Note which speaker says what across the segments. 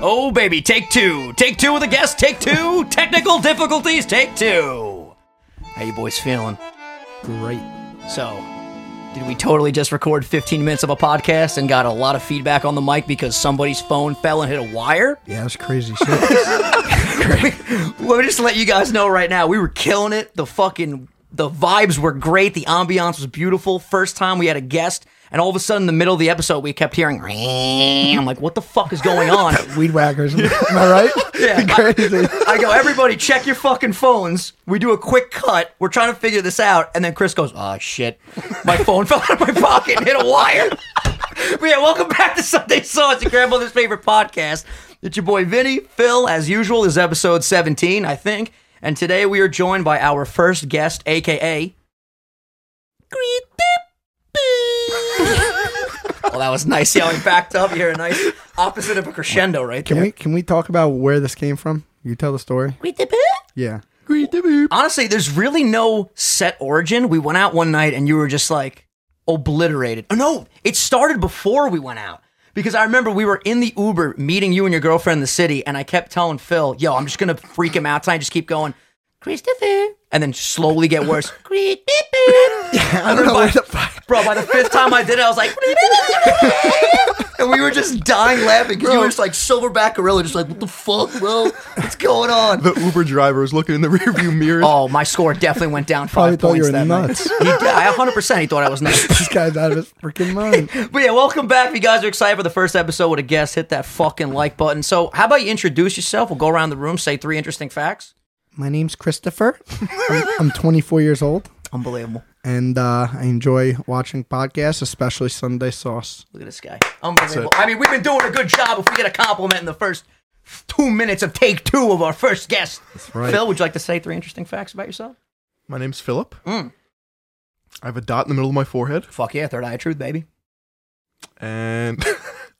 Speaker 1: Oh, baby, take two. Take two with a guest. Take two. Technical difficulties. Take two. How you boys feeling?
Speaker 2: Great.
Speaker 1: So, did we totally just record 15 minutes of a podcast and got a lot of feedback on the mic because somebody's phone fell and hit a wire?
Speaker 2: Yeah, that's crazy shit.
Speaker 1: Let me just let you guys know right now, we were killing it. The fucking the vibes were great. The ambiance was beautiful. First time we had a guest, and all of a sudden, in the middle of the episode, we kept hearing. I'm like, what the fuck is going on?
Speaker 2: Weed whackers. Am I right?
Speaker 1: Yeah.
Speaker 2: crazy.
Speaker 1: I go, everybody, check your fucking phones. We do a quick cut. We're trying to figure this out, and then Chris goes, "Oh shit, my phone fell out of my pocket and hit a wire." but yeah, welcome back to Sunday Sauce, your grandmother's favorite podcast. It's your boy Vinny. Phil, as usual, is episode seventeen, I think. And today we are joined by our first guest, aka. Well, Oh, that was nice. See how he backed up. You hear a nice opposite of a crescendo right
Speaker 2: Can
Speaker 1: there.
Speaker 2: we can we talk about where this came from? You tell the story. Yeah.
Speaker 1: honestly, there's really no set origin. We went out one night and you were just like obliterated. Oh, no, it started before we went out. Because I remember we were in the Uber meeting you and your girlfriend in the city, and I kept telling Phil, yo, I'm just going to freak him out tonight. Just keep going, Christopher. And then slowly get worse. Christopher.
Speaker 2: I don't know where the fuck.
Speaker 1: Bro, by the fifth time I did it, I was like, and we were just dying laughing because you were just like silverback gorilla, just like, what the fuck, bro? What's going on?
Speaker 3: the Uber driver was looking in the rearview mirror.
Speaker 1: Oh, my score definitely went down
Speaker 2: Probably
Speaker 1: five
Speaker 2: thought you
Speaker 1: points
Speaker 2: were
Speaker 1: that night.
Speaker 2: nuts.
Speaker 1: He did. I 100% he thought I was nuts.
Speaker 2: This guy's out of his freaking mind.
Speaker 1: But yeah, welcome back. If you guys are excited for the first episode with a guest, hit that fucking like button. So, how about you introduce yourself? We'll go around the room, say three interesting facts.
Speaker 2: My name's Christopher. I'm, I'm 24 years old,
Speaker 1: Unbelievable.
Speaker 2: and uh, I enjoy watching podcasts, especially Sunday Sauce.
Speaker 1: Look at this guy. Unbelievable. I mean, we've been doing a good job if we get a compliment in the first two minutes of take two of our first guest. That's
Speaker 2: right.
Speaker 1: Phil, would you like to say three interesting facts about yourself?
Speaker 3: My name's Philip.
Speaker 2: Mm.
Speaker 3: I have a dot in the middle of my forehead,
Speaker 1: Fuck yeah, third eye of truth, baby.
Speaker 3: and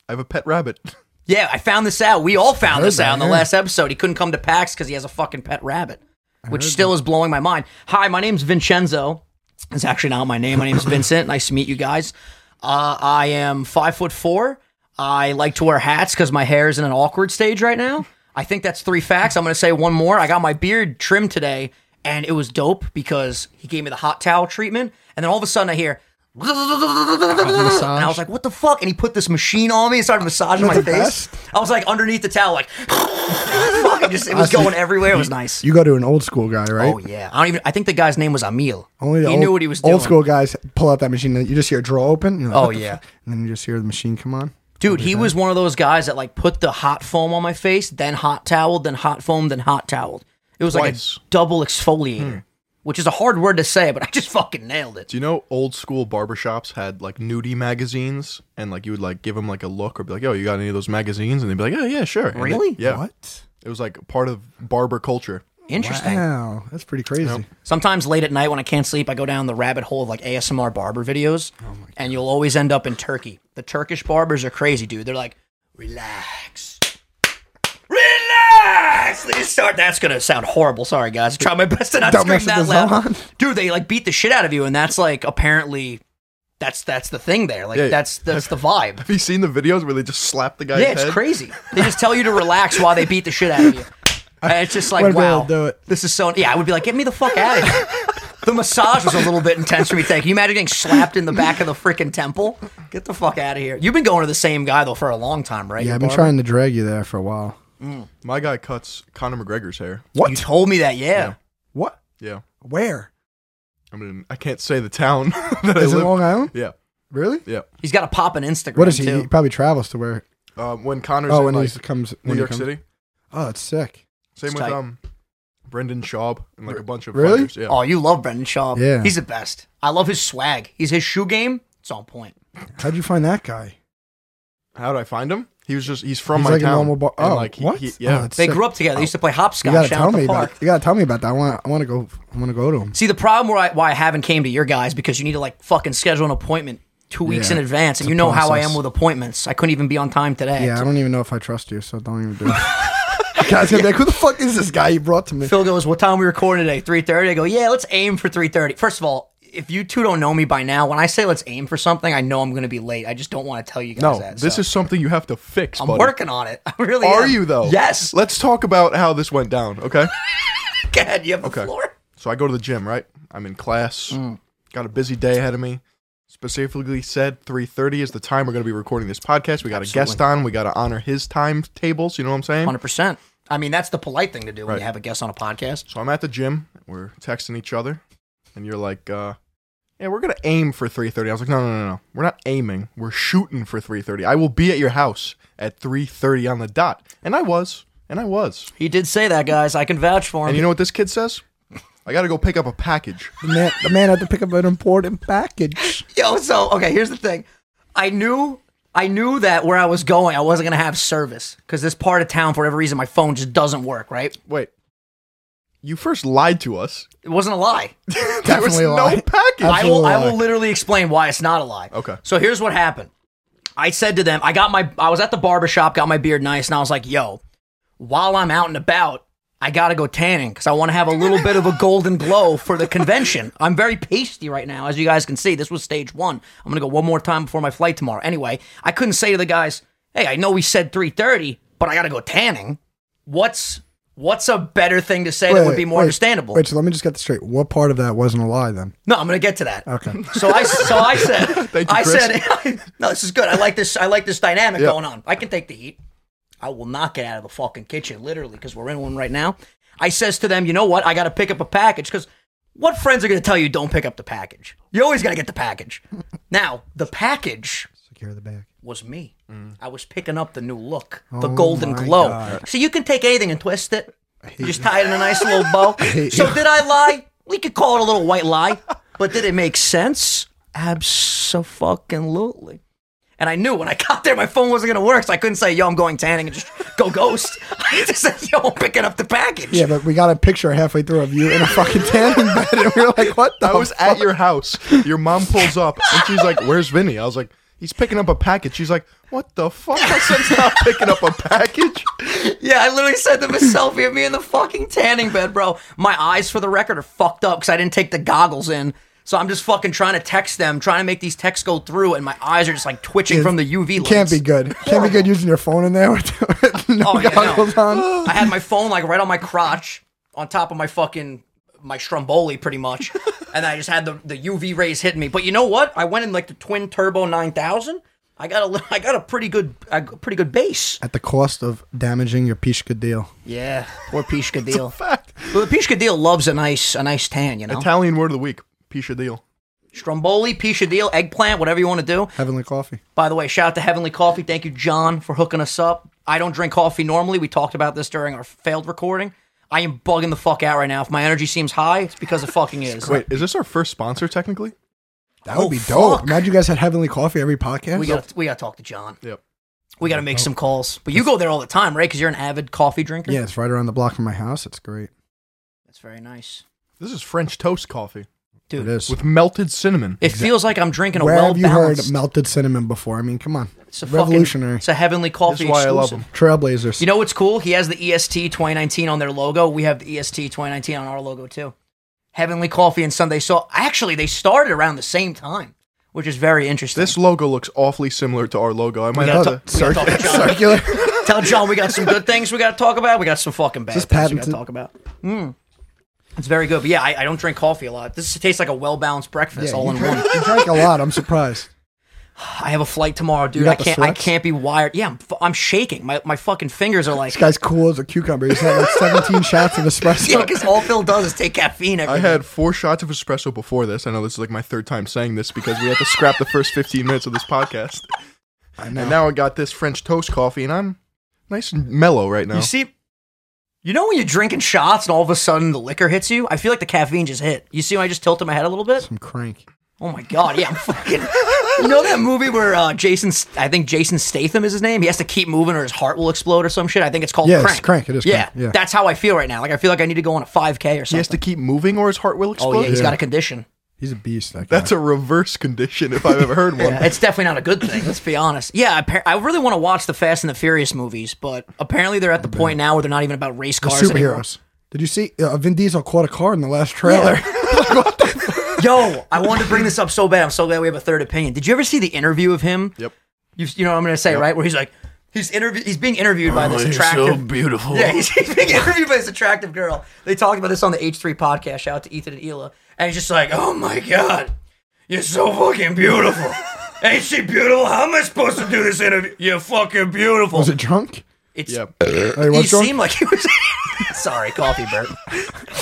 Speaker 3: I have a pet rabbit.
Speaker 1: Yeah, I found this out. We all found this
Speaker 2: heard
Speaker 1: out in the
Speaker 2: that, yeah.
Speaker 1: last episode. He couldn't come to PAX because he has a fucking pet rabbit, which still is blowing my mind. Hi, my name's Vincenzo. It's actually not my name. My name's Vincent. Nice to meet you guys. Uh, I am five foot four. I like to wear hats because my hair is in an awkward stage right now. I think that's three facts. I'm going to say one more. I got my beard trimmed today, and it was dope because he gave me the hot towel treatment. And then all of a sudden, I hear. And I was like, what the fuck? And he put this machine on me and started massaging my
Speaker 2: the
Speaker 1: face.
Speaker 2: best.
Speaker 1: I was like underneath the towel, like, fucking just, it was
Speaker 2: Honestly,
Speaker 1: going everywhere. It was nice.
Speaker 2: You go to an old school guy, right?
Speaker 1: Oh, yeah. I don't even, I think the guy's name was Emil.
Speaker 2: Only the
Speaker 1: he
Speaker 2: old,
Speaker 1: knew what he was
Speaker 2: old
Speaker 1: doing.
Speaker 2: school guys pull out that machine. And you just hear a drawer open. and you're like,
Speaker 1: Oh,
Speaker 2: "What the
Speaker 1: yeah.
Speaker 2: fuck?" And then you just hear the machine come on.
Speaker 1: Dude, he was one of those guys that like put the hot foam on my face, then hot towel, then hot foam, then hot toweled. It was
Speaker 3: Twice.
Speaker 1: like a double
Speaker 2: Hmm.
Speaker 1: exfoliator, which is a hard word to say, but I just fucking nailed it.
Speaker 3: Do you know old school barbershops had like nudie magazines, and like you would like give them like a look or be like, "Yo, you got any of those magazines?" And they'd be like, "Oh yeah, sure." And they-
Speaker 1: Really?
Speaker 3: yeah.
Speaker 2: What?
Speaker 3: It was like part of barber culture.
Speaker 1: Interesting.
Speaker 2: Wow, that's pretty crazy.
Speaker 1: Sometimes late at night when I can't sleep, I go down the rabbit hole of like ASMR barber videos,
Speaker 2: Oh
Speaker 1: and you'll always end up in Turkey. The Turkish barbers are crazy, dude. They're like, relax, relax. They just start. That's gonna sound horrible. Sorry, guys. Try my best to not
Speaker 2: Don't
Speaker 1: scream
Speaker 2: mess
Speaker 1: that
Speaker 2: with the
Speaker 1: loud,
Speaker 2: Zohan.
Speaker 1: dude. They like beat the shit out of you, and that's like apparently, that's that's the thing there. Like
Speaker 3: Yeah.
Speaker 1: that's that's the vibe.
Speaker 3: Have you seen the videos where they just slap the guy's
Speaker 1: Yeah, it's
Speaker 3: head?
Speaker 1: crazy. They just tell you to relax while they beat the shit out of you. And it's just like,
Speaker 2: Wouldn't be able
Speaker 1: wow,
Speaker 2: to do it.
Speaker 1: this is so. Yeah, I would be like, get me the fuck out of here. The massage was a little bit intense for me. Thank you. Imagine getting slapped in the back of the freaking temple. Get the fuck out of here. You've been going to the same guy though for a long time, right?
Speaker 2: Yeah,
Speaker 1: Your
Speaker 2: I've been
Speaker 1: barber?
Speaker 2: trying to drag you there for a while.
Speaker 3: My guy cuts Conor McGregor's hair.
Speaker 1: You told me that, yeah.
Speaker 2: What?
Speaker 3: Yeah.
Speaker 2: Where?
Speaker 3: I mean, I can't say the town that I
Speaker 2: Is it
Speaker 3: live.
Speaker 2: Long Island?
Speaker 3: yeah.
Speaker 2: Really?
Speaker 3: Yeah.
Speaker 1: He's got a pop on Instagram
Speaker 2: What is he?
Speaker 1: too.
Speaker 2: He probably travels to where?
Speaker 3: Um, when Conor's
Speaker 2: Oh,
Speaker 3: in,
Speaker 2: when
Speaker 3: like,
Speaker 2: he comes
Speaker 3: New
Speaker 2: when he
Speaker 3: York
Speaker 2: comes-
Speaker 3: City.
Speaker 2: Oh, that's sick.
Speaker 3: Same
Speaker 1: It's
Speaker 3: with
Speaker 1: tight.
Speaker 3: um, Brendan Schaub and like a bunch of
Speaker 2: Really?
Speaker 3: fighters, Yeah.
Speaker 1: Oh, you love Brendan Shaw.
Speaker 2: Yeah.
Speaker 1: he's the best. I love his swag. He's his shoe game. It's on point.
Speaker 2: How'd you find that guy?
Speaker 3: How did I find him? He was just he's from
Speaker 2: He's
Speaker 3: my
Speaker 2: like a
Speaker 3: town.
Speaker 2: normal bar-
Speaker 3: And,
Speaker 2: oh,
Speaker 3: like, he-
Speaker 2: what?
Speaker 3: he- yeah.
Speaker 2: Oh, that's
Speaker 1: They
Speaker 2: sick.
Speaker 1: grew up together. They used to play
Speaker 2: You
Speaker 1: hopscotch
Speaker 2: gotta
Speaker 1: down
Speaker 2: tell
Speaker 1: at the
Speaker 2: me
Speaker 1: park.
Speaker 2: about. You gotta tell me about that. I want. I want to go. I want to go to him.
Speaker 1: See, the problem where I, why I haven't came to your guys because you need to like fucking schedule an appointment two weeks
Speaker 2: Yeah,
Speaker 1: in advance, and
Speaker 2: it's a
Speaker 1: you know how I
Speaker 2: process.
Speaker 1: am with appointments. I couldn't even be on time today.
Speaker 2: Yeah, I don't even know if I trust you, so don't even do it. Guys gonna be like, who the fuck is this guy you brought to me?
Speaker 1: Phil goes, "What time we recording today? 3.30? I go, "Yeah, let's aim for 3.30. First of all, if you two don't know me by now, when I say let's aim for something, I know I'm going to be late. I just don't want to tell you guys
Speaker 3: No,
Speaker 1: that.
Speaker 3: this
Speaker 1: so.
Speaker 3: is something you have to fix.
Speaker 1: I'm
Speaker 3: buddy.
Speaker 1: working on it. I really
Speaker 3: Are
Speaker 1: am.
Speaker 3: you though?
Speaker 1: Yes.
Speaker 3: Let's talk about how this went down. Okay.
Speaker 1: Go ahead. You have the
Speaker 3: Okay.
Speaker 1: floor.
Speaker 3: So I go to the gym, right? I'm in class.
Speaker 2: Mm.
Speaker 3: Got a busy day ahead of me. Specifically said 3:30 is the time we're going to be recording this podcast. We got a guest on. We got to honor his timetables, you know what I'm saying?
Speaker 1: Hundred percent. I mean, that's the polite thing to do when you have a guest on a podcast.
Speaker 3: So I'm at the gym. We're texting each other, and you're like, uh, "Yeah, we're gonna aim for 3:30." I was like, "No, no, no, no. We're not aiming. We're shooting for 3:30. I will be at your house at 3:30 on the dot." And I was, and I was.
Speaker 1: He did say that, guys. I can vouch for him.
Speaker 3: And you know what this kid says? I got to go pick up a package.
Speaker 2: The man, the man had to pick up an important package.
Speaker 1: Yo, so okay, here's the thing. I knew I knew that where I was going, I wasn't gonna have service because this part of town, for whatever reason, my phone just doesn't work. Right?
Speaker 3: Wait. You first lied to us.
Speaker 1: It wasn't a lie.
Speaker 3: There was
Speaker 2: Definitely a
Speaker 3: no
Speaker 2: lie.
Speaker 3: package.
Speaker 1: I will. I
Speaker 2: lie.
Speaker 1: will literally explain why it's not a lie.
Speaker 3: Okay.
Speaker 1: So here's what happened. I said to them, I got my. I was at the barber shop, got my beard nice, and I was like, "Yo, while I'm out and about." I gotta go tanning because I want to have a little bit of a golden glow for the convention. I'm very pasty right now, as you guys can see. This was stage one. I'm gonna go one more time before my flight tomorrow. Anyway, I couldn't say to the guys, "Hey, I know we said 3:30, but I gotta go tanning." What's what's a better thing to say that would be more
Speaker 2: Wait,
Speaker 1: understandable?
Speaker 2: Wait, so let me just get this straight. What part of that wasn't a lie then?
Speaker 1: No, I'm gonna get to that.
Speaker 2: Okay.
Speaker 1: So I so I said
Speaker 3: you,
Speaker 1: I
Speaker 3: Chris.
Speaker 1: said no, this is good. I like this. I like this dynamic going on. I can take the heat. I will not get out of the fucking kitchen literally because we're in one right now. I says to them, you know what? I got to pick up a package because what friends are gonna tell you don't pick up the package? You always gotta get the package. Now the package
Speaker 2: Secure the bag.
Speaker 1: was me. I was picking up the new look, the golden glow. So you can take anything and twist it. You just tie it in a nice little bow. So did I lie? We could call it a little white lie, but did it make sense? Absolutely. And I knew when I got there, my phone wasn't gonna work, so I couldn't say, "Yo, I'm going tanning," and just go ghost. I just said, "Yo, I'm picking up the package."
Speaker 2: Yeah, but we got a picture halfway through of you in a fucking tanning bed, and we were like, "What the?"
Speaker 3: I was at your house. Your mom pulls up and she's like, "Where's Vinny?" I was like, "He's picking up a package." She's like, "What the fuck? My son's not picking up a package."
Speaker 1: Yeah, I literally said to myself, "Hit me in the fucking tanning bed, bro." My eyes, for the record, are fucked up because I didn't take the goggles in. So I'm just fucking trying to text them, trying to make these texts go through, and my eyes are just like twitching from the UV. Lights.
Speaker 2: Can't be good. Can't be good using your phone in there with, with no
Speaker 1: Oh, yeah, no.
Speaker 2: goggles on.
Speaker 1: I had my phone like right on my crotch, on top of my fucking my Stromboli, pretty much, and I just had the the UV rays hitting me. But you know what? I went in like the twin turbo nine thousand. I got a li- I got a pretty good a pretty good base.
Speaker 2: At the cost of damaging your Pishka deal.
Speaker 1: Yeah, poor Pishka deal.
Speaker 3: Fact.
Speaker 1: Well, the Pishka deal loves a nice a nice tan, you know.
Speaker 3: Italian word of the week. Pisha deal.
Speaker 1: Stromboli, Pishadil, eggplant, whatever you want to do.
Speaker 2: Heavenly coffee.
Speaker 1: By the way, shout out to Heavenly Coffee. Thank you, John, for hooking us up. I don't drink coffee normally. We talked about this during our failed recording. I am bugging the fuck out right now. If my energy seems high, it's because it fucking is.
Speaker 3: Wait, is this our first sponsor technically?
Speaker 2: That
Speaker 1: Oh,
Speaker 2: would be dope.
Speaker 1: fuck.
Speaker 2: Imagine you guys had Heavenly coffee every podcast.
Speaker 1: we got we got to talk to John.
Speaker 3: Yep.
Speaker 1: We got to make some calls. But you go there all the time, right? Because you're an avid coffee drinker.
Speaker 2: yeah, it's right around the block from my house. It's great.
Speaker 1: that's very nice,
Speaker 3: This is French toast coffee
Speaker 2: It
Speaker 1: dude. It,
Speaker 2: is.
Speaker 3: with melted cinnamon.
Speaker 1: feels like I'm drinking a
Speaker 2: Where
Speaker 1: well
Speaker 2: have you heard
Speaker 1: balanced.
Speaker 2: melted cinnamon before? I mean, come on.
Speaker 1: it's a
Speaker 2: revolutionary.
Speaker 1: Fucking, it's a Heavenly Coffee.
Speaker 3: That's why I love
Speaker 1: exclusive.
Speaker 3: them.
Speaker 2: Trailblazers.
Speaker 1: You know what's cool? He has the E EST 2019 on their logo. We have the E EST 2019 on our logo too. Heavenly Coffee and Sunday Soul. Actually, they started around the same time, which is very interesting.
Speaker 3: This logo looks awfully similar to our logo. I might
Speaker 1: gotta
Speaker 3: have
Speaker 1: talk-
Speaker 3: to.
Speaker 1: we gotta talk to John.
Speaker 2: circular.
Speaker 1: Tell John we got some good things we got to talk about. We got some fucking bad
Speaker 2: this
Speaker 1: things we got to
Speaker 2: patented?
Speaker 1: talk about. Mm. It's very good. But yeah, I, I don't drink coffee a lot. This tastes like a well balanced breakfast
Speaker 2: yeah,
Speaker 1: all
Speaker 2: you,
Speaker 1: in one.
Speaker 2: drank, you drank a lot. I'm surprised.
Speaker 1: I have a flight tomorrow, dude.
Speaker 2: got
Speaker 1: I
Speaker 2: the
Speaker 1: can't. I
Speaker 2: sweats?
Speaker 1: can't be wired. Yeah, I'm, f- I'm shaking. My my fucking fingers are like.
Speaker 2: This guy's cool as a cucumber. He's had like 17 shots of espresso.
Speaker 1: Yeah, because all Phil does is take caffeine every
Speaker 3: I
Speaker 1: day.
Speaker 3: had four shots of espresso before this. I know this is like my third time saying this because we had to scrap the first 15 minutes of this podcast.
Speaker 2: I know.
Speaker 3: And now I got this French toast coffee, and I'm nice and mellow right
Speaker 2: Oh.
Speaker 3: now.
Speaker 1: You see, you know when you're drinking shots and all of a sudden the liquor hits you? I feel like the caffeine just hit. You see when I just tilted my head a little bit?
Speaker 2: Some crank.
Speaker 1: Oh my god, yeah, I'm fucking. You know that movie where uh, Jason, St- I think Jason Statham is his name? He has to keep moving or his heart will explode or some shit. I think it's called
Speaker 2: Yeah, it's
Speaker 1: Crank.
Speaker 2: Crank, it is
Speaker 1: Yeah,
Speaker 2: Crank, yeah.
Speaker 1: that's how I feel right now. Like I feel like I need to go on a 5K or
Speaker 3: he has
Speaker 1: something.
Speaker 3: to keep moving or his heart will explode.
Speaker 1: oh yeah, he's got a condition.
Speaker 2: He's a beast. That guy.
Speaker 3: That's a reverse condition if I've ever heard one.
Speaker 1: Yeah, it's definitely not a good thing. Let's be honest. Yeah, appar- I really want to watch the Fast and the Furious movies, but apparently they're at the point now where they're not even about race
Speaker 2: Oh, The
Speaker 1: cars. anymore.
Speaker 2: superheroes. Did you see uh, Vin Diesel caught a car in the last trailer?
Speaker 1: Yo, I wanted to bring this up so bad. I'm so glad we have a third opinion. Did you ever see the interview of him?
Speaker 3: Yep.
Speaker 1: You, you know what I'm going to say, right? Where he's like, he's interview, he's being interviewed by this
Speaker 3: Oh, so
Speaker 1: attractive.
Speaker 3: beautiful.
Speaker 1: yeah, he's, he's being interviewed by this attractive girl. They talked about this on the H3 podcast. Shout out to Ethan and Ela. And he's just like, oh my God, you're so fucking beautiful. Ain't she beautiful? How am I supposed to do this interview? You're fucking beautiful.
Speaker 2: Was it drunk?
Speaker 1: It's,
Speaker 3: yeah,
Speaker 2: Hey,
Speaker 1: He
Speaker 2: what's drunk?
Speaker 1: seemed like he was. Sorry, coffee, Bert.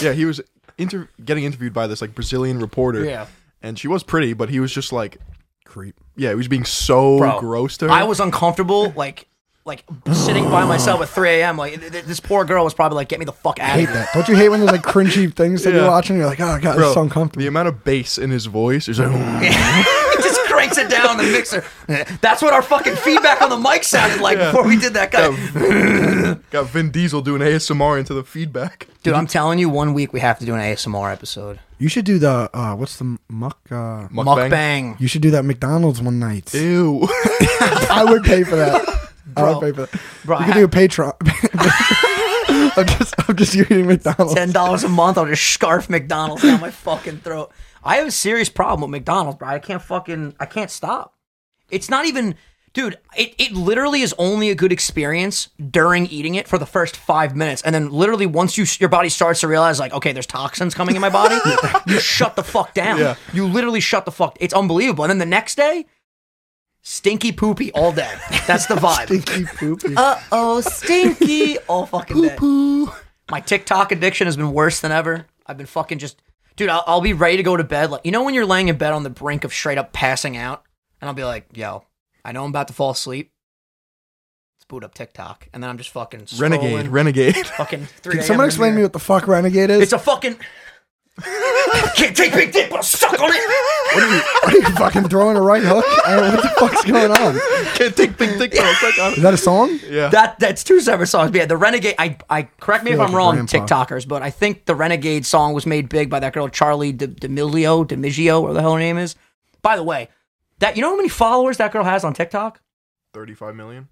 Speaker 3: yeah. He was inter- getting interviewed by this like Brazilian reporter.
Speaker 1: Yeah.
Speaker 3: and she was pretty, but he was just like,
Speaker 2: Creep.
Speaker 3: yeah, he was being so
Speaker 1: Bro,
Speaker 3: gross to her.
Speaker 1: I was uncomfortable, like, like sitting by myself at 3 a.m. Like th- th- this poor girl was probably like, "Get me the fuck out
Speaker 2: I
Speaker 1: of
Speaker 2: hate
Speaker 1: here."
Speaker 2: that. Don't you hate when there's like cringy things that
Speaker 3: Yeah.
Speaker 2: you're watching? You're like, oh god,
Speaker 3: Bro,
Speaker 2: it's so uncomfortable.
Speaker 3: The amount of bass in his voice is like, "Oh,
Speaker 1: It just cranks it down the mixer. That's what our fucking feedback on the mic sounded like before we did that guy.
Speaker 3: got Vin Diesel doing ASMR into the feedback.
Speaker 1: Dude, I'm telling you, one week we have to do an ASMR episode.
Speaker 2: You should do the uh, what's the muck? Uh,
Speaker 3: Mukbang.
Speaker 1: Mukbang.
Speaker 2: you should do that McDonald's one night.
Speaker 3: Ew.
Speaker 2: I would pay for that. I would
Speaker 1: Bro.
Speaker 2: pay for that.
Speaker 1: Bro,
Speaker 2: you
Speaker 1: I
Speaker 2: can do a Patreon. I'm just, I'm just eating McDonald's.
Speaker 1: Ten dollars a month, I'll just scarf McDonald's down my fucking throat. I have a serious problem with McDonald's, bro. I can't fucking I can't stop. It's not even dude, it, it literally is only a good experience during eating it for the first five minutes. And then literally once you your body starts to realize like, okay, there's toxins coming in my body, you shut the fuck down.
Speaker 3: Yeah.
Speaker 1: You literally shut the fuck it's unbelievable. And then the next day, stinky poopy all day. That's the vibe.
Speaker 2: Stinky poopy.
Speaker 1: Uh oh, stinky all fucking day. My TikTok addiction has been worse than ever. I've been fucking just, dude. I'll, I'll be ready to go to bed. Like you know when you're laying in bed on the brink of straight up passing out, and I'll be like, yo, I know I'm about to fall asleep. Let's boot up TikTok, and then I'm just fucking scrolling,
Speaker 3: Renegade. Renegade.
Speaker 1: Fucking three.
Speaker 2: Can
Speaker 1: AM
Speaker 2: someone
Speaker 1: in
Speaker 2: explain to
Speaker 1: the
Speaker 2: me
Speaker 1: mirror.
Speaker 2: what the fuck Renegade is?
Speaker 1: It's a fucking. Can't take big dick, but I'll suck on it.
Speaker 2: what are, you, what are you fucking throwing a right hook? I don't- what the fuck's going on?
Speaker 3: Can't think, think, think. Bro. It's like,
Speaker 2: Is
Speaker 3: uh,
Speaker 2: that a song?
Speaker 3: yeah.
Speaker 1: That that's two separate songs. But yeah, the Renegade. I I correct me if
Speaker 2: Feel
Speaker 1: I'm
Speaker 2: like a
Speaker 1: wrong,
Speaker 2: grandpa.
Speaker 1: TikTokers, but I think the Renegade song was made big by that girl Charlie D- D'Amelio, D'Amigio, or the hell her name is. By the way, that you know how many followers that girl has on TikTok?
Speaker 3: 35 million.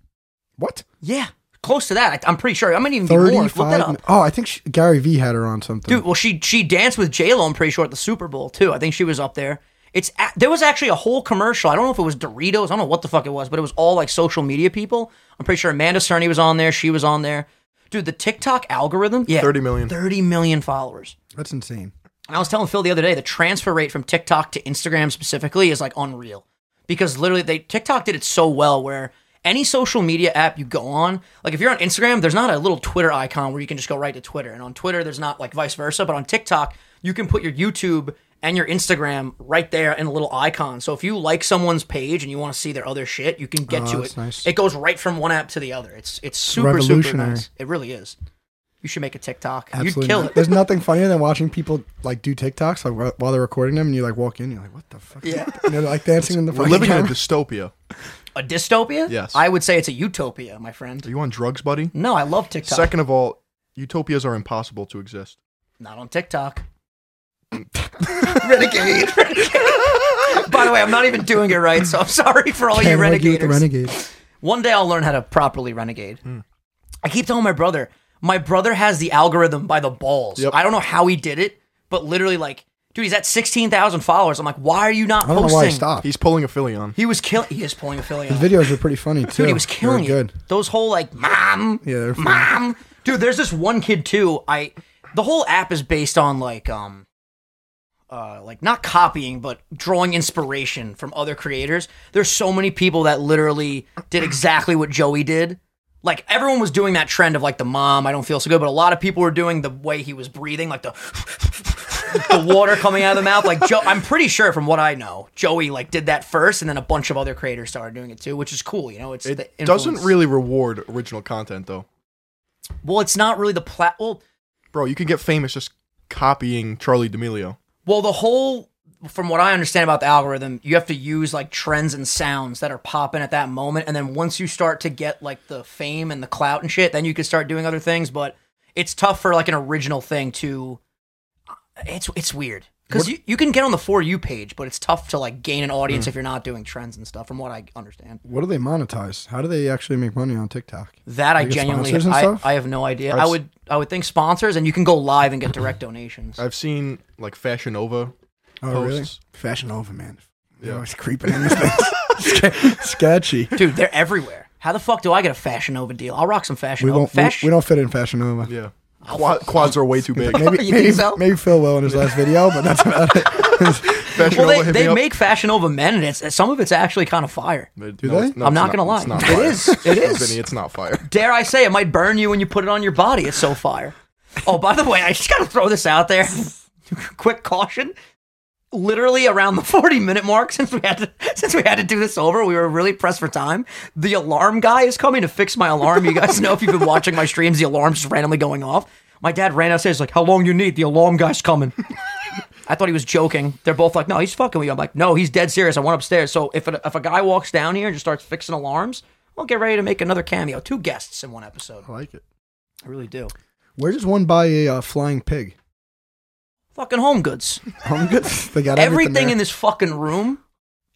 Speaker 2: What?
Speaker 1: Yeah, close to that. I, I'm pretty sure. I might even be more. Look that
Speaker 2: Thirty-five.
Speaker 1: up.
Speaker 2: mi- Oh, I think she, Gary V had her on something.
Speaker 1: Dude, well, she she danced with J Lo. I'm pretty sure at the Super Bowl too. I think she was up there. It's a there was actually a whole commercial. I don't know if it was Doritos. I don't know what the fuck it was, but it was all like social media people. I'm pretty sure Amanda Cerny was on there. She was on there. Dude, the TikTok algorithm. Yeah,
Speaker 3: 30 million.
Speaker 1: 30 million followers.
Speaker 2: that's insane.
Speaker 1: And I was telling Phil the other day, the transfer rate from TikTok to Instagram specifically is like unreal because literally they TikTok did it so well where any social media app you go on, like if you're on Instagram, there's not a little Twitter icon where you can just go right to Twitter. And on Twitter, there's not like vice versa, but on TikTok, you can put your YouTube and your Instagram right there in a little icon. So if you like someone's page and you want to see their other shit, you can get
Speaker 2: Oh,
Speaker 1: to
Speaker 2: that's
Speaker 1: it.
Speaker 2: nice.
Speaker 1: It goes right from one app to the other. It's it's super super
Speaker 2: Revolutionary.
Speaker 1: nice. It really is. You should make a TikTok.
Speaker 2: Absolutely.
Speaker 1: You'd kill
Speaker 2: not.
Speaker 1: it.
Speaker 2: There's nothing funnier than watching people like do TikToks like wh- while they're recording them, and you like walk in, you're like, what the fuck?
Speaker 1: Yeah.
Speaker 2: And they're like dancing in the
Speaker 3: We're
Speaker 2: fucking
Speaker 3: living in a
Speaker 2: camera.
Speaker 3: dystopia.
Speaker 1: A dystopia?
Speaker 3: Yes.
Speaker 1: I would say it's a utopia, my friend.
Speaker 3: Are you on drugs, buddy?
Speaker 1: No, I love TikTok.
Speaker 3: Second of all, utopias are impossible to exist.
Speaker 1: Not on TikTok. renegade. By the way, I'm not even doing it right, so I'm sorry for all you
Speaker 2: Can't argue
Speaker 1: renegators.
Speaker 2: with the renegades.
Speaker 1: One day I'll learn how to properly renegade.
Speaker 3: Hmm.
Speaker 1: I keep telling my brother, my brother has the algorithm by the balls.
Speaker 3: Yep.
Speaker 1: I don't know how he did it, but literally, like, dude, he's at 16,000 followers. I'm like, why are you not
Speaker 2: I don't
Speaker 1: posting?
Speaker 2: know why I stopped.
Speaker 3: He's pulling a filly on.
Speaker 1: He was killing. He is pulling a filly
Speaker 2: His
Speaker 1: on.
Speaker 2: videos were pretty funny too.
Speaker 1: Dude, he was
Speaker 2: They were
Speaker 1: killing
Speaker 2: Good.
Speaker 1: it. Those whole like mom,
Speaker 2: Yeah, they're funny.
Speaker 1: mom. Dude, there's this one kid too. I the whole app is based on like um uh like not copying but drawing inspiration from other creators. There's so many people that literally did exactly what Joey did. Like everyone was doing that trend of like the mom, I don't feel so good, but a lot of people were doing the way he was breathing, like the the water coming out of the mouth. Like Joe, I'm pretty sure from what I know, Joey like did that first, and then a bunch of other creators started doing it too, which is cool. You know, it's
Speaker 3: It
Speaker 1: the
Speaker 3: doesn't
Speaker 1: influence.
Speaker 3: really reward original content, though.
Speaker 1: Well, it's not really the plat. Well,
Speaker 3: Bro, you can get famous just copying Charlie D'Amelio.
Speaker 1: well, the whole from what I understand about the algorithm, you have to use like trends and sounds that are popping at that moment, and then once you start to get like the fame and the clout and shit, then you can start doing other things. But it's tough for like an original thing to. It's it's weird because you, you can get on the for you page, but it's tough to like gain an
Speaker 2: Hmm.
Speaker 1: audience if you're not doing trends and stuff. From what I understand,
Speaker 2: What do they monetize? How do they actually make money on TikTok?
Speaker 1: that I
Speaker 2: Like, it's
Speaker 1: genuinely
Speaker 2: sponsors and
Speaker 1: I,
Speaker 2: stuff?
Speaker 1: I have no idea.
Speaker 3: I've
Speaker 1: I
Speaker 3: s-
Speaker 1: would I would think sponsors, and you can go live and get direct donations.
Speaker 3: I've seen like Fashion Nova
Speaker 2: Oh, really?
Speaker 3: posts.
Speaker 2: Fashion over, man.
Speaker 3: Yeah.
Speaker 2: Yeah, it's creeping in these things. Sketchy.
Speaker 1: Dude, they're everywhere. How the fuck do I get a Fashion Nova deal? I'll rock some Fashion
Speaker 2: We
Speaker 1: Nova.
Speaker 2: don't. We,
Speaker 1: Oh, Fashion
Speaker 2: we don't fit in Fashion Nova.
Speaker 3: Yeah. Quad, quads are way too big.
Speaker 2: Maybe,
Speaker 1: You think
Speaker 2: maybe,
Speaker 1: so?
Speaker 2: maybe Phil will in his last video, but that's about it.
Speaker 3: Fashion
Speaker 1: well,
Speaker 3: Nova
Speaker 1: they,
Speaker 3: hit me
Speaker 1: they
Speaker 3: up.
Speaker 1: make Fashion Nova men, and it's some of it's actually kind of fire.
Speaker 3: But
Speaker 2: Do
Speaker 3: no,
Speaker 2: they?
Speaker 3: it's- no,
Speaker 1: I'm
Speaker 3: it's
Speaker 1: not gonna lie.
Speaker 3: It's not
Speaker 1: It
Speaker 3: fire.
Speaker 1: is. It is.
Speaker 3: Vinny, it's not fire.
Speaker 1: Dare I say, it might burn you when you put it on your body. It's so fire. Oh, by the way, I just gotta throw this out there. Quick caution. Literally around the 40 minute mark, since we had to since we had to do this over, we were really pressed for time. The alarm guy is coming to fix my alarm. You guys know if you've been watching my streams, the alarm's just randomly going off. My dad ran upstairs like, "How long you need? The alarm guy's coming." I thought he was joking. They're both like, "No, he's fucking with you." I'm like, "No, he's dead serious. I went upstairs." So if a, if a guy walks down here and just starts fixing alarms, we'll get ready to make another cameo. Two guests in one episode.
Speaker 2: I like it.
Speaker 1: I really do.
Speaker 2: Where does one buy a uh, flying pig?
Speaker 1: Fucking home goods.
Speaker 2: Home goods. They got
Speaker 1: Everything,
Speaker 2: everything,
Speaker 1: in
Speaker 2: there.
Speaker 1: this fucking room,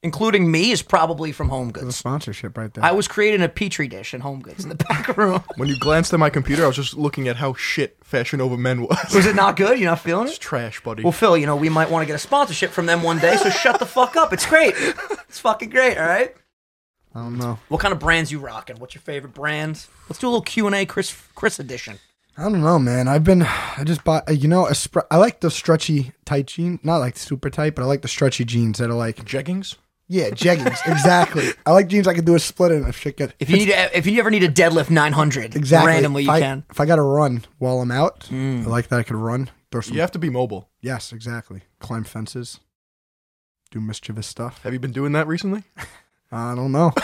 Speaker 1: including me, is probably from home
Speaker 2: There's a
Speaker 1: goods.
Speaker 2: sponsorship right there.
Speaker 1: I was creating a petri dish in home goods in the back room.
Speaker 3: When you glanced at my computer, I was just looking at how shit Fashion Nova Men was.
Speaker 1: Was it not good? You're not feeling
Speaker 3: it's
Speaker 1: it?
Speaker 3: trash, buddy.
Speaker 1: Well, Phil, you know, we might want to get a sponsorship from them one day, so shut the fuck up. It's great. It's fucking great, all right?
Speaker 2: I don't know.
Speaker 1: What kind of brands you rocking? What's your favorite brand? Let's do a little Q&A Chris Chris edition.
Speaker 2: I don't know, man. I've been, I just bought, you know, a spr- I like the stretchy tight jeans, not like super tight, but I like the stretchy jeans that are like,
Speaker 3: Jeggings?
Speaker 2: yeah, jeggings, exactly. I like jeans I can do a split in if shit get
Speaker 1: If you need to, if you ever need a deadlift 900
Speaker 2: exactly
Speaker 1: randomly
Speaker 2: If
Speaker 1: you
Speaker 2: I,
Speaker 1: can. Mm.
Speaker 2: If I got to run while I'm out, I like that I could run. Throw some,
Speaker 3: You have to be mobile.
Speaker 2: Yes, exactly. Climb fences, do mischievous stuff.
Speaker 3: Have you been doing that recently?
Speaker 2: I don't know.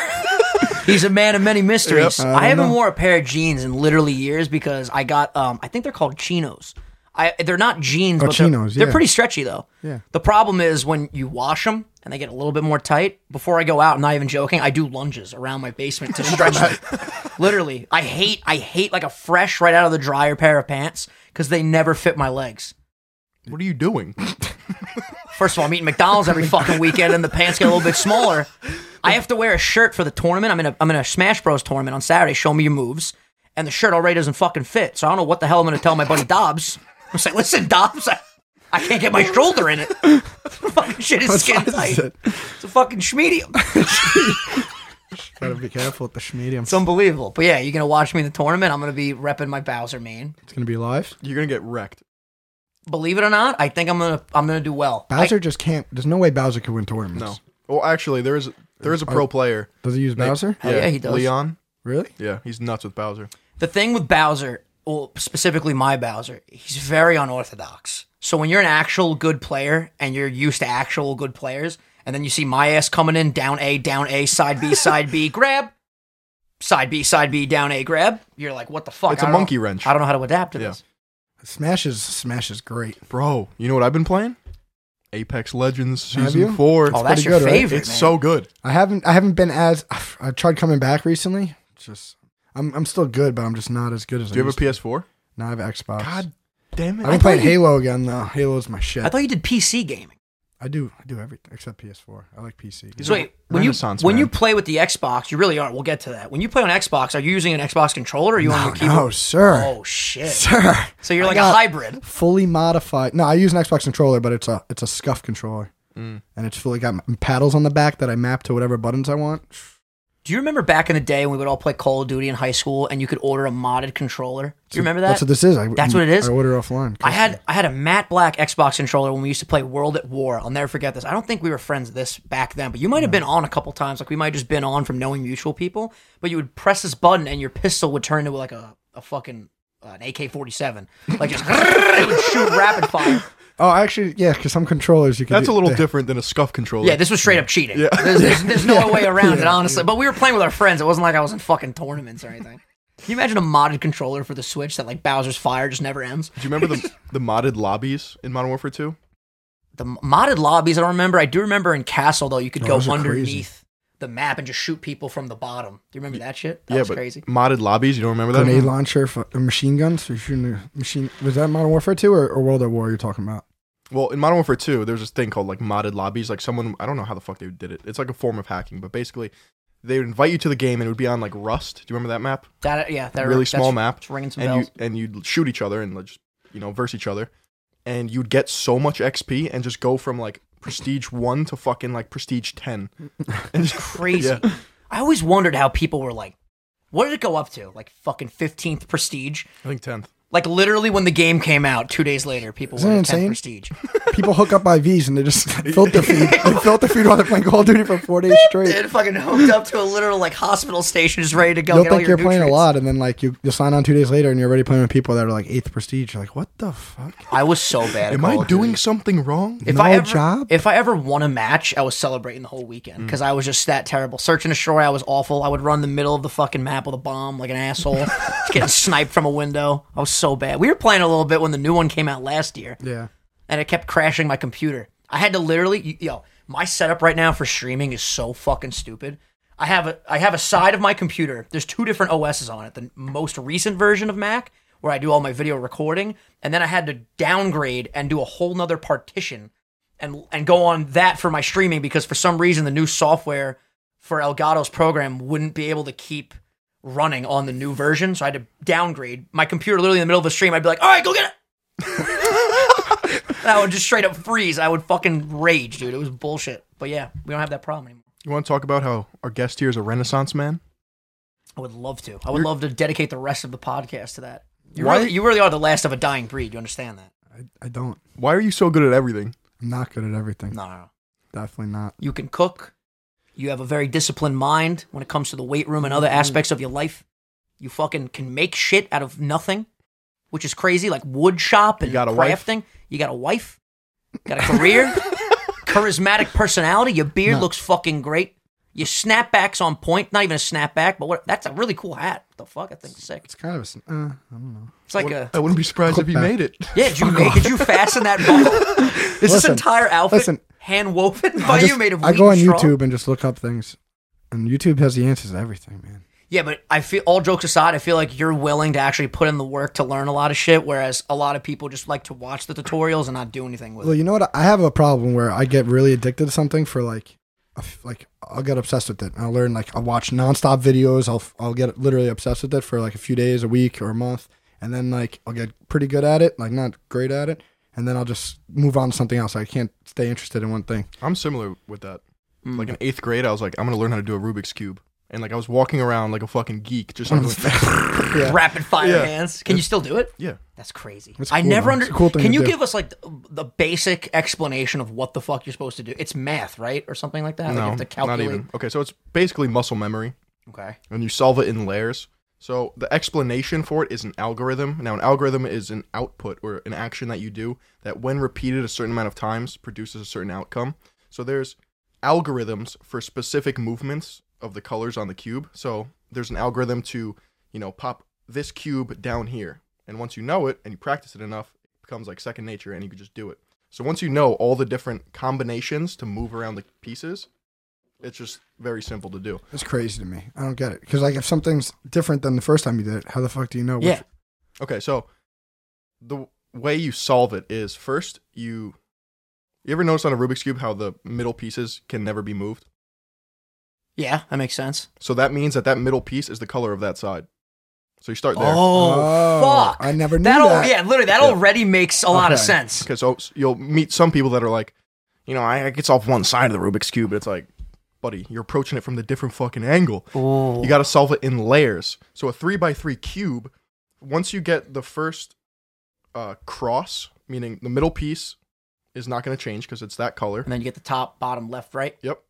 Speaker 1: He's a man of many mysteries.
Speaker 2: Yep. I don't
Speaker 1: I haven't
Speaker 2: know.
Speaker 1: worn a pair of jeans in literally years because I got um I think they're called chinos. I they're not jeans,
Speaker 2: Oh,
Speaker 1: but they're-
Speaker 2: chinos,
Speaker 1: they're,
Speaker 2: yeah.
Speaker 1: pretty stretchy though.
Speaker 2: Yeah.
Speaker 1: The problem is when you wash them and they get a little bit more tight. Before I go out, I'm not even joking. I do lunges around my basement to stretch them. literally, I hate I hate like a fresh right out of the dryer pair of pants because they never fit my legs.
Speaker 3: What are you doing?
Speaker 1: First of all, I'm eating McDonald's every fucking weekend, and the pants get a little bit smaller. I have to wear a shirt for the tournament. I'm in a I'm in a Smash Bros tournament on Saturday. Show me your moves, and the shirt already doesn't fucking fit. So I don't know what the hell I'm gonna tell my buddy Dobbs. I'm saying, listen, Dobbs, I, I can't get my shoulder in it. fucking shit is skin tight. It's a fucking schmedium.
Speaker 2: Gotta be careful with the schmedium.
Speaker 1: It's unbelievable. But yeah, you're gonna watch me in the tournament. I'm gonna be repping my Bowser main.
Speaker 2: It's gonna be live.
Speaker 3: You're gonna get wrecked.
Speaker 1: Believe it or not, I think I'm gonna I'm gonna do well. I-
Speaker 2: Bowser just can't. There's no way Bowser could win tournaments.
Speaker 3: No. Well, actually, there is there is a pro player.
Speaker 2: Does he use Bowser?
Speaker 1: Hell yeah, he does.
Speaker 3: Leon.
Speaker 2: Really?
Speaker 3: Yeah, he's nuts with Bowser.
Speaker 1: The thing with Bowser, well, specifically my Bowser, he's very unorthodox. So when you're an actual good player and you're used to actual good players, and then you see my ass coming in down A, down A, side B, side B, grab, side B, side B, down A, grab, you're like, what the fuck?
Speaker 3: It's a
Speaker 1: I don't-
Speaker 3: monkey wrench.
Speaker 1: I don't know how to adapt to
Speaker 3: Yeah.
Speaker 1: this.
Speaker 2: Smash is Smash is great.
Speaker 3: Bro, you know what I've been playing? Apex Legends
Speaker 2: Have
Speaker 3: Season
Speaker 2: you?
Speaker 3: 4.
Speaker 1: Oh, that's
Speaker 2: pretty
Speaker 1: your
Speaker 2: good, right?
Speaker 1: favorite.
Speaker 3: it's
Speaker 1: man.
Speaker 3: so good.
Speaker 2: I haven't I haven't been as I tried coming back recently. Just I'm I'm still good, but I'm just not as good as
Speaker 3: Do you
Speaker 2: I
Speaker 3: have a
Speaker 2: used
Speaker 3: PS4?
Speaker 2: to. Now I have Xbox.
Speaker 3: God damn it.
Speaker 2: I've been playing Halo again though. Halo's my shit.
Speaker 1: I thought you did PC gaming.
Speaker 2: I do I do everything except PS4. I like PC.
Speaker 1: So
Speaker 3: a
Speaker 1: wait, when you
Speaker 3: renaissance
Speaker 1: when you
Speaker 3: man.
Speaker 1: play with the Xbox, you really are. We'll get to that. When you play on Xbox, are you using an Xbox controller? Or are you on your keyboard?
Speaker 2: no, sir.
Speaker 1: Oh shit!
Speaker 2: Sir.
Speaker 1: So you're
Speaker 2: I
Speaker 1: like a
Speaker 2: got
Speaker 1: hybrid.
Speaker 2: Fully modified. No, I use an Xbox controller, but it's a it's a scuff controller.
Speaker 1: Mm.
Speaker 2: And it's fully got m- paddles on the back that I map to whatever buttons I want.
Speaker 1: Do you remember back in the day when we would all play Call of Duty in high school and you could order a modded controller? Do you remember that?
Speaker 2: That's what this is. I,
Speaker 1: That's what it is?
Speaker 2: I order offline.
Speaker 1: I had I had a matte black Xbox controller when we used to play World at War. I'll never forget this. I don't think we were friends this back then, but you might have been on a couple times. Like we might have just been on from knowing mutual people. But you would press this button and your pistol would turn into like a, a fucking uh, an AK forty seven. Like just it would shoot rapid fire.
Speaker 2: Oh, actually, yeah, because some controllers you can.
Speaker 3: That's
Speaker 2: do-
Speaker 3: a little
Speaker 2: they-
Speaker 3: different than a scuff controller.
Speaker 1: Yeah, this was straight up cheating. There's, there's, there's no way around it, honestly. But we were playing with our friends. It wasn't like I was in fucking tournaments or anything. Can you imagine a modded controller for the Switch that like Bowser's fire just never ends?
Speaker 3: Do you remember the the modded lobbies in Modern Warfare 2?
Speaker 1: The m- modded lobbies, I don't remember. I do remember in Castle though, you could
Speaker 2: Oh,
Speaker 1: go
Speaker 2: those are
Speaker 1: underneath
Speaker 2: crazy.
Speaker 1: the map and just shoot people from the bottom. Do you remember that shit? That
Speaker 3: yeah,
Speaker 1: was
Speaker 3: but
Speaker 1: crazy.
Speaker 3: modded lobbies, you don't remember that?
Speaker 2: grenade launcher for uh, machine guns. You're shooting a machine. Was that Modern Warfare 2 or, or World at War you're talking about?
Speaker 3: Well, in Modern Warfare 2, there's this thing called like modded lobbies. Like someone, I don't know how the fuck they did it. It's like a form of hacking, but basically they would invite you to the game and it would be on like Rust. Do you remember that map?
Speaker 1: That yeah, that
Speaker 3: really
Speaker 1: that's-
Speaker 3: small map.
Speaker 1: It's ringing some
Speaker 3: and
Speaker 1: bells.
Speaker 3: you and you'd shoot each other and like, just you know verse each other, and you'd get so much XP and just go from like prestige one to fucking like prestige ten. And just-
Speaker 1: Crazy.
Speaker 3: Yeah.
Speaker 1: I always wondered how people were like, what did it go up to? Like fucking 15th prestige?
Speaker 3: I think tenth.
Speaker 1: Like literally when the game came out, two days later, people
Speaker 2: Isn't
Speaker 1: were
Speaker 2: it
Speaker 1: at 10th
Speaker 2: insane?
Speaker 1: prestige.
Speaker 2: People hook up IVs and they just filter feed. They filter feed while they're playing Call of Duty for four days straight.
Speaker 1: It fucking hooked up to a literal like hospital station, just ready to go.
Speaker 2: You'll
Speaker 1: get all
Speaker 2: think
Speaker 1: your
Speaker 2: you're playing a
Speaker 1: nutrients.
Speaker 2: lot, and then like you, you sign on two days later, and you're already playing with people that are like eighth prestige. You're like, what the fuck?
Speaker 1: I was so bad. at
Speaker 3: Am
Speaker 1: Call
Speaker 3: I
Speaker 1: of Duty.
Speaker 3: doing something wrong?
Speaker 1: If
Speaker 2: No
Speaker 1: I ever,
Speaker 2: job?
Speaker 1: If I ever won a match, I was celebrating the whole weekend because I was just that terrible. Search and destroy, I was awful. I would run the middle of the fucking map with a bomb like an asshole, getting sniped from a window. I was so bad. We were playing a little bit when the new one came out last year,
Speaker 2: Yeah.
Speaker 1: and it kept crashing my computer. I had to literally, y- yo, my setup right now for streaming is so fucking stupid. I have a I have a side of my computer. There's two different OSs on it. The most recent version of Mac, where I do all my video recording, and then I had to downgrade and do a whole nother partition and and go on that for my streaming because for some reason the new software for Elgato's program wouldn't be able to keep running on the new version, so I had to downgrade my computer. Literally in the middle of a stream, I'd be like, "All right, go get it," and I would just straight up freeze. I would fucking rage, dude. It was bullshit. But yeah, we don't have that problem anymore.
Speaker 3: You want to talk about how our guest here is a Renaissance man?
Speaker 1: I would love to. I would love to dedicate the rest of the podcast to that. You
Speaker 3: Why-
Speaker 1: really, you really are the last of a dying breed. You understand that?
Speaker 2: I don't.
Speaker 3: Why are you so good at everything?
Speaker 2: I'm not good at everything.
Speaker 1: No, no, no.
Speaker 2: Definitely not.
Speaker 1: You can cook. You have a very disciplined mind when it comes to the weight room and other
Speaker 2: Mm-hmm.
Speaker 1: aspects of your life. You fucking can make shit out of nothing, which is crazy, like wood shop and
Speaker 3: You got a wife?
Speaker 1: crafting. You got a wife, got a career, charismatic personality. Your beard
Speaker 2: No.
Speaker 1: looks fucking great. Your snapback's on point. Not even a snapback, but what? That's a really cool hat. What the fuck? I think sick.
Speaker 2: It's kind of a. sn- Uh, I don't know.
Speaker 1: It's like a
Speaker 3: I wouldn't be surprised if he made it.
Speaker 1: yeah. Did you make, did you fasten that buckle? Is this
Speaker 2: Listen,
Speaker 1: entire outfit
Speaker 2: listen.
Speaker 1: hand woven by
Speaker 2: I,
Speaker 1: you,
Speaker 2: just-
Speaker 1: made of
Speaker 2: I
Speaker 1: wheat
Speaker 2: go on
Speaker 1: and straw?
Speaker 2: YouTube and just look up things, and YouTube has the answers to everything, man.
Speaker 1: Yeah, but I feel all jokes aside, I feel like you're willing to actually put in the work to learn a lot of shit, whereas a lot of people just like to watch the tutorials and not do anything with
Speaker 2: Well,
Speaker 1: it.
Speaker 2: you know what? I have a problem where I get really addicted to something for like, a f- like I'll get obsessed with it. I'll learn like I'll watch nonstop videos. I'll f- I'll get literally obsessed with it for like a few days, a week, or a month, and then like I'll get pretty good at it, like not great at it, and then I'll just move on to something else. I can't stay interested in one thing.
Speaker 3: I'm similar with that. Like in eighth grade, I was like, I'm gonna learn how to do a Rubik's cube, and like I was walking around like a fucking geek, just like,
Speaker 2: Yeah.
Speaker 1: Rapid fire
Speaker 3: Yeah.
Speaker 1: hands. Can you still do it?
Speaker 3: yeah.
Speaker 1: That's crazy.
Speaker 2: It's
Speaker 1: I
Speaker 2: cool,
Speaker 1: never
Speaker 2: though. It's a
Speaker 1: understood.
Speaker 2: cool thing
Speaker 1: Can
Speaker 2: to
Speaker 1: you
Speaker 2: do.
Speaker 1: give us like the, the basic explanation of what the fuck you're supposed to do? It's math, right, or something like that. like you
Speaker 3: No,
Speaker 1: have to
Speaker 3: not
Speaker 1: calculate.
Speaker 3: even. Okay, so it's basically muscle memory,
Speaker 1: Okay.
Speaker 3: and you solve it in layers. So the explanation for it is an algorithm. Now, an algorithm is an output or an action that you do that, when repeated a certain amount of times, produces a certain outcome. So there's algorithms for specific movements of the colors on the cube. So there's an algorithm to, you know, pop this cube down here, and once you know it and you practice it enough, it becomes like second nature, and you can just do it. So once you know all the different combinations to move around the pieces, it's just very simple to do.
Speaker 2: It's crazy to me. I don't get it because like if something's different than the first time you did it, how the fuck do you know?
Speaker 1: Yeah.
Speaker 3: Okay, so the w- way you solve it is first you you ever notice on a Rubik's cube how the middle pieces can never be moved?
Speaker 1: Yeah, that makes sense.
Speaker 3: So that means that that middle piece is the color of that side. So you start there.
Speaker 1: Oh,
Speaker 2: Oh,
Speaker 1: fuck!
Speaker 2: I never knew
Speaker 1: That'll,
Speaker 2: that.
Speaker 1: Yeah, literally, that
Speaker 3: Yeah.
Speaker 1: already makes a lot of
Speaker 2: Okay.
Speaker 1: sense.
Speaker 3: Okay, so s- you'll meet some people that are like, you know, I, I could solve one side of the Rubik's cube, but it's like, buddy, you're approaching it from the different fucking angle.
Speaker 1: Ooh.
Speaker 3: You got to solve it in layers. So a three by three cube, once you get the first uh, cross, meaning the middle piece is not going to change because it's that color.
Speaker 1: and then you get the top, bottom, left, right.
Speaker 3: Yep.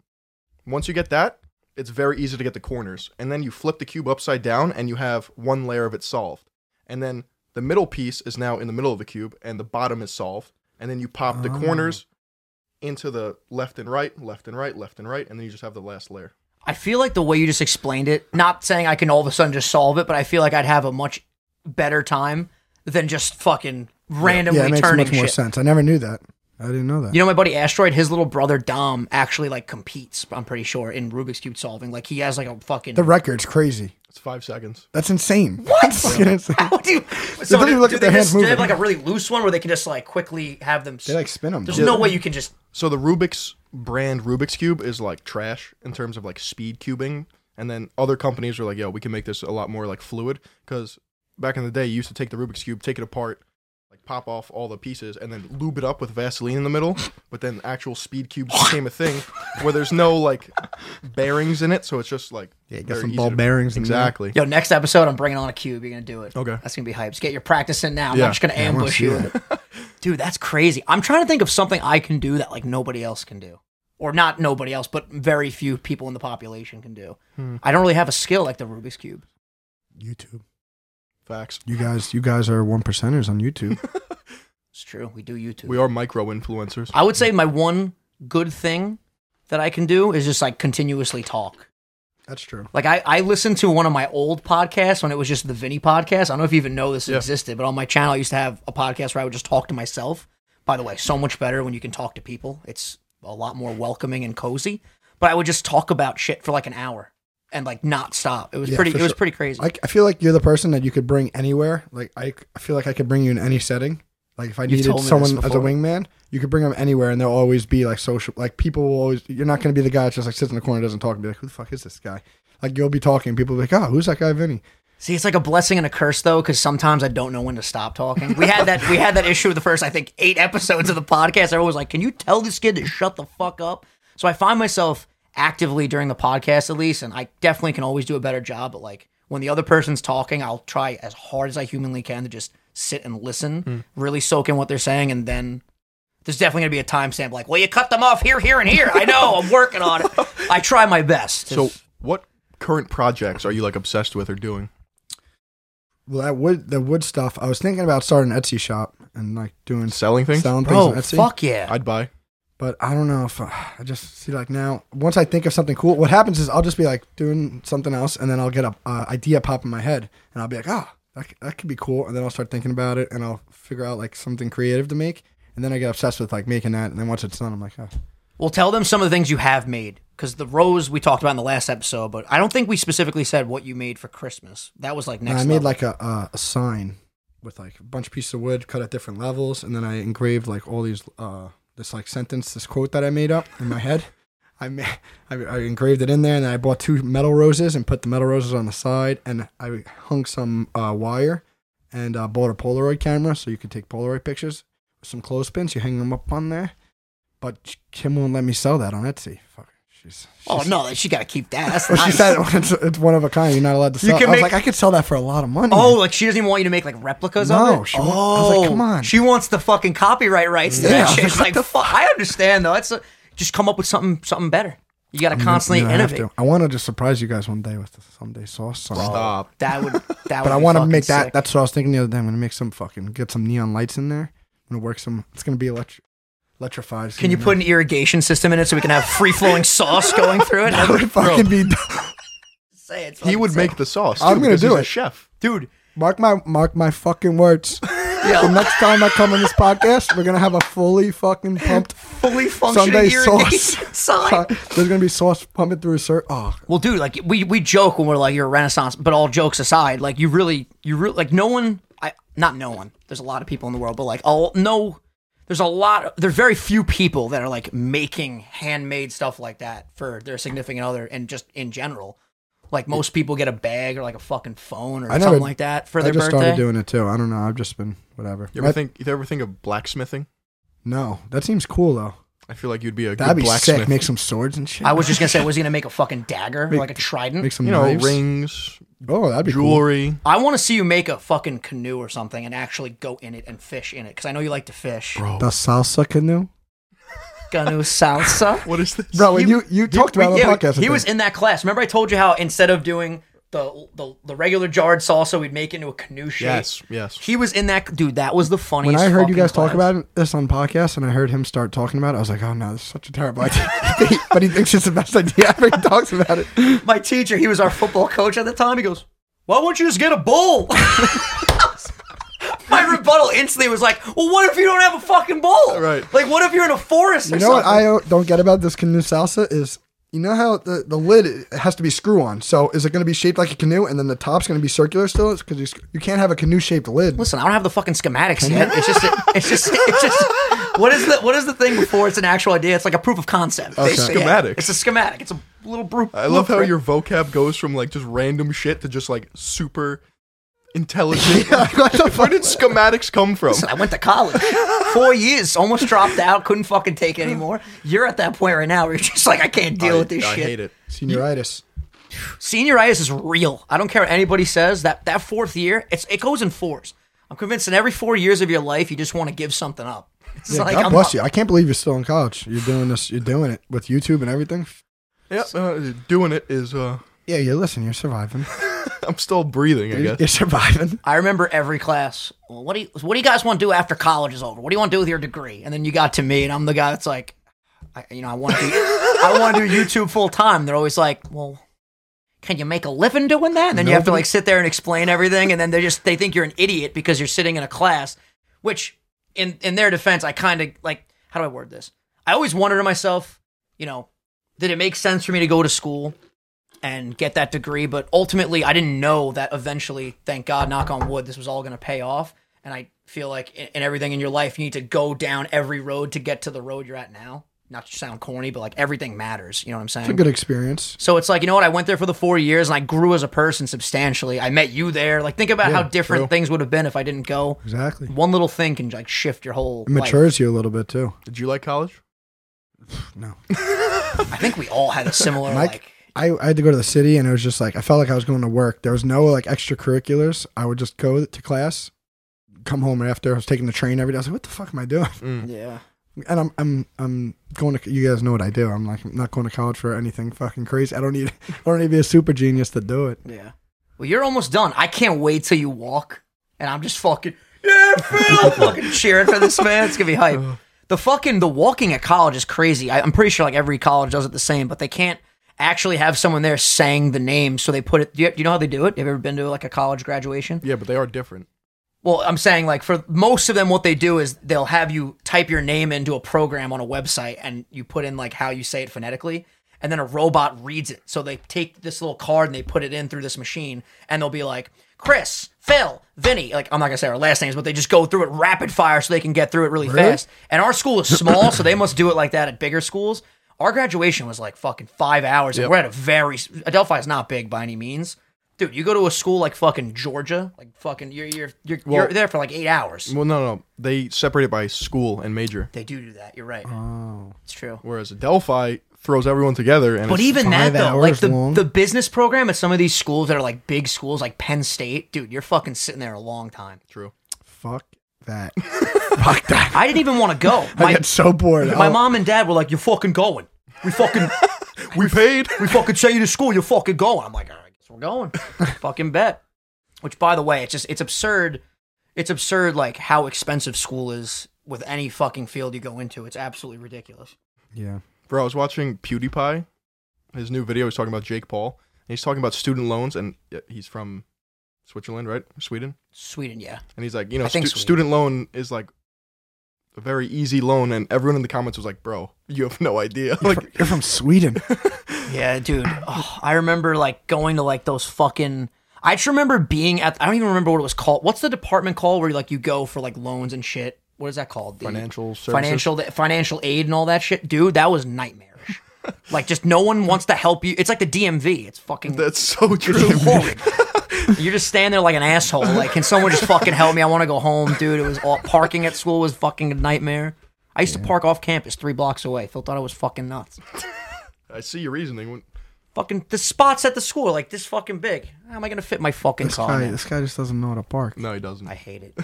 Speaker 3: Once you get that, it's very easy to get the corners. And then you flip the cube upside down and you have one layer of it solved. And then the middle piece is now in the middle of the cube and the bottom is solved. And then you pop the
Speaker 2: Oh.
Speaker 3: corners into the left and right, left and right, left and right, and then you just have the last layer.
Speaker 1: I feel like the way you just explained it, not saying I can all of a sudden just solve it, but I feel like I'd have a much better time than just fucking randomly
Speaker 2: yeah, it makes
Speaker 1: turning
Speaker 2: much more
Speaker 1: shit.
Speaker 2: sense. I never knew that. I didn't know that.
Speaker 1: You know, my buddy Asteroid, his little brother Dom actually like competes, I'm pretty sure, in Rubik's Cube solving. Like he has like a fucking.
Speaker 2: the record's crazy.
Speaker 3: It's five seconds.
Speaker 2: That's insane. What? fucking insane.
Speaker 1: How do you. So
Speaker 2: literally
Speaker 1: do,
Speaker 2: look
Speaker 1: do
Speaker 2: at
Speaker 1: they
Speaker 2: their
Speaker 1: just,
Speaker 2: hands
Speaker 1: do they have like
Speaker 2: moving.
Speaker 1: a really loose one where they can just like quickly have them. s-
Speaker 2: They like spin them.
Speaker 1: There's no way you can just.
Speaker 3: So the Rubik's brand Rubik's Cube is like trash in terms of like speed cubing. And then other companies are like, yo, we can make this a lot more like fluid. Because back in the day, you used to take the Rubik's Cube, take it apart, like pop off all the pieces and then lube it up with Vaseline in the middle. But then actual speed cubes became a thing where there's no like bearings in it, so it's just like
Speaker 2: Yeah, you got
Speaker 3: very
Speaker 2: some
Speaker 3: easy
Speaker 2: ball
Speaker 3: to-
Speaker 2: bearings in there.
Speaker 3: Exactly.
Speaker 1: Yo, next episode, I'm bringing on a cube. You're gonna do it.
Speaker 3: Okay.
Speaker 1: that's gonna be hype. Just get your practice in now. I'm
Speaker 3: Yeah.
Speaker 1: not just gonna
Speaker 2: I wanna
Speaker 1: ambush
Speaker 2: see
Speaker 1: you.
Speaker 2: that.
Speaker 1: Dude, that's crazy. I'm trying to think of something I can do that like nobody else can do. Or not nobody else, but very few people in the population can do. I don't really have a skill like the Rubik's Cube.
Speaker 2: YouTube.
Speaker 3: Facts.
Speaker 2: You guys, you guys are one percenters on YouTube.
Speaker 1: It's true. We do YouTube.
Speaker 3: We are micro influencers.
Speaker 1: I would say my one good thing that I can do is just like continuously talk.
Speaker 2: That's true.
Speaker 1: Like I, I listened to one of my old podcasts when it was just the Vinny podcast. I don't know if you even know this
Speaker 3: Yeah.
Speaker 1: existed, but on my channel I used to have a podcast where I would just talk to myself. By the way, so much better when you can talk to people. It's a lot more welcoming and cozy. But I would just talk about shit for like an hour and like not stop. It was
Speaker 2: Yeah,
Speaker 1: pretty it
Speaker 2: for
Speaker 1: was
Speaker 2: sure.
Speaker 1: pretty crazy.
Speaker 2: I, I feel like you're the person that you could bring anywhere. Like I, c- I feel like I could bring you in any setting. Like if I
Speaker 1: told
Speaker 2: needed
Speaker 1: me this
Speaker 2: someone as a
Speaker 1: before.
Speaker 2: wingman, you could bring them anywhere, and they'll always be like social. Like people will always. You're not going to be the guy that just like sits in the corner, and doesn't talk, and be like, "Who the fuck is this guy?" Like you'll be talking, people will be like, "Oh, who's that guy, Vinny?"
Speaker 1: See, it's like a blessing and a curse though, because sometimes I don't know when to stop talking. We had that we had that issue with the first, I think, eight episodes of the podcast. Everyone was like, "Can you tell this kid to shut the fuck up?" So I find myself actively during the podcast, at least, and I definitely can always do a better job. But like when the other person's talking, I'll try as hard as I humanly can to just sit and listen, really soak in what they're saying, and then there's definitely gonna be a timestamp. Like, well, you cut them off here, here, and here. I know. I'm working on it. I try my best. Oh,
Speaker 3: So, what current projects are you like obsessed with or doing?
Speaker 2: Well, that wood, the wood stuff. I was thinking about starting an Etsy shop and like doing
Speaker 3: Selling things?
Speaker 2: selling things on
Speaker 1: bro,
Speaker 2: Etsy.
Speaker 1: fuck yeah.
Speaker 3: I'd buy.
Speaker 2: But I don't know if uh, I, I just see like now. Once I think of something cool, what happens is I'll just be like doing something else, and then I'll get a uh, idea pop in my head, and I'll be like, ah, that, c- that could be cool, and then I'll start thinking about it, and I'll figure out like something creative to make, and then I get obsessed with like making that, and then once it's done, I'm like, oh,
Speaker 1: Well, tell them some of the things you have made because the rose we talked about in the last episode, but I don't think we specifically said what you made for Christmas. That was like
Speaker 2: and
Speaker 1: next.
Speaker 2: I made
Speaker 1: level.
Speaker 2: like a uh, a sign with like a bunch of pieces of wood cut at different levels, and then I engraved like all these uh this like sentence, this quote that I made up in my head. I, ma- I I engraved it in there, and then I bought two metal roses and put the metal roses on the side, and I hung some uh, wire, and uh, bought a Polaroid camera so you could take Polaroid pictures. Some clothespins, you hang them up on there. But Kim won't let me sell that on Etsy. Fuck, she's.
Speaker 1: oh no, she got to keep that. That's
Speaker 2: Well,
Speaker 1: nice.
Speaker 2: she said it's, it's one of a kind. You're not allowed to
Speaker 1: You
Speaker 2: sell. it.
Speaker 1: can
Speaker 2: I was
Speaker 1: make-
Speaker 2: like, I could sell that for a lot of money.
Speaker 1: Oh, like she doesn't even want you to make like replicas of it.
Speaker 2: "Mm."
Speaker 1: Oh,
Speaker 2: No, she wa- I was like, come on.
Speaker 1: She wants the fucking copyright rights to
Speaker 2: Yeah, I
Speaker 1: that
Speaker 2: was
Speaker 1: shit.
Speaker 2: like,
Speaker 1: It's like, fuck. I understand though. That's a, just come up with something something better. You got to constantly
Speaker 2: Yeah, I Mm, have
Speaker 1: innovate.
Speaker 2: to. I want to just surprise you guys one day with the someday sauce. Something.
Speaker 3: Stop.
Speaker 1: That would. That would.
Speaker 2: But I
Speaker 1: want to
Speaker 2: make that.
Speaker 1: Sick.
Speaker 2: That's what I was thinking the other day. I'm gonna make some fucking get some neon lights in there. I'm gonna work some. It's gonna be electri- electrified. It's
Speaker 1: Can you
Speaker 2: gonna
Speaker 1: put an irrigation system in it so we can have free flowing sauce going through it?
Speaker 2: be- That would fucking be.
Speaker 1: Say it's
Speaker 3: He
Speaker 1: fucking
Speaker 3: would
Speaker 1: sick.
Speaker 3: make the sauce.
Speaker 2: I'm
Speaker 3: too,
Speaker 2: gonna
Speaker 3: because
Speaker 2: do
Speaker 3: he's A
Speaker 2: it.
Speaker 3: chef.
Speaker 1: dude.
Speaker 2: mark my mark my fucking words. The
Speaker 1: Yo,
Speaker 2: next time I come on this podcast, we're gonna have a fully fucking pumped
Speaker 1: fully functioning
Speaker 2: Sunday sauce.
Speaker 1: irrigation sign.
Speaker 2: There's gonna be sauce pumping through a cert. Oh,
Speaker 1: Well, dude, like we we joke when we're like you're a renaissance, but all jokes aside, like you really you really like no one I not no one. There's a lot of people in the world, but like all no there's a lot there's very few people that are like making handmade stuff like that for their significant other and just in general. Like most people get a bag or like a fucking phone or
Speaker 2: I
Speaker 1: something
Speaker 2: never-
Speaker 1: like that for
Speaker 2: I
Speaker 1: their
Speaker 2: just
Speaker 1: birthday.
Speaker 2: started doing it too. I don't know. I've just been whatever.
Speaker 3: You ever
Speaker 2: My-
Speaker 3: think? You ever think of blacksmithing?
Speaker 2: no, that seems cool though.
Speaker 3: I feel like you'd be a
Speaker 2: That'd
Speaker 3: good
Speaker 2: be
Speaker 3: blacksmith.
Speaker 2: sick. Make some swords and shit.
Speaker 1: I was just gonna say, was he gonna make a fucking dagger,
Speaker 2: Make-
Speaker 1: like a trident?
Speaker 2: make some
Speaker 3: you know,
Speaker 2: knives.
Speaker 3: rings,
Speaker 2: Oh, that'd be cool.
Speaker 3: jewelry.
Speaker 1: I want to see you make a fucking canoe or something and actually go in it and fish in it because I know you like to fish. Bro.
Speaker 2: The salsa canoe.
Speaker 1: Canoe salsa.
Speaker 3: What is this?
Speaker 2: Bro, and you, you talked about it
Speaker 1: yeah,
Speaker 2: on the podcast. I
Speaker 1: He was
Speaker 2: think.
Speaker 1: in that class. Remember, I told you how instead of doing the the, the regular jarred salsa, we'd make it into a canoe shape.
Speaker 3: Yes, yes.
Speaker 1: He was in that dude. That was the funniest.
Speaker 2: when I heard you
Speaker 1: fucking
Speaker 2: guys
Speaker 1: class.
Speaker 2: talk about it- this on podcast, and I heard him start talking about it, I was like, "Oh no, this is such a terrible idea." but he thinks it's the best idea ever. He talks about it.
Speaker 1: my teacher, he was our football coach at the time. He goes, "Why won't you just get a bowl?" my rebuttal instantly was like, "Well, what if you don't have a fucking bowl?
Speaker 3: Right.
Speaker 1: Like, what if you're in a forest?
Speaker 2: You
Speaker 1: or
Speaker 2: know what
Speaker 1: something?
Speaker 2: I o- don't get about this canoe salsa is. You know how the, the lid it has to be screw on. So is it going to be shaped like a canoe, and then the top's going to be circular still? Because you, sc- you can't have a canoe shaped lid.
Speaker 1: Listen, I don't have the fucking schematics yet. It's just, it's just, it's just. What is the what is the thing before it's an actual idea? It's like a proof of concept. basically. Yeah,
Speaker 3: Schematics.
Speaker 1: It's a schematic. It's a little proof.
Speaker 3: I love how your vocab goes from like just random shit to just like super intelligent.
Speaker 2: what the
Speaker 3: Where
Speaker 2: fuck?
Speaker 3: did schematics come from?
Speaker 1: I went to college. Four years, almost dropped out, couldn't fucking take it anymore. You're at that point right now where you're just like, I can't deal
Speaker 3: I,
Speaker 1: with this
Speaker 3: I
Speaker 1: shit.
Speaker 3: hate it.
Speaker 2: Senioritis.
Speaker 1: Senioritis is real. I don't care what anybody says. That that fourth year, it's it goes in fours. I'm convinced in every four years of your life, you just want to give something up. It's
Speaker 2: Yeah,
Speaker 1: like
Speaker 2: God
Speaker 1: I'm
Speaker 2: bless
Speaker 1: not-
Speaker 2: you. I can't believe you're still in college. You're doing this. You're doing it with YouTube and everything.
Speaker 3: Yep, uh, doing it is. Uh,
Speaker 2: Yeah, you listen. You're surviving.
Speaker 3: I'm still breathing. I
Speaker 2: You're,
Speaker 3: guess.
Speaker 2: you're surviving.
Speaker 1: I remember every class. Well, what do you What do you guys want to do after college is over? What do you want to do with your degree? And then you got to me, and I'm the guy that's like, I, you know, I want to, do, I want to do YouTube full time. They're always like, well, can you make a living doing that? And then you have to
Speaker 2: Nobody-
Speaker 1: like sit there and explain everything, and then they just they think you're an idiot because you're sitting in a class. Which, in in their defense, I kind of like. How do I word this? I always wonder to myself, you know, did it make sense for me to go to school? and get that degree. But ultimately, I didn't know that eventually, thank God, knock on wood, this was all going to pay off. And I feel like in, in everything in your life, you need to go down every road to get to the road you're at now. Not to sound corny, but like everything matters. You know what I'm saying?
Speaker 2: It's a good experience.
Speaker 1: so it's like, you know what? I went there for the four years and I grew as a person substantially. I met you there. Like, think about how
Speaker 2: Yeah,
Speaker 1: different
Speaker 2: true.
Speaker 1: things would have been if I didn't go.
Speaker 2: Exactly.
Speaker 1: One little thing can like shift your whole
Speaker 2: It matures you a little bit too.
Speaker 3: Did you like college?
Speaker 2: No.
Speaker 1: life. I think we all had a similar
Speaker 2: Mike-
Speaker 1: like.
Speaker 2: I, I had to go to the city and it was just like I felt like I was going to work. There was no like extracurriculars. I would just go to class, come home after I was taking the train every day. I was like, what the fuck am I doing?
Speaker 1: Yeah.
Speaker 2: And I'm I'm I'm going to you guys know what I do. I'm like I'm not going to college for anything fucking crazy. I don't need I don't need to be a super genius to do it.
Speaker 1: Yeah. Well, you're almost done. I can't wait till you walk, and I'm just fucking yeah, Phil, fucking cheering for this man. It's gonna be hype. The fucking the walking at college is crazy. I, I'm pretty sure like every college does it the same, but they can't actually have someone there saying the name, so they put it. Do you, do you know how they do it? Have you ever been to like a college graduation?
Speaker 3: Yeah, but they are different.
Speaker 1: Well, I'm saying like for most of them, what they do is they'll have you type your name into a program on a website, and you put in like how you say it phonetically, and then a robot reads it. So they take this little card and they put it in through this machine, and they'll be like Chris, Phil, Vinny. Like I'm not gonna say our last names, but they just go through it rapid fire so they can get through it really, fast. And our school is small, so they must do it like that at bigger schools. Our graduation was like fucking five hours, and we're at a very Adelphi is not big by any means. Dude, you go to a school like fucking Georgia, like fucking you're you're you're, you're there for like eight hours.
Speaker 3: Well, no, no, they separate it by school and major,
Speaker 1: They do do that. You're right.
Speaker 2: Oh.
Speaker 1: It's true.
Speaker 3: whereas Delphi throws everyone together. And
Speaker 1: But
Speaker 3: it's-
Speaker 1: even that
Speaker 2: five
Speaker 1: though, like
Speaker 2: hours
Speaker 1: the
Speaker 2: long.
Speaker 1: the business program at some of these schools that are like big schools, like Penn State, dude, you're fucking sitting there a long time.
Speaker 3: true.
Speaker 2: Fuck that. fuck that.
Speaker 1: I didn't even want to go.
Speaker 2: I Oh.
Speaker 1: My
Speaker 2: get so bored.
Speaker 1: my
Speaker 2: I'll-
Speaker 1: mom and dad were like, "You're fucking going. We fucking
Speaker 3: We paid.
Speaker 1: we fucking send you to school. You're fucking going." I'm like, "All right, I guess we're going." fucking bet. Which, by the way, it's just it's absurd. It's absurd, like how expensive school is with any fucking field you go into. It's absolutely ridiculous.
Speaker 2: Oh. Yeah.
Speaker 3: Bro, I was watching PewDiePie. His new video was talking about Jake Paul. And he's talking about student loans, and uh, he's from Switzerland, right? Sweden.
Speaker 1: Sweden, yeah.
Speaker 3: And he's like, you know,
Speaker 1: I think
Speaker 3: stu-
Speaker 1: Sweden.
Speaker 3: student loan is like a very easy loan. And everyone in the comments was like, bro, you have no idea. Like,
Speaker 2: You're from Sweden.
Speaker 1: Yeah, dude. Oh, I remember like going to like those fucking. I just remember being at. I don't even remember what it was called. What's the department called where you like you go for like loans and shit? What is that called? The
Speaker 3: Financial services?
Speaker 1: financial financial aid and all that shit, dude. That was nightmarish. like, just no one wants to help you. It's like the DMV. It's fucking
Speaker 3: that's so true.
Speaker 1: horrid. You're just standing there like an asshole. Like, can someone just fucking help me? I want to go home, dude. It was all parking at school was fucking a nightmare. I used to park off campus three blocks away. Phil thought I was fucking nuts
Speaker 3: I see your reasoning.
Speaker 1: fucking the spots at the school are, like this fucking big. How am I gonna fit my fucking
Speaker 2: This
Speaker 1: car?
Speaker 2: guy,
Speaker 1: in there?
Speaker 2: this guy just doesn't know how to park.
Speaker 3: No, he doesn't.
Speaker 1: I hate it.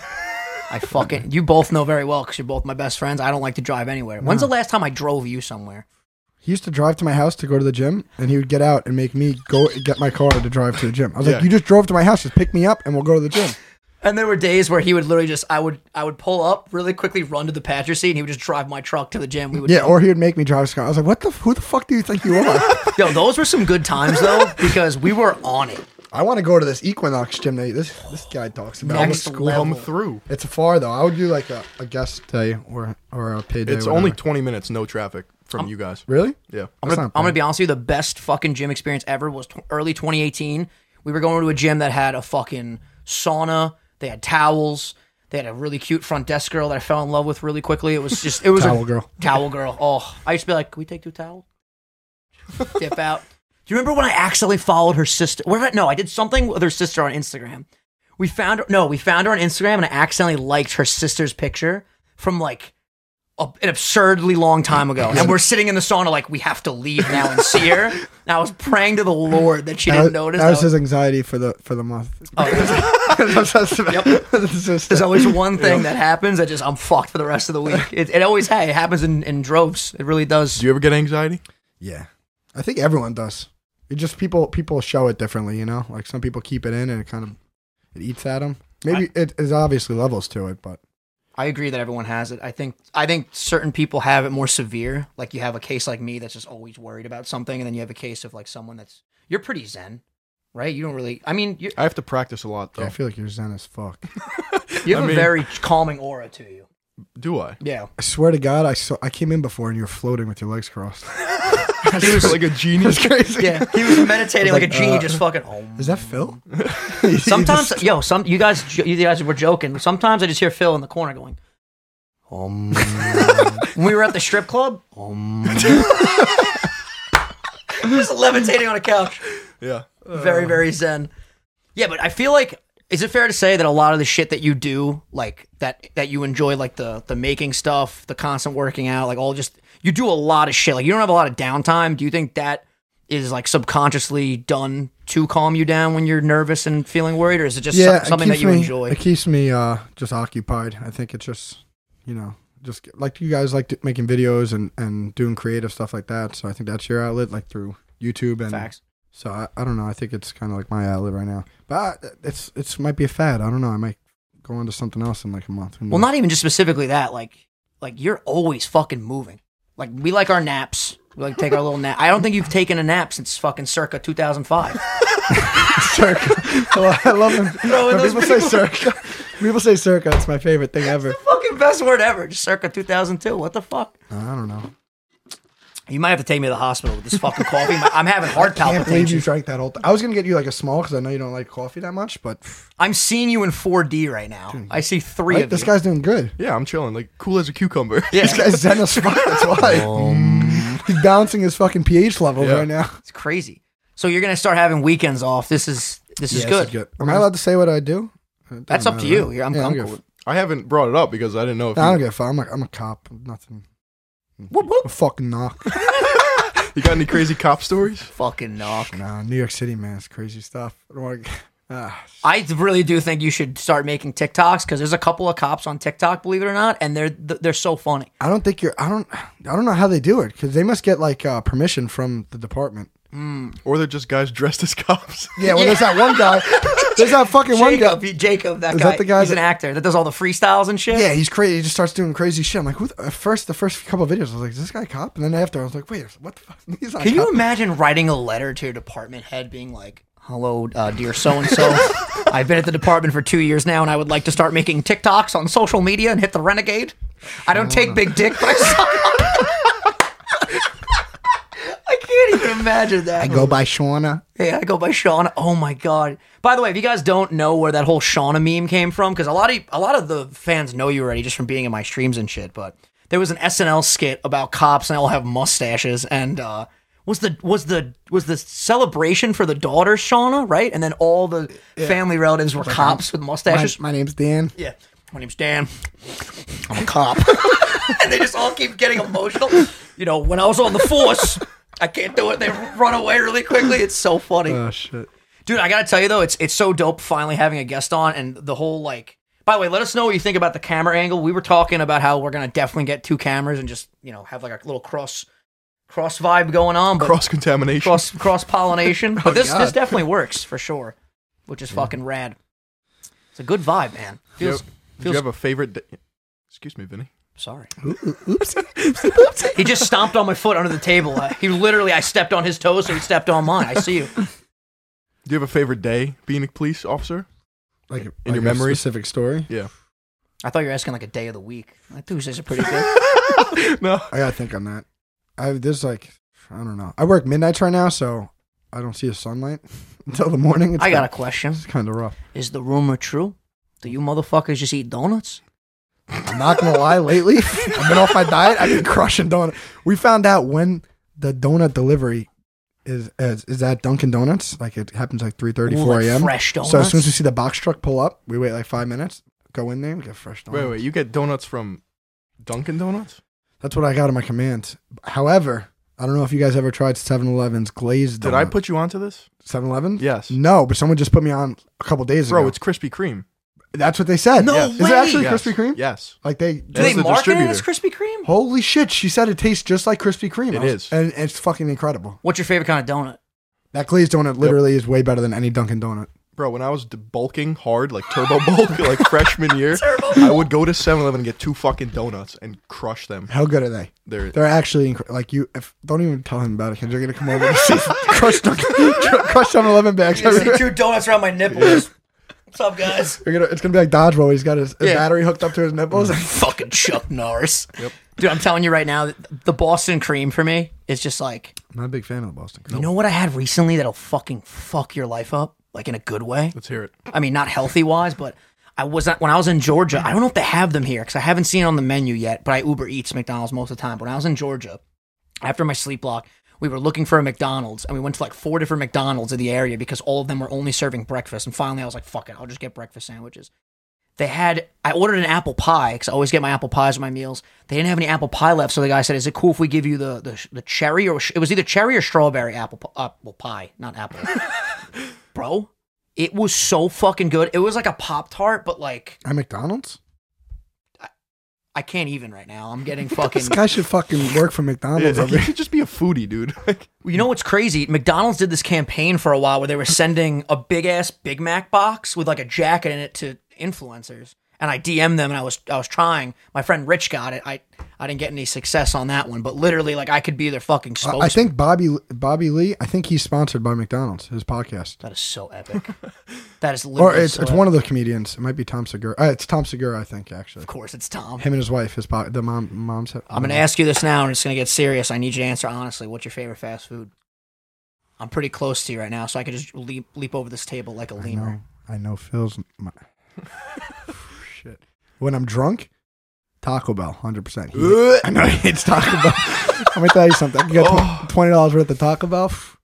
Speaker 1: I fucking you both know very well because you're both my best friends. I don't like to drive anywhere. When's the last time I drove you somewhere?
Speaker 2: He used to drive to my house to go to the gym, and he would get out and make me go get my car to drive to the gym. I was
Speaker 3: Yeah.
Speaker 2: like, "You just drove to my house, just pick me up, and we'll go to the gym."
Speaker 1: And there were days where he would literally just I would I would pull up really quickly, run to the Patrick seat, and he would just drive my truck to the gym. We would
Speaker 2: Yeah, or he would make me drive his car. I was like, "What the? Who the fuck do you think you are?"
Speaker 1: yo, those were some good times though because we were on it.
Speaker 2: I want to go to this Equinox gym. That this this guy talks about.
Speaker 1: Next
Speaker 3: Come
Speaker 1: level.
Speaker 3: through.
Speaker 2: It's far though. I would do like a, a guest day or or a pay day.
Speaker 3: It's
Speaker 2: whatever.
Speaker 3: only 20 minutes, no traffic from you guys.
Speaker 2: really.
Speaker 3: Yeah.
Speaker 1: I'm
Speaker 2: That's
Speaker 1: gonna,
Speaker 2: not
Speaker 1: I'm gonna be honest with you. The best fucking gym experience ever was tw early 2018. We were going to a gym that had a fucking sauna. They had towels. They had a really cute front desk girl that I fell in love with really quickly. It was just it was
Speaker 2: Towel
Speaker 1: a,
Speaker 2: girl.
Speaker 1: Towel girl. Oh, I used to be like, can we take two towels? Dip out. Do you remember when I accidentally followed her sister? What did I? No, I did something with her sister on Instagram We found her. No, we found her on Instagram, and I accidentally liked her sister's picture from like a, an absurdly long time ago. And we're sitting in the sauna, like we have to leave now and see her. And I was praying to the Lord that she
Speaker 2: That
Speaker 1: didn't
Speaker 2: was,
Speaker 1: notice.
Speaker 2: that
Speaker 1: I
Speaker 2: was
Speaker 1: was-
Speaker 2: his anxiety for the for the month.
Speaker 1: oh, there's- there's always one thing that happens that just I'm fucked for the rest of the week. It, it always hey, it happens in, in droves. It really does.
Speaker 3: Do you ever get anxiety?
Speaker 2: yeah, I think everyone does. It just people people show it differently, you know. Like some people keep it in and it kind of it eats at them. Maybe it is obviously levels to it, but
Speaker 1: I agree that everyone has it. I think I think certain people have it more severe. Like you have a case like me that's just always worried about something, and then you have a case of like someone that's you're pretty zen, right? You don't really. I mean, you
Speaker 3: I have to practice a lot
Speaker 1: Oh.
Speaker 3: though.
Speaker 2: I feel like you're zen as fuck.
Speaker 1: you have a
Speaker 3: I mean-
Speaker 1: very calming aura to you.
Speaker 3: Do I?
Speaker 1: Yeah,
Speaker 2: I swear to God, I saw I came in before and you were floating with your legs crossed.
Speaker 3: He was like a genius.
Speaker 2: crazy.
Speaker 1: yeah. He was meditating like, a genie,
Speaker 2: uh,
Speaker 1: just fucking. Oh,
Speaker 2: Is that Phil?
Speaker 1: sometimes yo, some you guys, jo- you guys were joking. Sometimes I just hear Phil in the corner going. Um, when we were at the strip club, um, just levitating on a couch.
Speaker 3: yeah.
Speaker 2: Uh.
Speaker 1: very very zen yeah but i feel like is it fair to say that a lot of the shit that you do like that that you enjoy like the the making stuff the constant working out like all just you do a lot of shit like you don't have a lot of downtime do you think that is like subconsciously done to calm you down when you're nervous and feeling worried or is it just so-
Speaker 2: yeah, it
Speaker 1: something that
Speaker 2: keeps
Speaker 1: you
Speaker 2: me-
Speaker 1: enjoy
Speaker 2: It keeps me uh, just occupied. I think it's just you know just like you guys like do- making videos and and doing creative stuff like that. So I think that's your outlet, like through YouTube and
Speaker 1: facts
Speaker 2: so I, I don't know. I think it's kind of like my outlet right now, but I, it's it's might be a fad. I don't know. I might go on to something else in like a month. Who
Speaker 1: well
Speaker 2: knows?
Speaker 1: not even just specifically that like like you're always fucking moving like we like our naps we like to take our little nap i don't think you've taken a nap since fucking circa 2005
Speaker 2: circa. I love him.
Speaker 1: Bro,
Speaker 2: When
Speaker 1: those
Speaker 2: people say
Speaker 1: people-
Speaker 2: circa. People say circa. It's my favorite thing ever.
Speaker 1: fucking best word ever. Just circa 2002. What the fuck?
Speaker 2: I don't know.
Speaker 1: You might have to take me to the hospital with this fucking coffee. My- I'm having heart
Speaker 2: Can't believe you
Speaker 1: palpitations.
Speaker 2: drank that whole. Th- I was gonna get you like a small because I know you don't like coffee that much, but
Speaker 1: I'm seeing you in 4D right now. I see three
Speaker 2: Right,
Speaker 1: of
Speaker 2: this
Speaker 1: you.
Speaker 2: guy's doing good.
Speaker 3: Yeah, I'm chilling. Like cool as a cucumber.
Speaker 1: Yeah.
Speaker 2: This guy's zen as fuck. That's why he's balancing his fucking pH levels
Speaker 3: Yeah.
Speaker 2: right now.
Speaker 1: it's crazy. So you're gonna start having weekends off. This is this is good.
Speaker 2: Am I allowed to say what I do? It
Speaker 1: That's
Speaker 2: doesn't
Speaker 1: up to
Speaker 2: matter,
Speaker 1: you.
Speaker 2: right?
Speaker 1: You're- I'm
Speaker 2: I don't
Speaker 1: comfortable
Speaker 2: give a
Speaker 1: with-
Speaker 3: I haven't brought it up because I didn't know if
Speaker 2: f- I don't
Speaker 3: you,
Speaker 2: give a fuck. I'm, a, I'm a cop. Nothing.
Speaker 1: Whoop,
Speaker 2: A
Speaker 1: whoop.
Speaker 2: fucking knock.
Speaker 3: you got any crazy cop stories.
Speaker 1: Fucking knock.
Speaker 2: nah, New York City, man. It's crazy stuff. I don't want to. Ah,
Speaker 1: I really do think you should start making TikToks because there's a couple of cops on TikTok, believe it or not, and they're they're so funny.
Speaker 2: I don't think you're. I don't. I don't know how they do it because they must get like uh, permission from the department.
Speaker 3: Or they're just guys dressed as cops.
Speaker 2: Yeah. Well, there's that one guy. There's that fucking one guy.
Speaker 1: Jacob, Jacob, that
Speaker 2: Is
Speaker 1: guy.
Speaker 2: that the guy
Speaker 1: he's
Speaker 2: that-
Speaker 1: an actor that does all the freestyles and shit.
Speaker 2: Yeah, he's crazy. He just starts doing crazy shit. I'm like, who the, at first, the first couple of videos, I was like, is this guy a cop? And then after, I was like, wait, what the fuck? He's not a
Speaker 1: Can you
Speaker 2: cop.
Speaker 1: imagine writing a letter to your department head being like, hello, uh, dear so and so? I've been at the department for two years now and I would like to start making TikToks on social media and hit the renegade. I don't take big dick, but I suck. I can't even imagine that.
Speaker 2: Go by Shauna.
Speaker 1: Hey, I go by Shauna. Oh my god! By the way, if you guys don't know where that whole Shauna meme came from, because a lot of a lot of the fans know you already just from being in my streams and shit, but there was an SNL skit about cops and they all have mustaches, and uh, was the was the was the celebration for the daughter Shauna right? And then all the family relatives were cops with
Speaker 2: My,
Speaker 1: mustaches.
Speaker 2: my name's Dan.
Speaker 1: yeah, my name's Dan. I'm a cop, and they just all keep getting emotional. You know, when I was on the force. I can't do it. They run away really quickly. It's so funny.
Speaker 2: Oh, shit.
Speaker 1: Dude, I gotta tell you though, it's it's so dope finally having a guest on and the whole like. By the way, let us know what you think about the camera angle. We were talking about how we're gonna definitely get two cameras and just you know have like a little cross cross vibe going on, but
Speaker 3: Cross contamination.
Speaker 1: cross cross pollination. But this this
Speaker 2: God.
Speaker 1: definitely works for sure, which is fucking rad. It's a good vibe, man.
Speaker 3: Do you
Speaker 1: Feels
Speaker 3: have, do you
Speaker 1: feels
Speaker 3: have a favorite? Di- Excuse me, Vinny.
Speaker 1: sorry. he just stomped on my foot under the table. I, he literally, I stepped on his toes, so he stepped on mine. I see you.
Speaker 3: Do you have a favorite day being a police officer?
Speaker 2: Like, in
Speaker 3: your memory?
Speaker 2: specific story.
Speaker 3: Yeah.
Speaker 1: I thought you were asking like a day of the week. My Tuesdays are pretty good.
Speaker 3: no.
Speaker 2: I gotta think on that. I there's like, I don't know. I work midnights right now, so I don't see the sunlight until the morning. It's
Speaker 1: I got a
Speaker 2: kinda-
Speaker 1: question.
Speaker 2: It's kind of rough.
Speaker 1: Is the rumor true? Do you motherfuckers just eat donuts?
Speaker 2: I'm not gonna lie. Lately, I've been off my diet. I've been crushing donut. We found out when the donut delivery is is, is that Dunkin' Donuts. Like it happens like 3:30,
Speaker 1: Ooh,
Speaker 2: 4
Speaker 1: like
Speaker 2: a.m.
Speaker 1: fresh
Speaker 2: So as soon as
Speaker 1: donuts?
Speaker 2: we see the box truck pull up, we wait like five minutes, go in there, and get fresh donuts.
Speaker 3: Wait, wait, you get donuts from Dunkin' Donuts?
Speaker 2: That's what I got in my command. However, I don't know if you guys ever tried 7-Eleven's glazed.
Speaker 3: Did I put you onto this?
Speaker 2: 7-Eleven?
Speaker 3: Yes.
Speaker 2: No, but someone just put me on a couple days
Speaker 3: Bro,
Speaker 2: ago.
Speaker 3: it's Krispy Kreme.
Speaker 2: that's what they said.
Speaker 1: No
Speaker 2: Is it
Speaker 1: way!
Speaker 2: actually
Speaker 3: Yes.
Speaker 2: Krispy Kreme?
Speaker 3: Yes.
Speaker 2: Like they
Speaker 1: Do
Speaker 3: As
Speaker 1: they
Speaker 3: the
Speaker 1: market it as
Speaker 3: distributor.
Speaker 1: Krispy Kreme?
Speaker 2: Holy shit! She said it tastes just like Krispy Kreme.
Speaker 3: It
Speaker 2: I was-
Speaker 3: is.
Speaker 2: and, and it's fucking incredible.
Speaker 1: What's your favorite kind of donut?
Speaker 2: That glazed donut literally is way better than any Dunkin' Donut.
Speaker 3: Bro, when I was d- bulking hard, like turbo bulk, like freshman year, I would go to 7 Eleven and get two fucking donuts and crush them.
Speaker 2: How good are they?
Speaker 3: They're,
Speaker 2: They're actually incre- like you. If don't even tell him about it because you're gonna come over and see crush Dunkin' crush on eleven bags.
Speaker 1: You see
Speaker 2: everywhere.
Speaker 1: two donuts around my nipples. What's up, guys?
Speaker 2: You're gonna, it's gonna be like dodgeball. He's got his, his
Speaker 1: Yeah.
Speaker 2: battery hooked up to his nipples.
Speaker 1: Fucking Chuck Norris. Dude, I'm telling you right now, the Boston cream for me is just like
Speaker 2: I'm not a big fan of the Boston.
Speaker 1: You know what I had recently that'll fucking fuck your life up, like in a good way.
Speaker 3: let's hear it.
Speaker 1: I mean, not healthy wise, but I was not when I was in Georgia. I don't know if they have them here because I haven't seen it on the menu yet. But I Uber Eats McDonald's most of the time. But when I was in Georgia, after my sleep block, we were looking for a McDonald's and we went to like four different McDonald's in the area because all of them were only serving breakfast. And finally, I was like, "Fuck it, I'll just get breakfast sandwiches." They had I ordered an apple pie because I always get my apple pies with my meals. They didn't have any apple pie left, so the guy said, "Is it cool if we give you the the, the cherry or it was either cherry or strawberry apple pi- apple pie, not apple." Bro, it was so fucking good. It was like a Pop Tart, but like
Speaker 2: At McDonald's,
Speaker 1: I can't even right now. I'm getting fucking.
Speaker 2: this guy should fucking work for McDonald's.
Speaker 3: Yeah,
Speaker 2: over
Speaker 3: you
Speaker 2: here.
Speaker 3: should just be a foodie, dude. Like,
Speaker 1: You know what's crazy? McDonald's did this campaign for a while where they were sending a big ass Big Mac box with like a jacket in it to influencers. And I DM'd them and I was I was trying. My friend Rich got it. I I didn't get any success on that one, but literally like I could be their fucking
Speaker 2: I-
Speaker 1: spokesman.
Speaker 2: I think Bobby Bobby Lee. I think he's sponsored by McDonald's. His podcast.
Speaker 1: that is so epic. that is
Speaker 2: Or
Speaker 1: literally
Speaker 2: it's,
Speaker 1: so
Speaker 2: it's
Speaker 1: epic.
Speaker 2: one of the comedians. It might be Tom Segura. Uh, it's Tom Segura, I think, actually.
Speaker 1: Of course, it's Tom.
Speaker 2: Him and his wife, his po- the mom, mom's.
Speaker 1: I'm gonna ask you this now, and it's gonna get serious. I need you to answer honestly. What's your favorite fast food? I'm pretty close to you right now, so I could just leap leap over this table like a
Speaker 2: I know,
Speaker 1: lemur.
Speaker 2: I know Phil's. My, shit. When I'm drunk, Taco Bell, hundred percent. I know he hates Taco Bell. I'm gonna tell you something. I can get
Speaker 1: Oh.
Speaker 2: tw- twenty dollars worth of Taco Bell. Pff,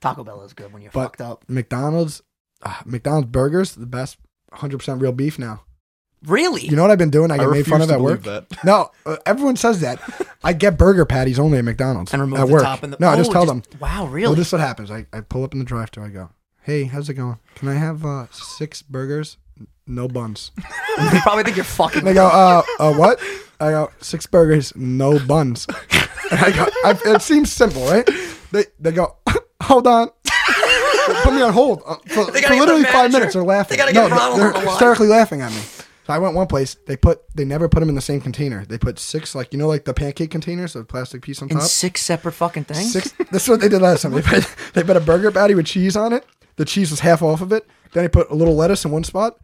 Speaker 1: Taco Bell is good when you're
Speaker 2: But-
Speaker 1: fucked up.
Speaker 2: McDonald's, uh, McDonald's burgers, the best, hundred percent real beef. Now,
Speaker 1: Really?
Speaker 2: you know what I've been doing? I get made fun of at work.
Speaker 3: believe that.
Speaker 2: No, uh, everyone says that. I get burger patties only at McDonald's
Speaker 1: and remove
Speaker 2: at
Speaker 1: the
Speaker 2: work.
Speaker 1: top and the
Speaker 2: no, I just
Speaker 1: Oh,
Speaker 2: tell them.
Speaker 1: Wow,
Speaker 2: Well,
Speaker 1: really?
Speaker 2: this is what happens. I, I pull up in the drive-thru. I go, "Hey, how's it going? Can I have uh, six burgers, n- no buns?"
Speaker 1: you probably think you're fucking.
Speaker 2: And they go, uh, uh, what? I go, six burgers, no buns. And I go, I, it seems simple, right? They they go, hold on. Put me on hold uh, for,
Speaker 1: gotta
Speaker 2: for
Speaker 1: get
Speaker 2: literally
Speaker 1: the
Speaker 2: five
Speaker 1: manager.
Speaker 2: minutes. They're laughing.
Speaker 1: They gotta
Speaker 2: no,
Speaker 1: get Ronald
Speaker 2: they're
Speaker 1: on the line.
Speaker 2: hysterically laughing at me. So I went one place. They put they never put them in the same container. They put six like you know like the pancake containers, the plastic piece on
Speaker 1: in
Speaker 2: top.
Speaker 1: six separate fucking things.
Speaker 2: Six. This is what they did last time. They put, they put a burger patty with cheese on it. The cheese was half off of it. Then they put a little lettuce in one spot,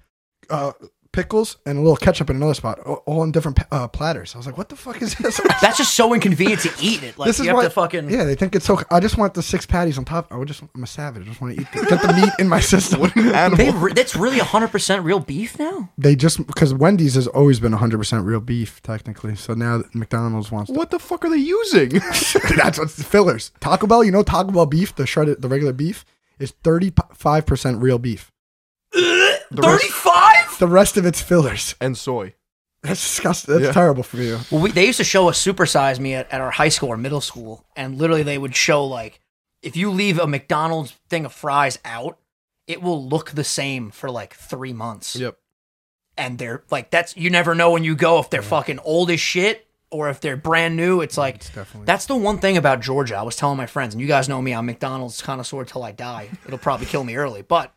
Speaker 2: uh, pickles, and a little ketchup in another spot, a- all on different pa- uh, platters. I was like, "What the fuck is this?"
Speaker 1: That's just so inconvenient to eat it. Like
Speaker 2: this
Speaker 1: you
Speaker 2: is
Speaker 1: have
Speaker 2: why-
Speaker 1: to fucking.
Speaker 2: Yeah, they think it's so. I just want the six patties on top. I would just. I'm a savage. I just want to eat. The, get the meat in my system.
Speaker 1: They
Speaker 3: Animal.
Speaker 1: re- that's really 100 percent real beef now.
Speaker 2: they just because Wendy's has always been 100 percent real beef technically. So now that McDonald's wants. To,
Speaker 3: What the fuck are they using?
Speaker 2: that's what's the fillers. Taco Bell. You know Taco Bell beef, the shredded, the regular beef, is 35 percent real beef.
Speaker 1: 35.
Speaker 2: The rest of it's fillers.
Speaker 3: and soy.
Speaker 2: That's disgusting. That's
Speaker 3: Yeah.
Speaker 2: terrible for you.
Speaker 1: Well, we, they used to show us supersize me at, at our high school or middle school, and literally they would show like if you leave a McDonald's thing of fries out, it will look the same for like three months.
Speaker 3: Yep.
Speaker 1: And they're like that's you never know when you go if they're fucking old as shit or if they're brand new. It's like
Speaker 2: definitely-
Speaker 1: that's the one thing about Georgia. I was telling my friends, and you guys know me, I'm McDonald's connoisseur till I die. It'll probably kill me early, but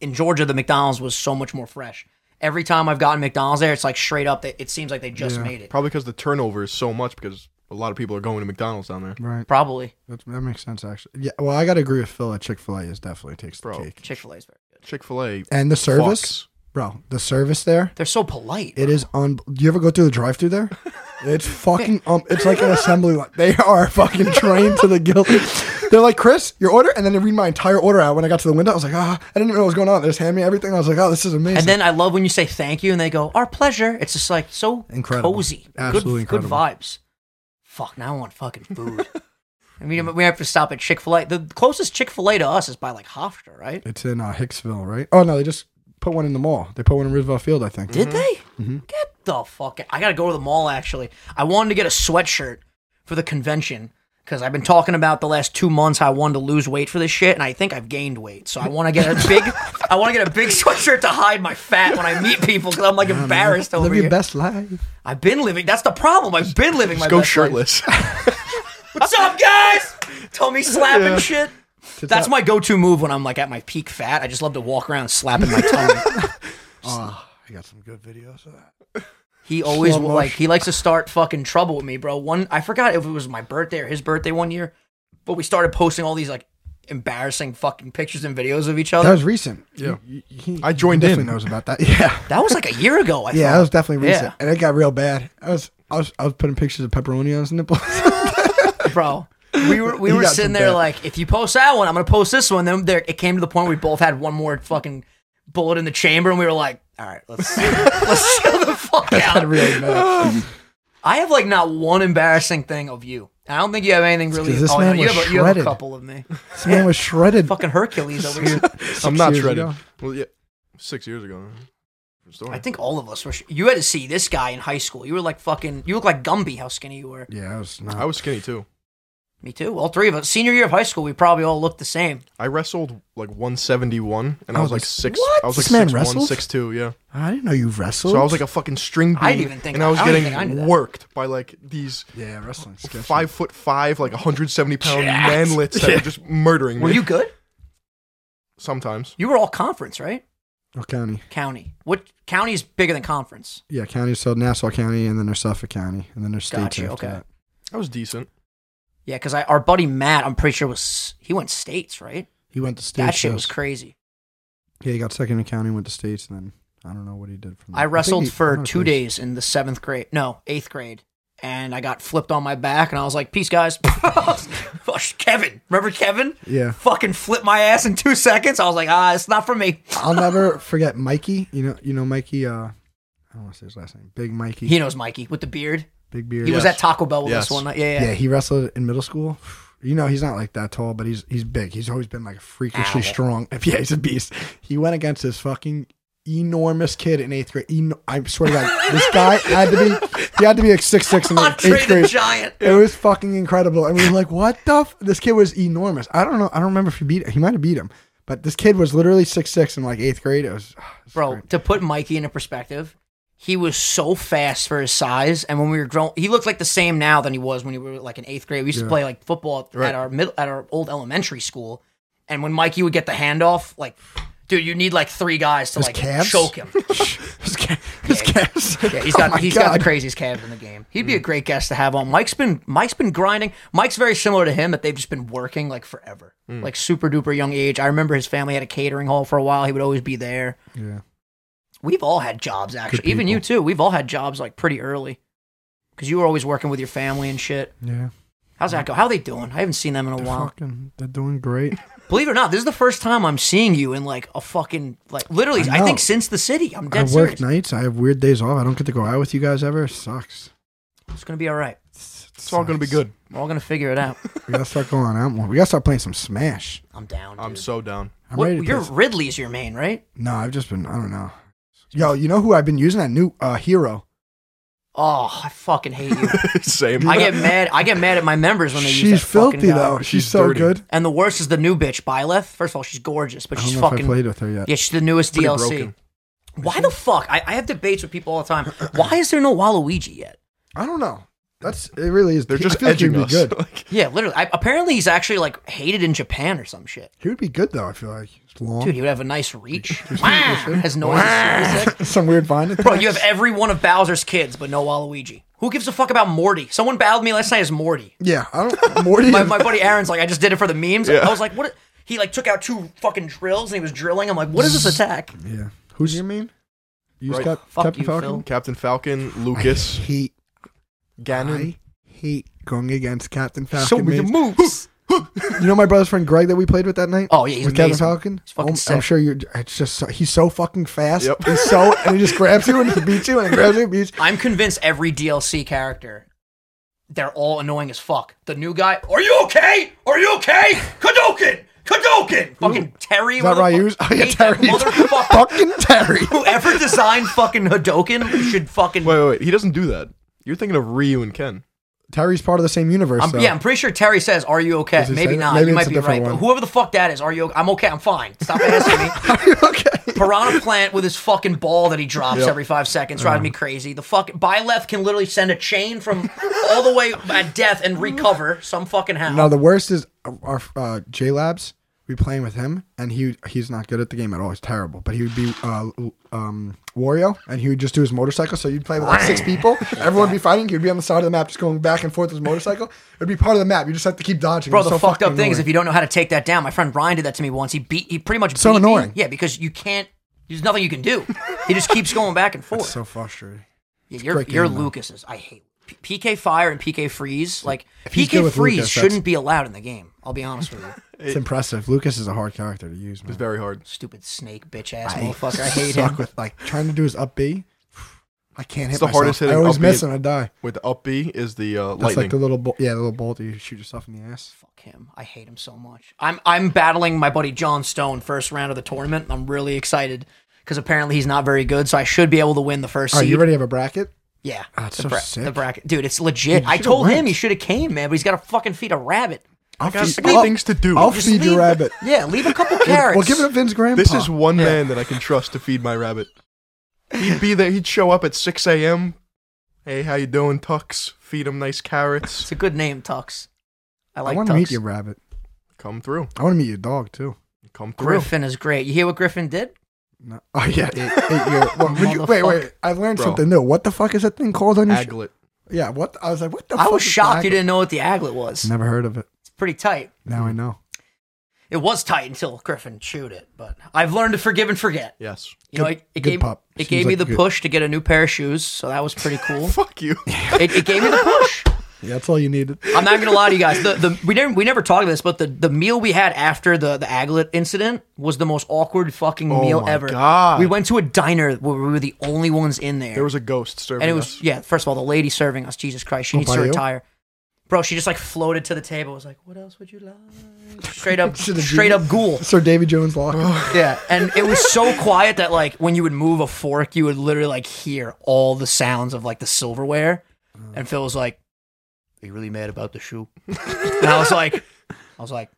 Speaker 1: in Georgia, the McDonald's was so much more fresh. Every time I've gotten McDonald's there, it's like straight up. It, it seems like they just
Speaker 2: Yeah.
Speaker 1: made it.
Speaker 3: Probably because the turnover is so much because a lot of people are going to McDonald's down there.
Speaker 2: Right.
Speaker 1: Probably.
Speaker 2: That's, that makes sense, actually. Yeah. Well, I got to agree with Phil that Chick fil A is definitely takes
Speaker 3: Bro.
Speaker 2: the cake.
Speaker 1: Chick fil A is very good.
Speaker 3: Chick fil A.
Speaker 2: And the service, bro, the service there,
Speaker 1: They're so polite.
Speaker 2: it is on. Do you ever go through the drive through there? It's fucking, um, it's like an assembly line. They are fucking trained to the guilt. They're like, Chris, your order? And then they read my entire order out. When I got to the window, I was like, ah, I didn't even know what was going on. They just hand me everything. I was like, oh, this is amazing.
Speaker 1: and then I love when you say thank you and they go, our pleasure. It's just like so
Speaker 2: Incredible.
Speaker 1: cozy.
Speaker 2: Absolutely
Speaker 1: good,
Speaker 2: incredible.
Speaker 1: Good vibes. Fuck, now I want fucking food. I mean, we have to stop at Chick Fil A. The closest Chick Fil A to us is by like Hofstra, right?
Speaker 2: It's in uh, Hicksville, right? Oh no, they just put one in the mall. They put one in Roosevelt Field, I think.
Speaker 3: Mm-hmm.
Speaker 1: Did they? Get the fuck! Out. I gotta go to the mall. Actually, I wanted to get a sweatshirt for the convention because I've been talking about the last two months how I wanted to lose weight for this shit, and I think I've gained weight. So I want to get a big, I want to get a big sweatshirt to hide my fat when I meet people because I'm like embarrassed
Speaker 2: Live
Speaker 1: over
Speaker 2: your
Speaker 1: here.
Speaker 2: best life.
Speaker 1: I've been living. That's the problem. I've been living my
Speaker 3: Just go
Speaker 1: best life.
Speaker 3: shirtless.
Speaker 1: What's up, guys? Tommy slapping shit. That's my go-to move when I'm like at my peak fat. I just love to walk around slapping my tummy.
Speaker 2: I got some good videos of that.
Speaker 1: He always
Speaker 2: Slow
Speaker 1: will, like
Speaker 2: motion.
Speaker 1: he likes to start fucking trouble with me, bro. One I forgot if it was my birthday or his birthday one year, but we started posting all these like embarrassing fucking pictures and videos of each
Speaker 2: That
Speaker 1: other.
Speaker 2: was recent.
Speaker 3: Yeah.
Speaker 2: You- you- he-
Speaker 3: I joined
Speaker 2: he definitely
Speaker 3: in.
Speaker 2: knows about that. Yeah,
Speaker 1: That was like a year ago. I
Speaker 2: yeah,
Speaker 1: thought.
Speaker 2: that was definitely recent,
Speaker 1: Yeah.
Speaker 2: and it got real bad. I was, I was, I was putting pictures of pepperoni on his nipples.
Speaker 1: bro. We were we
Speaker 2: He
Speaker 1: were
Speaker 2: got
Speaker 1: sitting
Speaker 2: some
Speaker 1: there
Speaker 2: bad-
Speaker 1: like, if you post that one, I'm gonna post this one. Then there, it came to the point where we both had one more fucking bullet in the chamber, and we were like, all right, let's let's chill the fuck out.
Speaker 2: really bad.
Speaker 1: I have like not one embarrassing thing of you. I don't think you have anything really.
Speaker 2: 'cause this
Speaker 1: oh,
Speaker 2: man
Speaker 1: no, you,
Speaker 2: was
Speaker 1: have a, you have a
Speaker 2: shredded.
Speaker 1: couple of me.
Speaker 2: This man was shredded.
Speaker 1: Fucking Hercules over here.
Speaker 2: six
Speaker 3: I'm not
Speaker 2: years
Speaker 3: shredded.
Speaker 2: ago.
Speaker 3: Well, yeah, six years ago. Different Story.
Speaker 1: I think all of us were. Sh- you had to see this guy in high school. You were like fucking. You look like Gumby. How skinny you were.
Speaker 2: Yeah, I was not.
Speaker 3: I was skinny too.
Speaker 1: Me too. All three of us. Senior year of high school, we probably all looked the same.
Speaker 3: I wrestled like 171, and I,
Speaker 2: I
Speaker 3: was
Speaker 2: was-
Speaker 3: like six.
Speaker 2: What?
Speaker 3: I was like
Speaker 2: This man
Speaker 3: six one,
Speaker 2: wrestled?
Speaker 3: six two. Yeah.
Speaker 2: I didn't know you wrestled.
Speaker 3: So I was like a fucking string bean,
Speaker 1: I didn't even think-
Speaker 3: and I was
Speaker 1: I don't
Speaker 3: getting
Speaker 1: think I knew that.
Speaker 3: worked by like these
Speaker 2: yeah, wrestling. sketchy.
Speaker 3: five foot five, like 170 pound
Speaker 1: Jacked.
Speaker 3: manlets that were just murdering me.
Speaker 1: Were you good?
Speaker 3: Sometimes.
Speaker 1: You were all conference, right?
Speaker 2: What county?
Speaker 1: County. What county's bigger than conference?
Speaker 2: Yeah, county. So Nassau County, and then there's Suffolk County, and then there's state.
Speaker 1: Gotcha, okay.
Speaker 3: I was decent.
Speaker 1: Yeah, because I our buddy Matt, I'm pretty sure was he went states, right?
Speaker 2: He went to state.
Speaker 1: that shit was
Speaker 2: shows.
Speaker 1: crazy.
Speaker 2: Yeah, he got second in county, went to states, and then I don't know what he did from.
Speaker 1: I wrestled for two
Speaker 2: days.
Speaker 1: days in the seventh grade, no eighth grade, and I got flipped on my back, and I was like, "Peace, guys." Fuck, Kevin, remember Kevin?
Speaker 2: Yeah.
Speaker 1: Fucking flipped my ass in two seconds. I was like, "Ah, it's not for me."
Speaker 2: I'll never forget Mikey. You know, you know Mikey. Uh, I don't want to say his last name. Big Mikey.
Speaker 1: He knows Mikey with the beard.
Speaker 2: big beard.
Speaker 1: He was
Speaker 3: Yes.
Speaker 1: at Taco Bell with
Speaker 3: Yes.
Speaker 1: us one night. Yeah, yeah.
Speaker 2: yeah, he wrestled in middle school. You know, he's not like that tall, but he's he's big. He's always been like freakishly
Speaker 1: Ow.
Speaker 2: strong. Yeah, he's a beast. He went against this fucking enormous kid in eighth grade. Eno- I swear to God, this guy had to be he had to be like six six in eighth
Speaker 1: Andre the
Speaker 2: grade.
Speaker 1: Giant.
Speaker 2: It was fucking incredible. I mean, like, what the? F-? This kid was enormous. I don't know. I don't remember if he beat. He might have beat him, but this kid was literally six six in like eighth grade. It was, it was
Speaker 1: Bro,
Speaker 2: great.
Speaker 1: to put Mikey into perspective, he was so fast for his size. And when we were grown, he looked like the same now than he was when he were like in eighth grade. We used to
Speaker 2: Yeah.
Speaker 1: play like football
Speaker 3: Right.
Speaker 1: at our middle at our old elementary school. And when Mikey would get the handoff, like, dude, you need like three guys to
Speaker 2: His
Speaker 1: like
Speaker 2: calves?
Speaker 1: choke him.
Speaker 2: his, ca- his calves.
Speaker 1: Yeah, he's
Speaker 2: Oh
Speaker 1: got
Speaker 2: my
Speaker 1: he's got
Speaker 2: God. Mm.
Speaker 1: the craziest calves in the game. He'd be a great guest to have on. Mike's been Mike's been grinding. Mike's very similar to him that they've just been working like forever,
Speaker 2: Mm.
Speaker 1: like super duper young age. I remember his family had a catering hall for a while. He would always be there.
Speaker 2: Yeah.
Speaker 1: We've all had jobs actually, even
Speaker 2: people.
Speaker 1: you too. We've all had jobs like pretty early because you were always working with your family and shit.
Speaker 2: Yeah.
Speaker 1: How's that go? How they doing? I haven't seen them in a
Speaker 2: They're
Speaker 1: while.
Speaker 2: fucking. They're doing great.
Speaker 1: Believe it or not, this is the first time I'm seeing you in like a fucking like literally. I,
Speaker 2: I know.
Speaker 1: think since the city, I'm
Speaker 2: I
Speaker 1: dead
Speaker 2: work
Speaker 1: serious.
Speaker 2: nights. I have weird days off. I don't get to go out with you guys ever. It sucks.
Speaker 1: It's gonna be all right.
Speaker 2: It's,
Speaker 3: It's all gonna be good.
Speaker 1: We're all gonna figure it out.
Speaker 2: We gotta start going out more. We gotta start playing some Smash.
Speaker 1: I'm down.
Speaker 3: I'm
Speaker 1: dude.
Speaker 3: so down.
Speaker 2: I'm
Speaker 1: What,
Speaker 2: ready to play
Speaker 1: your
Speaker 2: some-
Speaker 1: Ridley's your main, right?
Speaker 2: No, I've just been. I don't know. Yo, you know who I've been using? That new uh, hero.
Speaker 1: Oh, I fucking hate you.
Speaker 3: Same.
Speaker 1: I get mad. I get mad at my members when they use
Speaker 2: She's
Speaker 1: that fucking
Speaker 2: filthy
Speaker 1: guy.
Speaker 2: though. She's,
Speaker 3: She's
Speaker 2: so
Speaker 3: dirty.
Speaker 2: good.
Speaker 1: And the worst is the new bitch, Byleth. First of all, she's gorgeous, but
Speaker 2: I
Speaker 1: she's
Speaker 2: don't know if I
Speaker 1: fucking.
Speaker 2: played with her yet.
Speaker 1: Yeah, she's the newest
Speaker 3: Pretty
Speaker 1: DLC.
Speaker 3: broken.
Speaker 1: Why the fuck? I, I have debates with people all the time. Why is there no Waluigi yet?
Speaker 2: I don't know. That's it. Really is.
Speaker 3: They're
Speaker 2: I
Speaker 3: just
Speaker 2: feel like he'd
Speaker 3: edging
Speaker 2: be
Speaker 3: us.
Speaker 2: Good.
Speaker 3: Like,
Speaker 1: Yeah, literally. I, apparently, he's actually like hated in Japan or some shit.
Speaker 2: He would be good though. I feel like it's long.
Speaker 1: Dude, he would have a nice reach. Wah! His noise is super sick.
Speaker 2: some weird vine.
Speaker 1: Bro, you have every one of Bowser's kids, but no Waluigi. Who gives a fuck about Morty? Someone battled me last night as Morty.
Speaker 2: Yeah, I don't. Morty.
Speaker 1: my,
Speaker 2: is-
Speaker 1: my buddy Aaron's like, I just did it for the memes.
Speaker 3: Yeah.
Speaker 1: I was like, what? He like took out two fucking drills and he was drilling. I'm like, what is this attack?
Speaker 2: yeah. Who's your main? You use
Speaker 3: Right.
Speaker 2: Cap-
Speaker 1: Fuck
Speaker 2: Captain
Speaker 1: you,
Speaker 2: Falcon.
Speaker 1: Phil.
Speaker 3: Captain Falcon,
Speaker 2: I
Speaker 3: Lucas,
Speaker 2: hate.
Speaker 3: Ganon.
Speaker 2: I hate going against Captain Falcon.
Speaker 1: Show me your
Speaker 2: mates.
Speaker 1: moves.
Speaker 2: You know my brother's friend Greg that we played with that night.
Speaker 1: Oh, yeah, he's
Speaker 2: with
Speaker 1: amazing.
Speaker 2: Captain Falcon. Oh,
Speaker 1: He's fucking
Speaker 2: I'm
Speaker 1: sick.
Speaker 2: sure you're. It's just so, he's so fucking fast.
Speaker 3: Yep.
Speaker 2: He's so and he just grabs you and he beats you and he grabs you and beats. you.
Speaker 1: I'm convinced every DLC character they're all annoying as fuck. The new guy, are you okay? Are you okay? Kadokin! Kadokin! Fucking Terry.
Speaker 2: Is that right?
Speaker 1: motherfucker.
Speaker 2: Oh, yeah,
Speaker 1: Hate that
Speaker 2: Terry.
Speaker 1: motherfucker.
Speaker 2: Fucking Terry.
Speaker 1: Whoever designed fucking Hadoken should fucking.
Speaker 3: Wait, wait, wait. He doesn't do that. You're thinking of Ryu and Ken.
Speaker 2: Terry's part of the same universe.
Speaker 1: I'm,
Speaker 2: though.
Speaker 1: Yeah, I'm pretty sure Terry says, "Are you okay?"
Speaker 2: Does he
Speaker 1: Maybe
Speaker 2: say that?
Speaker 1: not.
Speaker 2: Maybe
Speaker 1: you might
Speaker 2: it's a
Speaker 1: be right.
Speaker 2: different
Speaker 1: But
Speaker 2: one.
Speaker 1: whoever the fuck that is, are you? I'm okay. I'm fine. Stop asking me.
Speaker 2: okay.
Speaker 1: Piranha Plant with his fucking ball that he drops every five seconds drives
Speaker 2: Uh-huh.
Speaker 1: me crazy. The fuck Byleth can literally send a chain from all the way at death and recover some fucking how.
Speaker 2: Now the worst is our uh, J Labs. We playing with him, and he he's not good at the game at all. He's terrible. But he would be uh, um, Wario, and he would just do his motorcycle. So you'd play with like six people. Everyone would be fighting. He'd be on the side of the map, just going back and forth with his motorcycle. It'd be part of the map. You just have to keep dodging.
Speaker 1: Bro,
Speaker 2: It's
Speaker 1: the
Speaker 2: so
Speaker 1: fucked up
Speaker 2: fucking
Speaker 1: thing is if
Speaker 2: annoying.
Speaker 1: you don't know how to take that down. My friend Ryan did that to me once. He beat. He pretty much.
Speaker 2: So
Speaker 1: beat me.
Speaker 2: annoying.
Speaker 1: Yeah, because you can't. There's nothing you can do. He just keeps going back and forth.
Speaker 2: so frustrating.
Speaker 1: Yeah, you're
Speaker 2: great
Speaker 1: you're
Speaker 2: game, though.
Speaker 1: Lucas's. I hate P- PK Fire and PK Freeze. Like
Speaker 2: he's good
Speaker 1: PK
Speaker 2: with
Speaker 1: Freeze
Speaker 2: Lucas, that's-
Speaker 1: shouldn't be allowed in the game. I'll be honest with you.
Speaker 2: It's impressive. Lucas is a hard character to use. Man.
Speaker 3: It's very hard.
Speaker 1: Stupid snake bitch ass motherfucker. I hate
Speaker 2: Suck
Speaker 1: him.
Speaker 2: with like trying to do his up B. I can't hit.
Speaker 3: the
Speaker 2: myself.
Speaker 3: hardest
Speaker 2: I
Speaker 3: hitting
Speaker 2: always
Speaker 3: up B.
Speaker 2: miss and I die.
Speaker 3: With the up B is the uh,
Speaker 2: That's
Speaker 3: lightning.
Speaker 2: like the little bo- yeah, the little bolt that you shoot yourself in the ass.
Speaker 1: Fuck him. I hate him so much. I'm I'm battling my buddy John Stone first round of the tournament. I'm really excited because apparently he's not very good, so I should be able to win the first
Speaker 2: All right,
Speaker 1: seed.
Speaker 2: you already have a bracket.
Speaker 1: Yeah,
Speaker 2: that's
Speaker 1: the,
Speaker 2: so
Speaker 1: bra-
Speaker 2: sick.
Speaker 1: the bracket, dude. It's legit. I
Speaker 2: should've
Speaker 1: told him
Speaker 2: went.
Speaker 1: he should have came, man, but he's got to fucking feed a rabbit.
Speaker 2: I'll
Speaker 3: got
Speaker 2: feed-
Speaker 3: some things to do.
Speaker 2: I'll
Speaker 3: Just
Speaker 2: feed
Speaker 1: leave-
Speaker 2: your rabbit.
Speaker 1: Yeah, leave a couple carrots.
Speaker 2: Well, give it to Vin's grandpa.
Speaker 3: This is one man that I can trust to feed my rabbit. He'd be there. He'd show up at 6 a.m. Hey, how you doing, Tux? Feed him nice
Speaker 1: It's
Speaker 3: carrots.
Speaker 1: a good name, Tux. I
Speaker 2: I
Speaker 1: like
Speaker 2: want
Speaker 1: Tux.
Speaker 2: to meet your rabbit.
Speaker 3: Come through.
Speaker 2: I want to meet your dog too.
Speaker 3: Come through.
Speaker 1: Griffin is great. You hear what Griffin did?
Speaker 2: No. Oh yeah, eight, eight year. What, would you, wait,
Speaker 1: Motherfucker.
Speaker 2: wait. I learned
Speaker 3: Bro.
Speaker 2: something new. What the fuck is that thing called on your? Sh-
Speaker 3: Aglet.
Speaker 2: yeah. What I was like, what the?
Speaker 1: I
Speaker 2: fuck
Speaker 1: was
Speaker 2: is
Speaker 1: shocked you
Speaker 2: aglet?
Speaker 1: didn't know what the aglet was.
Speaker 2: Never heard of it.
Speaker 1: It's pretty tight.
Speaker 2: Now I know.
Speaker 1: It was tight until Griffin chewed it, but I've learned to forgive and forget.
Speaker 3: Yes.
Speaker 1: You know,
Speaker 2: Good-
Speaker 1: it, it
Speaker 2: good
Speaker 1: gave
Speaker 2: pup.
Speaker 1: it
Speaker 2: Seems
Speaker 1: gave me
Speaker 2: like
Speaker 1: the
Speaker 2: good-
Speaker 1: push to get a new pair of shoes, so that was pretty cool.
Speaker 3: Fuck you.
Speaker 1: it, it gave me the push.
Speaker 2: Yeah, that's all you needed.
Speaker 1: I'm not gonna lie to you guys. The, the we didn't we never talked about this, but the, the meal we had after the the aglet incident was the most awkward fucking meal
Speaker 3: my
Speaker 1: ever.
Speaker 3: God.
Speaker 1: We went to a diner where we were the only ones in there.
Speaker 3: There was a ghost serving
Speaker 1: and it was
Speaker 3: us.
Speaker 1: yeah. First of all, the lady serving us, Jesus Christ, she needs to
Speaker 2: Ohio?
Speaker 1: retire, bro. She just like floated to the table. Was like, "What else would you like?" Straight up,
Speaker 2: Should've
Speaker 1: straight
Speaker 2: given-
Speaker 1: up ghoul.
Speaker 2: Sir David Jones locker.
Speaker 1: Yeah, and it was so quiet that like when you would move a fork, you would literally like hear all the sounds of like the silverware.
Speaker 3: Mm.
Speaker 1: And Phil was like, "Are you really mad about the shoe?" and I was like, "I was like,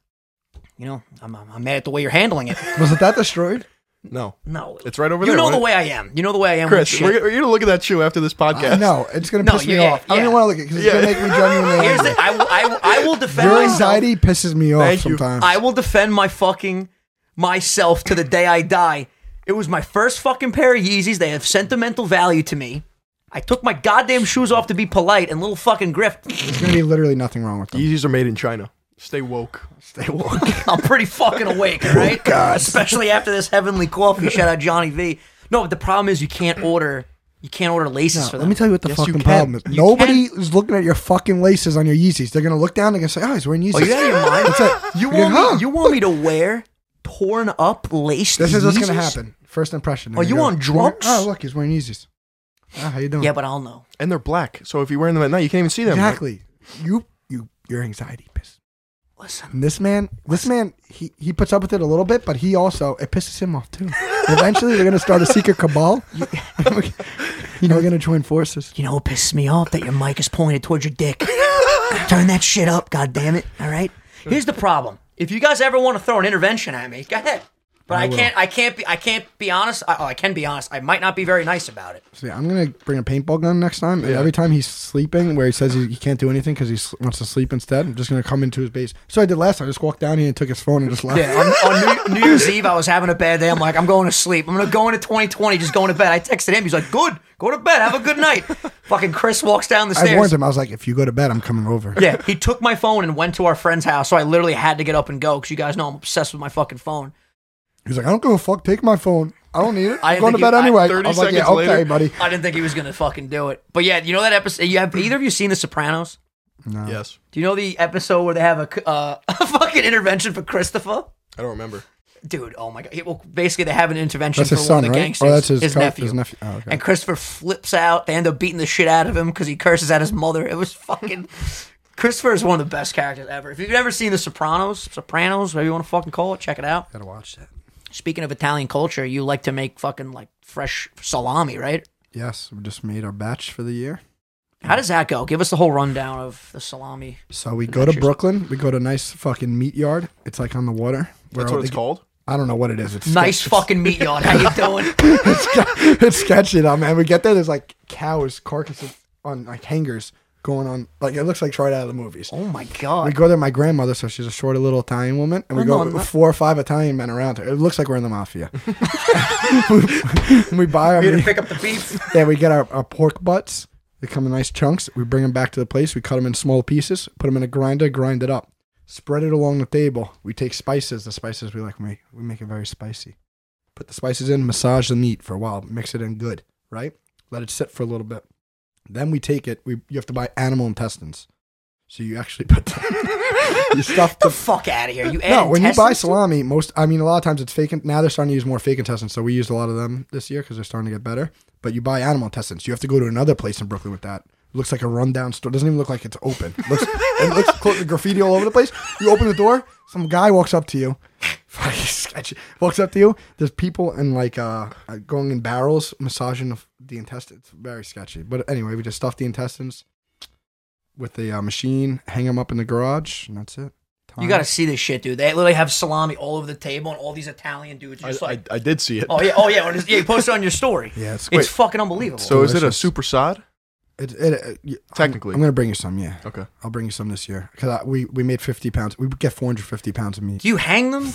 Speaker 1: you know, I'm I'm I'm mad at the way you're handling it."
Speaker 2: was it that destroyed?
Speaker 3: No.
Speaker 1: No,
Speaker 3: It's right over
Speaker 1: you
Speaker 3: there.
Speaker 1: know the
Speaker 3: right?
Speaker 1: way I am. You know the way I am. with
Speaker 3: Chris,
Speaker 1: shit.
Speaker 3: we're, we're going to look at that shoe after this podcast.
Speaker 2: I know. It's gonna
Speaker 1: No,
Speaker 2: piss me
Speaker 1: yeah,
Speaker 2: off.
Speaker 1: yeah.
Speaker 2: I don't even want to look at because it's gonna
Speaker 3: Yeah.
Speaker 2: make me genuinely.
Speaker 1: Here's
Speaker 2: angry.
Speaker 1: the, I, will- I, will- I will defend
Speaker 2: Your
Speaker 1: myself.
Speaker 2: anxiety pisses me off
Speaker 3: Thank you.
Speaker 2: sometimes.
Speaker 1: I will defend my fucking myself to the day I die. It was my first fucking pair of Yeezys. They have sentimental value to me. I took my goddamn shoes off to be polite, and little fucking Griff,
Speaker 2: There's gonna be literally nothing wrong with them.
Speaker 3: Yeezys are made in China. Stay woke.
Speaker 2: Stay woke.
Speaker 1: I'm pretty fucking awake,
Speaker 2: Oh,
Speaker 1: all right? Especially after this heavenly coffee. Shout out Johnny V. No, but the problem is you can't order. You can't order laces for
Speaker 2: Let
Speaker 1: them.
Speaker 2: me tell you what the
Speaker 3: Yes, you
Speaker 2: fucking
Speaker 3: can.
Speaker 2: problem is.
Speaker 1: You
Speaker 2: Nobody is looking at your fucking laces on your Yeezys. They're gonna look down and gonna say, "Oh, he's wearing Yeezys."
Speaker 1: Are you out of your mind?
Speaker 2: That's
Speaker 1: You
Speaker 2: it. You're
Speaker 1: want
Speaker 2: like, huh?
Speaker 1: me? You want me to wear torn up lace?
Speaker 2: This is what's gonna
Speaker 1: Yeezys?
Speaker 2: happen. First impression.
Speaker 1: Are
Speaker 2: There
Speaker 1: you
Speaker 2: go.
Speaker 1: on
Speaker 2: He's wearing-
Speaker 1: drugs?
Speaker 2: oh, look, he's wearing Yeezys. Ah, how you doing?
Speaker 1: Yeah, but I'll know.
Speaker 3: And they're black. So if you're wearing them at night, you can't even see them.
Speaker 2: exactly. You, you, your anxiety piss.
Speaker 1: Listen,
Speaker 2: And this man, this man, he he puts up with it a little bit, but he also it pisses him off too. Eventually, they're gonna start a secret cabal. you know, we're gonna join forces.
Speaker 1: you know what pisses me off? That your mic is pointed towards your dick. Turn that shit up, god damn it. All right. Here's the problem. If you guys ever want to throw an intervention at me, go ahead. But I, can't. I can't be. I can't be honest. I, oh, I can be honest. I might not be very nice about it.
Speaker 2: See, I'm gonna bring a paintball gun next time. And every time he's sleeping, where he says he, he can't do anything because he s- wants to sleep instead, I'm just gonna come into his base. So I did last time. I just walked down here and took his phone and just left.
Speaker 1: Yeah, on, on New, New Year's Eve, I was having a bad day. I'm like, I'm going to sleep. I'm gonna go into 2020, just going to bed. I texted him. He's like, Good, go to bed. Have a good night. Fucking Chris walks down the
Speaker 2: I warned
Speaker 1: stairs.
Speaker 2: him. I was like, if you go to bed, I'm coming over.
Speaker 1: Yeah, he took my phone and went to our friend's house. So I literally had to get up and go because you guys know I'm obsessed with my fucking phone.
Speaker 2: He's like, I don't give a fuck. Take my phone. I don't need it.
Speaker 1: I
Speaker 2: I'm going
Speaker 1: think
Speaker 2: to
Speaker 1: you-
Speaker 2: bed
Speaker 1: I-
Speaker 2: anyway. I,
Speaker 3: 30
Speaker 2: was like, yeah,
Speaker 3: seconds
Speaker 2: okay,
Speaker 3: later.
Speaker 2: buddy.
Speaker 1: I didn't think he was gonna fucking do it. But yeah, you know that episode. You have either of you seen The Sopranos?
Speaker 2: No.
Speaker 3: Yes.
Speaker 1: Do you know the episode where they have a, c- uh, a fucking intervention for Christopher?
Speaker 3: I don't remember.
Speaker 1: dude. Oh my god! He- well, basically, they have an intervention
Speaker 2: That's
Speaker 1: for
Speaker 2: his
Speaker 1: one
Speaker 2: son,
Speaker 1: of the
Speaker 2: right?
Speaker 1: gangsters.
Speaker 2: Or that's his, co-
Speaker 1: nephew.
Speaker 2: His nephew. Oh, okay.
Speaker 1: And Christopher flips out. They end up beating the shit out of him because he curses at his mother. It was fucking. Christopher is one of the best characters ever. If you've ever seen The Sopranos, Sopranos, whatever you want to fucking call it, check it out.
Speaker 2: Gotta watch that.
Speaker 1: Speaking of Italian culture, you like to make fucking like fresh salami, right?
Speaker 2: Yes, we just made our batch for the year.
Speaker 1: How does that go? Give us the whole rundown of the salami.
Speaker 2: So we go to
Speaker 1: Adventures.
Speaker 2: Brooklyn. We go to a nice fucking meat yard. It's like on the water. Where
Speaker 3: That's
Speaker 2: all
Speaker 3: what it's
Speaker 2: the-
Speaker 3: called.
Speaker 2: I don't know what it is. It's
Speaker 1: Nice
Speaker 2: sketchy.
Speaker 1: fucking meat yard. How you doing?
Speaker 2: it's sketchy though, man. We get there. There's like cows, carcasses on like hangers going on. Like it looks like it's right out of the movies.
Speaker 1: Oh my
Speaker 2: We
Speaker 1: god!
Speaker 2: go there. My grandmother, so she's a short little Italian woman, and we
Speaker 1: Oh,
Speaker 2: go
Speaker 1: no,
Speaker 2: with
Speaker 1: I'm not-
Speaker 2: four or five Italian men around her. It looks like we're in the mafia. we, we buy our.
Speaker 1: Here to
Speaker 2: meat.
Speaker 1: pick up the beef.
Speaker 2: Yeah, we get our, our pork butts. They come in nice chunks. We bring them back to the place. We cut them in small pieces, put them in a grinder, grind it up, spread it along the table. We take spices, the spices we like, we, we make it very spicy. Put the spices in, massage the meat for a while, mix it in good, right? Let it sit for a little bit. Then we take it, we, you have to buy animal intestines. So you actually put the, you stuff
Speaker 1: the
Speaker 2: the
Speaker 1: fuck out of here. You
Speaker 2: no,
Speaker 1: add
Speaker 2: when you buy
Speaker 1: intestines to-
Speaker 2: salami, most I mean, a lot of times it's fake. in- Now they're starting to use more fake intestines, so we used a lot of them this year because they're starting to get better. But you buy animal intestines. You have to go to another place in Brooklyn with that. looks like a rundown store. Doesn't even look like it's open. Looks, it looks close, graffiti all over the place. You open the door, some guy walks up to you. Fucking sketchy. Walks up to you. There's people in like uh uh, going in barrels, massaging the, f- the intestines. It's very sketchy. But anyway, we just stuff the intestines with the uh, machine, hang them up in the garage, and that's it.
Speaker 1: You got to see this shit, dude. They literally have salami all over the table, and all these Italian dudes are
Speaker 3: I,
Speaker 1: just
Speaker 3: I,
Speaker 1: like,
Speaker 3: I did see it.
Speaker 1: oh yeah, oh yeah, and it's- yeah. You post it on your story.
Speaker 2: Yeah, it's
Speaker 1: it's
Speaker 3: wait.
Speaker 1: fucking unbelievable.
Speaker 3: so is it a
Speaker 2: delicious.
Speaker 3: super sod?
Speaker 2: It, it, it, y-
Speaker 3: Technically.
Speaker 2: I'm, I'm gonna bring you some. Yeah,
Speaker 3: Okay.
Speaker 2: I'll bring you some this year because we we made 50 pounds. We get 450 pounds of meat.
Speaker 1: Do you hang them?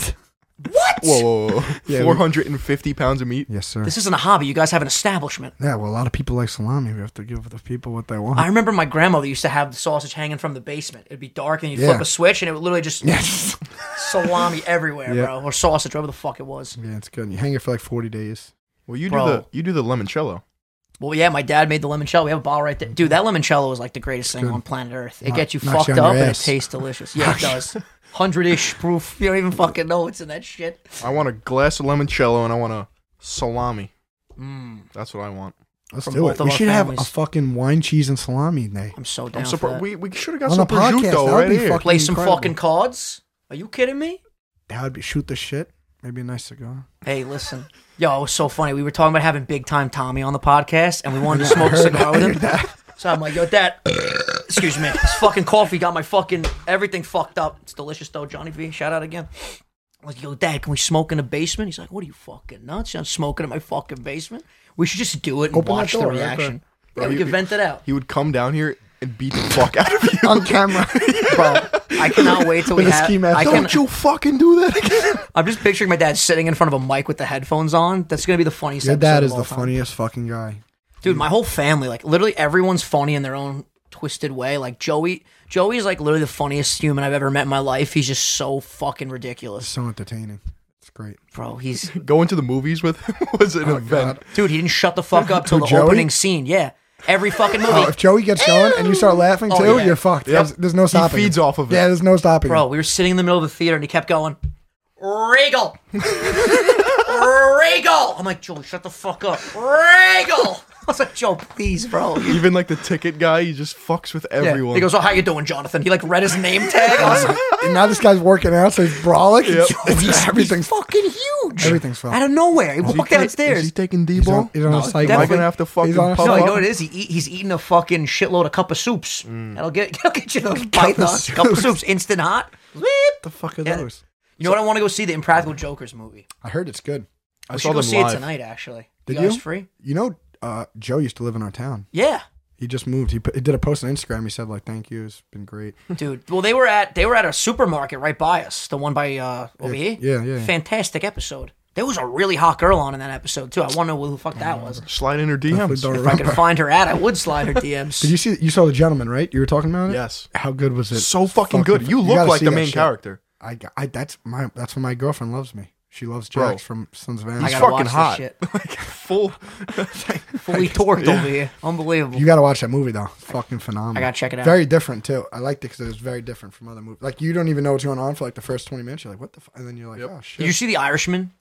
Speaker 1: what?
Speaker 3: Whoa, whoa, whoa.
Speaker 2: Yeah, we-
Speaker 3: 450 pounds of meat?
Speaker 2: Yes, sir.
Speaker 1: This isn't a hobby. You guys have an establishment.
Speaker 2: yeah, well, a lot of people like salami. We have to give the people what they want.
Speaker 1: I remember my grandmother used to have the sausage hanging from the basement. It'd be dark, and you'd
Speaker 2: Yeah.
Speaker 1: flip a switch, and it would literally just
Speaker 2: yes.
Speaker 1: salami everywhere,
Speaker 2: Yeah.
Speaker 1: bro, or sausage, whatever the fuck it was.
Speaker 2: yeah, it's good. You hang it for like 40 days.
Speaker 3: Well, you
Speaker 1: Bro.
Speaker 3: do the you do the limoncello.
Speaker 1: Well, yeah, my dad made the limoncello. We have a bottle right there, dude. That limoncello is like the greatest thing
Speaker 2: good.
Speaker 1: on planet Earth. It
Speaker 2: Knock-
Speaker 1: gets you
Speaker 2: knocks you
Speaker 1: fucked
Speaker 2: on your
Speaker 1: up, and it
Speaker 2: ass.
Speaker 1: tastes delicious. Yeah, it does. Hundred-ish proof. You don't even fucking know what's in that shit.
Speaker 3: I want a glass of limoncello and I want a salami. That's what I want.
Speaker 2: Let's
Speaker 1: From
Speaker 2: do
Speaker 1: both
Speaker 2: it.
Speaker 1: of
Speaker 2: We
Speaker 1: our
Speaker 2: should have
Speaker 1: families.
Speaker 2: a fucking wine, cheese, and salami day.
Speaker 1: I'm so down.
Speaker 3: I'm
Speaker 1: for
Speaker 3: surprised.
Speaker 1: that.
Speaker 3: We, we should have got
Speaker 2: On
Speaker 3: some
Speaker 2: a podcast, that
Speaker 3: prosciutto
Speaker 2: would
Speaker 3: right
Speaker 2: be
Speaker 3: here.
Speaker 2: fucking-
Speaker 1: play some
Speaker 2: incredible.
Speaker 1: fucking cards. Are you kidding me?
Speaker 2: That would be shoot the shit. Maybe a nice cigar.
Speaker 1: Hey, listen. Yo, it was so funny. We were talking about having Big Time Tommy on the podcast, and we wanted to
Speaker 2: I
Speaker 1: smoke a
Speaker 2: heard
Speaker 1: cigar
Speaker 2: that.
Speaker 1: with him. So I'm like, yo, Dad, excuse me. This fucking coffee got my fucking everything fucked up. It's delicious, though. Johnny V, shout out again. I'm like, yo, Dad, can we smoke in the basement? He's like, what are you fucking nuts? I'm smoking in my fucking basement. We should just do it and
Speaker 2: Open that
Speaker 1: watch the
Speaker 2: door,
Speaker 1: reaction. Yeah, we
Speaker 3: you-
Speaker 1: can vent it out.
Speaker 3: He would come down here and beat the fuck out of you.
Speaker 2: On camera.
Speaker 1: Bro, I cannot wait till we
Speaker 2: With a
Speaker 1: have.
Speaker 2: ski mask
Speaker 1: I
Speaker 2: on.
Speaker 1: can,
Speaker 3: Don't you fucking do that again.
Speaker 1: I'm just picturing my dad sitting in front of a mic with the headphones on. That's gonna be the funniest.
Speaker 2: Your
Speaker 1: episode
Speaker 2: dad
Speaker 1: of
Speaker 2: is
Speaker 1: all
Speaker 2: the
Speaker 1: time.
Speaker 2: funniest fucking guy.
Speaker 1: dude. My whole family, like literally everyone's funny in their own twisted way. Like Joey, Joey is like literally the funniest human I've ever met in my life. He's just so fucking ridiculous,
Speaker 2: So entertaining. It's great.
Speaker 1: bro. He's
Speaker 3: Going to the movies with him was an event.
Speaker 1: dude. He didn't shut the fuck up till
Speaker 2: Who,
Speaker 1: the
Speaker 2: Joey?
Speaker 1: opening scene. Yeah, every fucking movie.
Speaker 2: Oh, if Joey gets going and you start laughing too,
Speaker 1: Oh, yeah.
Speaker 2: you're fucked. There's, there's no stopping.
Speaker 3: feeds
Speaker 2: him.
Speaker 3: off of it.
Speaker 2: Yeah, there's no stopping. him.
Speaker 1: Bro, we were sitting in the middle of the theater and he kept going, Regal! Regal! I'm like, Joe, shut the fuck up. Regal! I was like, Joe, please, bro.
Speaker 3: Even like the ticket guy, he just fucks with
Speaker 1: Yeah.
Speaker 3: everyone.
Speaker 1: He goes, Oh, how you doing, Jonathan? He like read his name tag. I was like,
Speaker 2: And now this guy's working out, so he's brolic. It's-
Speaker 1: He's-
Speaker 2: it's-
Speaker 1: he's
Speaker 2: everything's
Speaker 1: fucking huge.
Speaker 2: Everything's fucked.
Speaker 1: Out of nowhere. He
Speaker 3: Is he
Speaker 1: walked
Speaker 3: ta-
Speaker 1: downstairs.
Speaker 3: Is he taking D
Speaker 2: He's on,
Speaker 3: ball?
Speaker 2: he's on
Speaker 1: No,
Speaker 2: a cycle.
Speaker 1: Am I
Speaker 3: gonna have to fucking
Speaker 2: He's on a
Speaker 3: pump
Speaker 1: no, you
Speaker 2: cycle.
Speaker 1: know what it is? He eat, he's eating a fucking shitload of cup of soups. That'll get that'll get you those pythons. Cup of
Speaker 2: Mm. soups.
Speaker 1: soups, instant hot. Whip.
Speaker 2: the fuck are
Speaker 1: Yeah.
Speaker 2: those?
Speaker 1: You know what? I want to go see the Impractical Jokers movie.
Speaker 2: I heard it's good.
Speaker 3: I
Speaker 1: We
Speaker 3: saw
Speaker 1: should go
Speaker 3: them
Speaker 1: see
Speaker 3: live.
Speaker 1: it tonight. Actually,
Speaker 2: Did
Speaker 1: you guys
Speaker 2: you?
Speaker 1: free?
Speaker 2: You know, uh, Joe used to live in our town.
Speaker 1: Yeah.
Speaker 2: He just moved. He, put, he did a post on Instagram. He said like, "Thank you, it's been great."
Speaker 1: dude. Well, they were at they were at a supermarket right by us, the one by uh, over
Speaker 2: Yeah,
Speaker 1: here.
Speaker 2: yeah, yeah, yeah.
Speaker 1: Fantastic episode. There was a really hot girl on in that episode too. I want to know who the fuck that was.
Speaker 3: Slide in her
Speaker 2: Definitely don't
Speaker 3: DMs.
Speaker 1: If I could
Speaker 2: remember.
Speaker 1: find her at, I would slide her DMs.
Speaker 2: Did you see? You saw the gentleman, right? You were talking about it.
Speaker 3: Yes.
Speaker 2: How good was it?
Speaker 3: So fucking good. You look
Speaker 2: gotta
Speaker 3: like
Speaker 2: see
Speaker 3: the
Speaker 2: that
Speaker 3: main
Speaker 2: shit.
Speaker 3: character.
Speaker 2: I, got- I that's my that's why my girlfand loves me. She loves
Speaker 3: Bro.
Speaker 2: Jax from Sons of
Speaker 1: I
Speaker 2: Anarchy.
Speaker 1: gotta
Speaker 3: fucking
Speaker 1: watch this
Speaker 3: hot.
Speaker 1: shit.
Speaker 3: full.
Speaker 1: Fully torqued over here. Unbelievable.
Speaker 2: You got to watch that movie though. It's fucking phenomenal.
Speaker 1: I gotta check it out.
Speaker 2: Very different too. I liked it because it was very different from other movies. Like you don't even know what's going on for like the first twenty minutes. You're like, what the? F-? And then you're like, oh
Speaker 1: Did
Speaker 2: shit.
Speaker 1: you see The Irishman?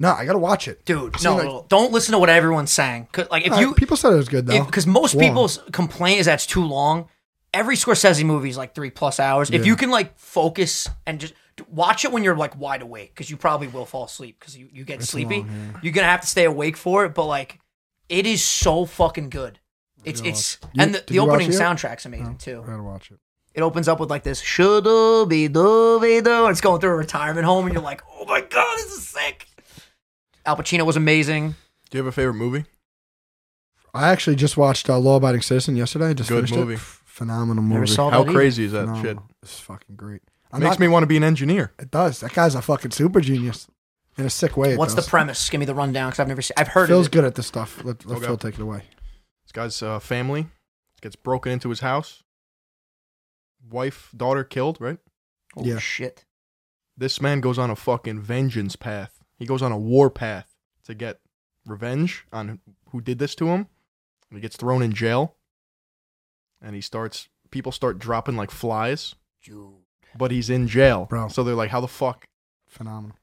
Speaker 2: no, I gotta watch it,
Speaker 1: Dude,
Speaker 2: I've
Speaker 1: no,
Speaker 2: seen, like-
Speaker 1: don't listen to what everyone's saying. 'Cause, like, if
Speaker 2: All right,
Speaker 1: you,
Speaker 2: people said it was good though.
Speaker 1: because most
Speaker 2: Long.
Speaker 1: people's complaint is that's too long. Every Scorsese movie is like three plus hours. If you can like focus and just d- watch it when you're like wide awake, because you probably will fall asleep because you, you get sleepy. You're gonna have to stay awake for it, but like it is so fucking good. It's it's
Speaker 2: You-
Speaker 1: and the,
Speaker 2: did
Speaker 1: the
Speaker 2: you watch
Speaker 1: opening
Speaker 2: it yet? Oh,
Speaker 1: soundtrack's amazing too.
Speaker 2: I gotta watch it.
Speaker 1: It opens up with like this shoulda be do be do, and it's going through a retirement home, and you're like, oh my god, this is sick. Al Pacino was amazing.
Speaker 3: Do you have a favorite movie?
Speaker 2: I actually just watched uh, Law Abiding Citizen yesterday. Just
Speaker 3: Good
Speaker 2: finished it.
Speaker 3: movie.
Speaker 2: Ph- Phenomenal movie.
Speaker 1: Never saw
Speaker 3: How
Speaker 1: that either.
Speaker 3: crazy is that shit?
Speaker 2: Phenomenal. It's fucking great. I'm
Speaker 3: Makes
Speaker 2: not-
Speaker 3: me want to be an engineer.
Speaker 2: It does. That guy's a fucking super genius in a sick way. it
Speaker 1: What's the
Speaker 2: does.
Speaker 1: premise? Give me the rundown because I've never seen. I've heard
Speaker 2: Phil's
Speaker 1: of it.
Speaker 2: good at this stuff. Let, let
Speaker 3: Okay.
Speaker 2: Phil take it away.
Speaker 3: This guy's uh, family gets broken into his house. Wife, daughter killed, right?
Speaker 1: Holy
Speaker 2: Yeah.
Speaker 1: shit!
Speaker 3: This man goes on a fucking vengeance path. He goes on a war path to get revenge on who did this to him. And he gets thrown in jail. And he starts, people start dropping like flies,
Speaker 1: Dude.
Speaker 3: but he's in jail.
Speaker 2: Bro.
Speaker 3: So they're like, how the fuck?
Speaker 2: Phenomenal.